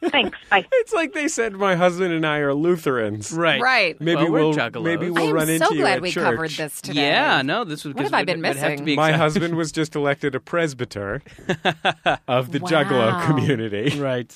S8: Thanks. Bye.
S3: It's like they said my husband and I are Lutherans.
S4: Right.
S5: Right.
S3: Maybe
S4: Well, we're
S3: we'll,
S4: juggalos.
S3: maybe
S5: I
S3: we'll
S5: am
S3: run into
S5: so
S3: you
S5: glad
S3: at
S5: we
S3: church.
S5: covered this today.
S4: Yeah, no, this was
S5: What have
S4: because
S5: I
S4: it
S5: been
S4: would- would Have to
S5: missing?
S4: be
S3: My
S4: exact-
S3: husband was just elected a presbyter of the juggalo
S5: Wow.
S3: community.
S4: Right.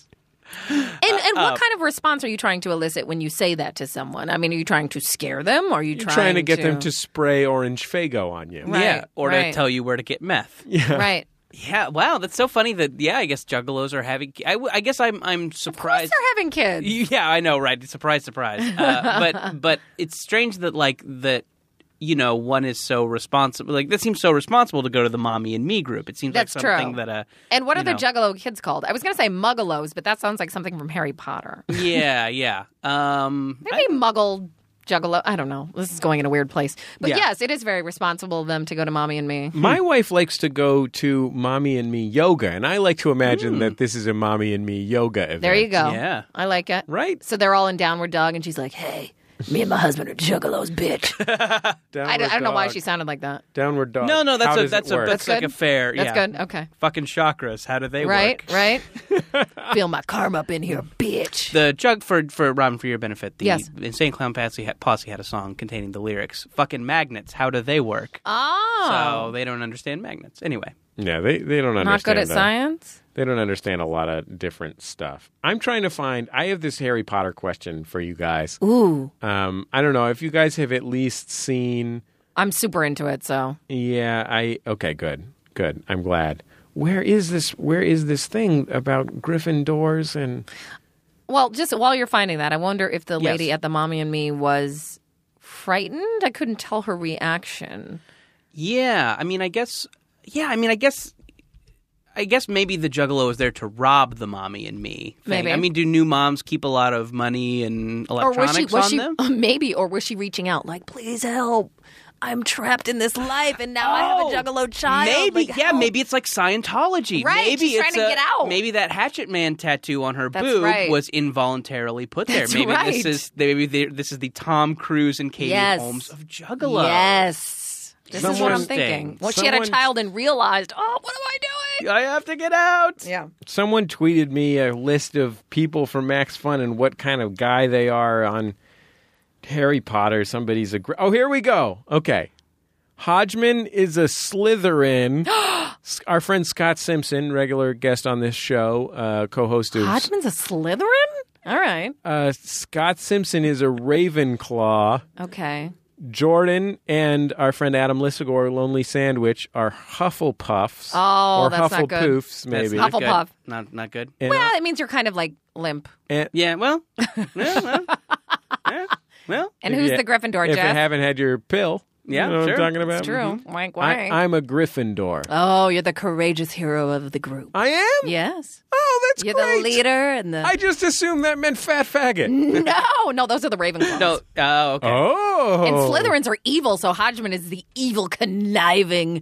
S3: uh,
S5: And, and what kind of response are you trying to elicit when you say that to someone? I mean, are you trying to scare them? Or are you
S3: You're
S5: trying,
S3: trying to get them to spray orange Fago on you.
S5: Right,
S4: yeah, or to
S5: right.
S4: tell you where to get meth.
S5: Right.
S4: Yeah, wow, that's so funny that yeah, I guess juggalos are having. I, w- I guess I'm I'm
S5: Of course
S4: surprised.
S5: they're having kids.
S4: yeah, I know, right? Surprise, surprise. Uh, but but it's strange that like that. You know, one is so responsible. Like that seems so responsible to go to the mommy and me group. It seems
S5: That's
S4: like
S5: true.
S4: something that uh,
S5: And what
S4: you
S5: are the
S4: know.
S5: juggalo kids called? I was going to say muggalos, but that sounds like something from Harry Potter.
S4: yeah, yeah. Um, I-
S5: Maybe muggle juggalo. I don't know. This is going in a weird place. But
S4: Yeah.
S5: yes, it is very responsible of them to go to mommy and me.
S3: My wife likes to go to Mommy and Me yoga, and I like to imagine
S4: Hmm.
S3: that this is a Mommy and Me yoga event.
S5: There you go.
S4: Yeah.
S5: I like it.
S3: Right.
S5: So they're all in downward dog, and she's like, hey, me and my husband are juggalos, bitch.
S4: Oh
S5: I, don't, I don't know why she sounded like that.
S3: Downward dog.
S4: no, no,
S3: How
S4: that's a
S3: does it
S4: that's a
S3: work?
S4: that's like
S5: good.
S4: a fair.
S5: That's
S4: yeah.
S5: good. Okay.
S4: Fucking chakras. How do they
S5: Right,
S4: work?
S5: right. Feel my karma up in here, bitch.
S4: The jug for for Robin for your benefit. The
S5: Yes.
S4: Insane Clown Posse had, Posse had a song containing the lyrics. Fucking magnets. How do they work?
S5: oh,
S4: So they don't understand magnets. Anyway,
S3: yeah, they, they don't understand.
S5: not good at
S3: that.
S5: science.
S3: They don't understand a lot of different stuff. I'm trying to find. I have this Harry Potter question for you guys.
S5: Ooh,
S3: Um, I don't know if you guys have at least seen.
S5: I'm super into it. So
S3: Yeah, I okay, good, good. I'm glad. Where is this? Where is this thing about Gryffindors and?
S5: Well, just while you're finding that, I wonder if the
S4: Yes.
S5: lady at the Mommy and Me was frightened. I couldn't tell her reaction.
S4: yeah. I mean, I guess. Yeah, I mean, I guess. I guess maybe the Juggalo is there to rob the mommy and me. thing.
S5: Maybe.
S4: I mean, do new moms keep a lot of money and electronics on
S5: she
S4: them?
S5: maybe or was she reaching out like, "Please help. I'm trapped in this life and now I have a juggalo child."
S4: Oh, Maybe,
S5: Like,
S4: yeah,
S5: help.
S4: maybe it's like Scientology.
S5: Right,
S4: maybe
S5: she's trying
S4: it's
S5: to
S4: a-
S5: get out.
S4: Maybe that Hatchet Man tattoo on her
S5: That's
S4: boob
S5: right.
S4: was involuntarily put there.
S5: That's
S4: maybe
S5: right.
S4: this is maybe the- this is the Tom Cruise and Katie
S5: Yes.
S4: Holmes of Juggalo.
S5: Yes. This is what
S3: Someone-
S5: I'm thinking. Well, she had a
S3: Someone-
S5: child and realized, "Oh, what am I doing?"
S4: I have to get out.
S5: Yeah.
S3: Someone tweeted me a list of people from Max Fun and what kind of guy they are on Harry Potter. Somebody's a. Gry- Oh, here we go. Okay, Hodgman is a Slytherin. S- Our friend Scott Simpson, regular guest on this show, uh, co-host of
S5: Hodgman's a Slytherin? All right.
S3: uh, Scott Simpson is a Ravenclaw.
S5: Okay.
S3: Jordan and our friend Adam Lissagor, Lonely Sandwich, are Hufflepuffs.
S5: Oh,
S3: or
S5: that's not good.
S3: Hufflepoofs,
S4: That's
S3: maybe.
S4: not good.
S5: Hufflepuff.
S4: Not not good.
S3: And,
S5: Well, it means you're kind of like limp.
S3: and
S4: Yeah, well, yeah, well, yeah, well,
S5: And
S3: if
S5: who's
S3: you-
S5: the Gryffindor,
S3: If you
S5: Jeff?
S3: haven't had your pill,
S4: Yeah,
S3: you know what
S4: sure.
S3: I'm talking about? Mm-hmm.
S5: It's true. Wank wank.
S3: I, I'm a Gryffindor.
S5: oh, you're the courageous hero of the group.
S3: I am?
S5: yes.
S3: Oh, that's
S5: You're
S3: Uh, great.
S5: the leader and the
S3: I just assumed that meant fat faggot.
S5: No, no, those are the Ravenclaws.
S4: no. Oh, okay.
S3: Oh.
S5: And Slytherins are evil, so Hodgman is the evil, conniving,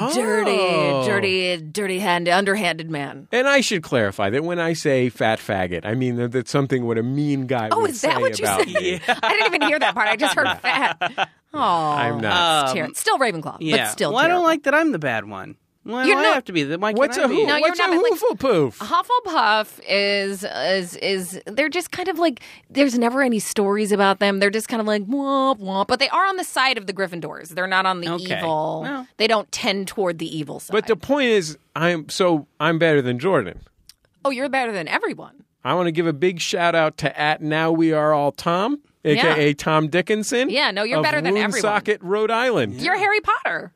S3: Oh.
S5: dirty, dirty, dirty handed, underhanded man.
S3: And I should clarify that when I say fat faggot, I mean that that's something what a mean guy
S5: Oh,
S3: would
S5: is
S3: say
S5: that what you
S3: about
S5: said?
S3: me.
S5: I didn't even hear that part. I just heard fat. Oh,
S3: I'm not.
S5: It's ter- still Ravenclaw,
S4: Um, yeah.
S5: but still.
S4: well, I don't
S5: terrible.
S4: like that I'm the bad one. Why do
S5: You're
S4: I
S5: not-
S4: have to be? The, why
S3: What's
S4: can't
S3: a
S4: I be?
S3: hoo?
S5: No, you're
S3: What's
S5: not,
S3: a
S5: but like-
S3: hooflepoof?
S5: Hufflepuff is is is they're just kind of like there's never any stories about them. They're just kind of like womp womp, but they are on the side of the Gryffindors. They're not on the
S4: Okay.
S5: evil.
S4: Well.
S5: They don't tend toward the evil side.
S3: But the point is, I'm so I'm better than Jordan.
S5: oh, you're better than everyone.
S3: I want to give a big shout out to at Now We Are All Tom, aka Tom Dickinson.
S5: Yeah, no, you're
S3: of
S5: better than everyone.
S3: Woonsocket, Rhode Island.
S5: You're Harry Potter.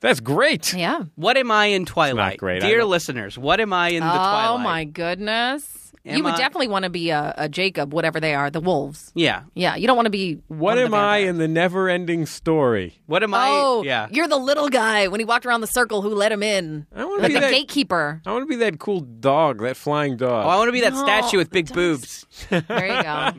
S3: That's great.
S5: Yeah.
S4: What am I in Twilight?
S3: great, I
S4: Dear
S3: don't-
S4: listeners, what am I in the
S5: oh
S4: Twilight?
S5: my goodness.
S4: Am
S5: you would
S4: I-
S5: definitely want to be a, a Jacob, whatever they are, the wolves.
S4: Yeah.
S5: Yeah, you don't want to be.
S3: What am I in the never ending story?
S4: What am I?
S5: Oh,
S4: yeah.
S5: You're the little guy when he walked around the circle who let him in.
S3: I wanna
S5: like
S3: be
S5: the
S3: that-
S5: gatekeeper.
S3: I want to be that cool dog, that flying
S4: Oh, I
S3: dog.
S4: want to be that
S5: No,
S4: statue with big
S5: don't-
S4: boobs.
S5: There you go.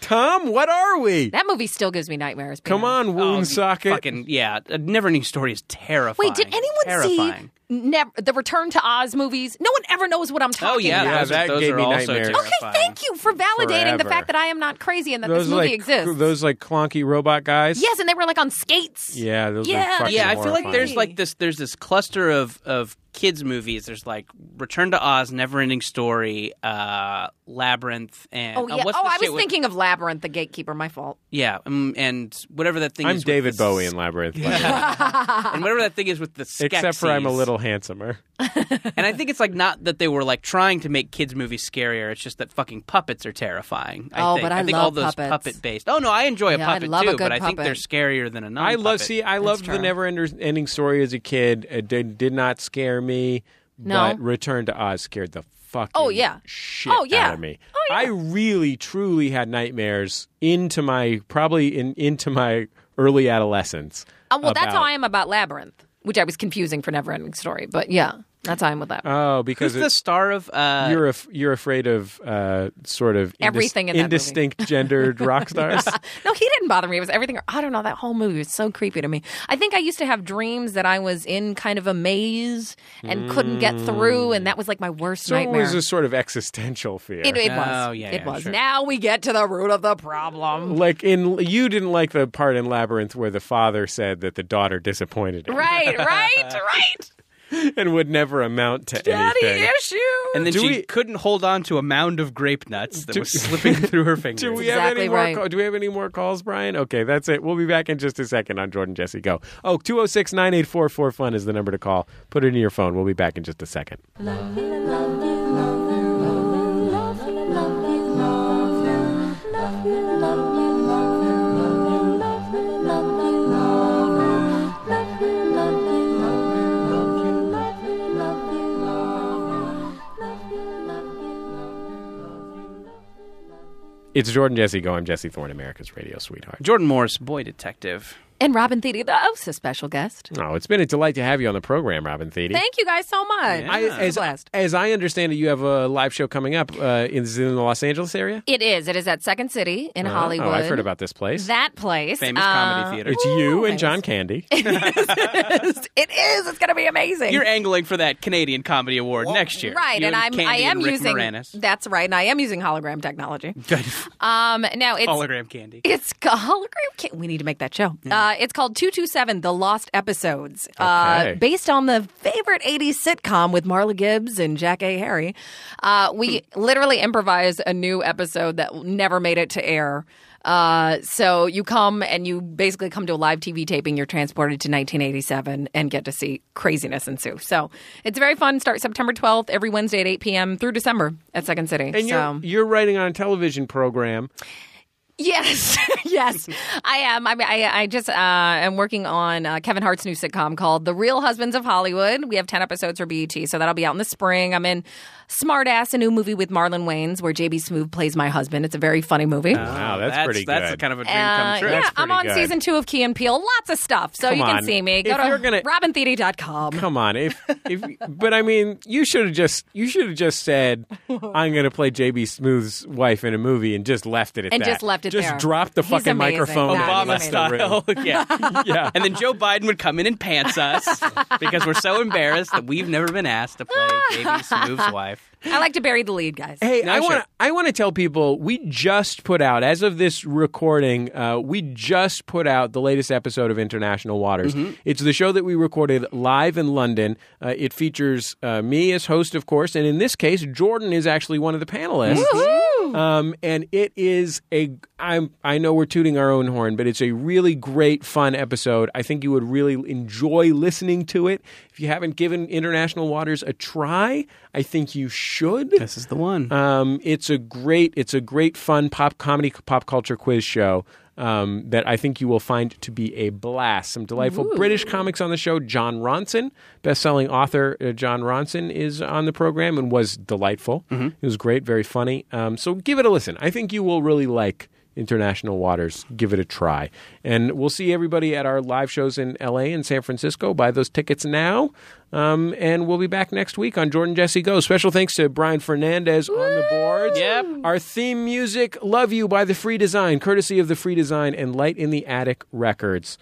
S3: Tom, what are we?
S5: that movie still gives me nightmares. Peter.
S3: Come on,
S4: Oh,
S3: Wound
S4: you
S3: Socket.
S4: Fucking yeah. A Neverending Story is terrifying.
S5: Wait, did anyone
S4: terrifying.
S5: see never, the Return to Oz movies? No one ever knows what I'm talking
S4: Oh yeah,
S5: about.
S4: those, are-
S3: that
S4: those
S3: gave
S4: are
S3: me
S4: also
S3: nightmares. Okay,
S5: Okay,
S4: terrifying.
S5: thank you for validating the
S3: Forever.
S5: fact that I am not crazy and that
S3: Those
S5: this movie
S3: like
S5: exists.
S3: those like clunky robot guys.
S5: yes, and they were like on skates.
S3: Yeah, those
S5: Yeah.
S3: are fucking
S4: Yeah, I feel like
S3: horrifying.
S4: there's like this there's this cluster of of kids movies. There's like Return to Oz, Neverending Story, uh, Labyrinth, and
S5: Oh yeah.
S4: uh, what's
S5: oh,
S4: the
S5: I
S4: shit
S5: was
S4: with-
S5: thinking of Labyrinth, the gatekeeper. My fault.
S4: yeah, um, and whatever that thing
S3: I'm
S4: is. with
S3: David
S4: the-
S3: Bowie in Labyrinth, by the way.
S4: and whatever that thing is with the
S3: except for I'm a
S4: Skeksis.
S3: little handsomer.
S4: And I think it's like not that they were like trying to make kids movies scarier. It's just that fucking puppets are terrifying. I
S5: Oh,
S4: think.
S5: but I
S4: think
S5: love
S4: all those
S5: puppets.
S4: puppet based. Oh no, I enjoy a
S5: Yeah, I
S4: puppet
S5: love a
S4: too,
S5: good
S4: but I think
S5: puppet.
S4: they're scarier than a non.
S3: I love. See, I loved the
S5: true.
S3: never ending story as a kid. It did, did not scare me.
S5: No.
S3: But Return to Oz scared the fucking
S5: Oh, yeah.
S3: shit
S5: Oh, yeah.
S3: out of me.
S5: Oh, yeah.
S3: I really truly had nightmares into my probably in, into my early adolescence.
S5: Uh, well, that's how
S3: about-
S5: I am about Labyrinth, which I was confusing for Neverending Story. But yeah, that's how I am with that.
S3: Oh,
S4: Who's
S3: because
S4: the
S3: it's
S4: star of? Uh,
S3: you're af- you're afraid of uh, sort of indis-
S5: Everything in that movie.
S3: indistinct gendered rock stars.
S5: no, he didn't bother me. It was everything. I don't know. That whole movie was so creepy to me. I think I used to have dreams that I was in kind of a maze and couldn't get through, and that was like my worst
S3: So it
S5: nightmare.
S3: was a sort of existential fear.
S5: It, it was.
S4: Oh, yeah,
S5: it
S4: yeah,
S5: was.
S4: sure.
S5: Now we get to the root of the problem.
S3: like in you didn't like the part in Labyrinth where the father said that the daughter disappointed him
S5: Right, right, right.
S3: and would never amount to
S5: Daddy
S3: anything.
S5: issue.
S4: and then
S3: Do
S4: she
S3: we-
S4: couldn't hold on to a mound of grape nuts that was slipping through her fingers.
S3: Do we have
S5: Exactly
S3: any more?
S5: right.
S3: Call, do we have any more calls, Brian? Okay, that's it. We'll be back in just a second on Jordan Jesse Go. Oh, 206-984-4 fun is the number to call. Put it in your phone. We'll be back in just a second. It's Jordan Jesse Go. I'm Jesse Thorne, America's radio sweetheart.
S4: Jordan Morris, boy detective.
S5: And Robin Thede, the also special guest.
S3: Oh, it's been a delight to have you on the program, Robin Thede.
S5: Thank you guys so much.
S3: I,
S5: This was a
S3: as,
S5: blast.
S3: as I understand it, you have a live show coming up. Uh, is it in the Los Angeles area?
S5: It is. It is at Second City in
S3: Uh-huh.
S5: Hollywood.
S3: Oh, I've heard about this place.
S5: that place.
S4: Famous
S5: Uh,
S4: comedy theater.
S3: it's you and
S5: Ooh,
S3: John Candy.
S5: it is. It's going to be amazing.
S4: You're angling for that Canadian Comedy Award next year,
S5: Right,
S4: You
S5: and I'm
S4: Candy
S5: I am
S4: and Rick
S5: using
S4: Moranis.
S5: that's right, and I am using hologram technology. um, now it's
S4: hologram candy.
S5: It's ca- hologram. Can- we need to make that show. Uh, it's called 227 The Lost Episodes, uh,
S3: Okay.
S5: based on the favorite 80s sitcom with Marla Gibbs and Jack A. Harry. Uh, we
S3: Hmm.
S5: literally improvise a new episode that never made it to air. Uh, so you come and you basically come to a live TV taping. You're transported to 1987 and get to see craziness ensue. So it's very fun. Start September 12th every Wednesday at 8 p.m. through December at Second City.
S3: And you're,
S5: so.
S3: you're writing on a television program.
S5: Yes, yes, I am. I mean, I, I just uh, am working on uh, Kevin Hart's new sitcom called The Real Husbands of Hollywood. We have ten episodes for BET, so that'll be out in the spring. I'm in Smart Ass, a new movie with Marlon Wayans, where JB Smoove plays my husband. It's a very funny movie.
S3: Wow, that's, pretty good.
S4: That's kind of a dream come
S5: Uh,
S4: true.
S5: yeah,
S3: That's
S5: I'm on
S3: pretty good.
S5: season two of Key and Peele. Lots of stuff, so
S3: Come
S5: you can
S3: on.
S5: see me. Go
S3: If
S5: to
S3: you're gonna-
S5: robinthede.com.
S3: Come on, if if but I mean, you should have just you should have just said I'm going to play JB Smooth's wife in a movie and just left it at
S5: And
S3: that.
S5: just left it
S3: Just
S5: there.
S3: drop the
S5: He's
S3: fucking
S5: amazing.
S3: microphone.
S5: Yeah,
S3: out
S4: Obama
S3: and
S5: he's
S3: left Oh, the
S4: style.
S3: room.
S4: yeah.
S3: Yeah.
S4: And then Joe Biden would come in and pants us because we're so embarrassed that we've never been asked to play J.B. Smoove's wife.
S5: I like to bury the lead, guys.
S3: Hey,
S4: No,
S3: I want
S4: sure.
S3: to I want to tell people we just put out as of this recording, uh, we just put out the latest episode of International Waters. It's the show that we recorded live in London. Uh, it features uh, me as host, of course, and in this case, Jordan is actually one of the panelists. Um, and it is a I'm I know we're tooting our own horn, but it's a really great fun episode. I think you would really enjoy listening to it. If you haven't given International Waters a try, I think you should.
S4: This is the one.
S3: Um, it's a great, it's a great fun pop comedy, pop culture quiz show um, that I think you will find to be a blast. Some delightful British comics on the show. John Ronson, best-selling author uh, John Ronson, is on the program and was delightful. It was great, very funny. Um, so give it a listen. I think you will really like. International Waters, give it a try. And we'll see everybody at our live shows in LA and San Francisco. Buy those tickets now. Um, and we'll be back next week on Jordan Jesse Go. Special thanks to Brian Fernandez on the boards.
S4: Yep.
S3: Our theme music, Love You by The Free Design, courtesy of The Free Design and Light in the Attic Records.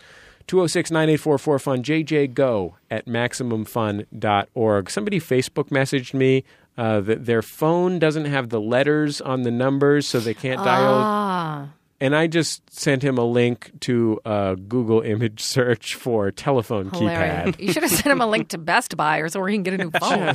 S3: 206 9844 Fun, JJ Go at MaximumFun.org. Somebody Facebook messaged me uh, that their phone doesn't have the letters on the numbers, so they can't dial
S5: Ah,
S3: and I just sent him a link to a Google image search for telephone
S5: hilarious.
S3: keypad.
S5: You should have sent him a link to Best Buy or somewhere he can get a new phone.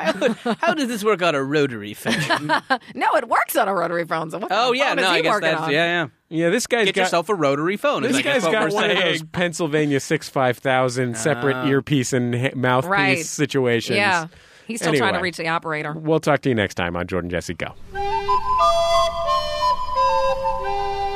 S4: how, how does this work on a rotary phone?
S5: no, it works on a rotary phone. So what kind
S4: oh
S5: of
S4: yeah,
S5: phone
S4: no,
S5: is he
S4: I guess
S5: working
S4: that's
S5: on?
S4: yeah, yeah.
S3: Yeah, this guy's
S4: Get
S3: got
S4: yourself a rotary phone. is
S3: this
S4: I guess
S3: guy's
S4: what
S3: got
S4: we're
S3: one of
S4: saying. Ah.
S3: those Pennsylvania six five thousand separate earpiece and he- mouthpiece
S5: Right.
S3: situations.
S5: Yeah. He's still trying to
S3: Anyway.
S5: reach the operator.
S3: We'll talk to you next time on Jordan Jesse Go.
S1: Thank you.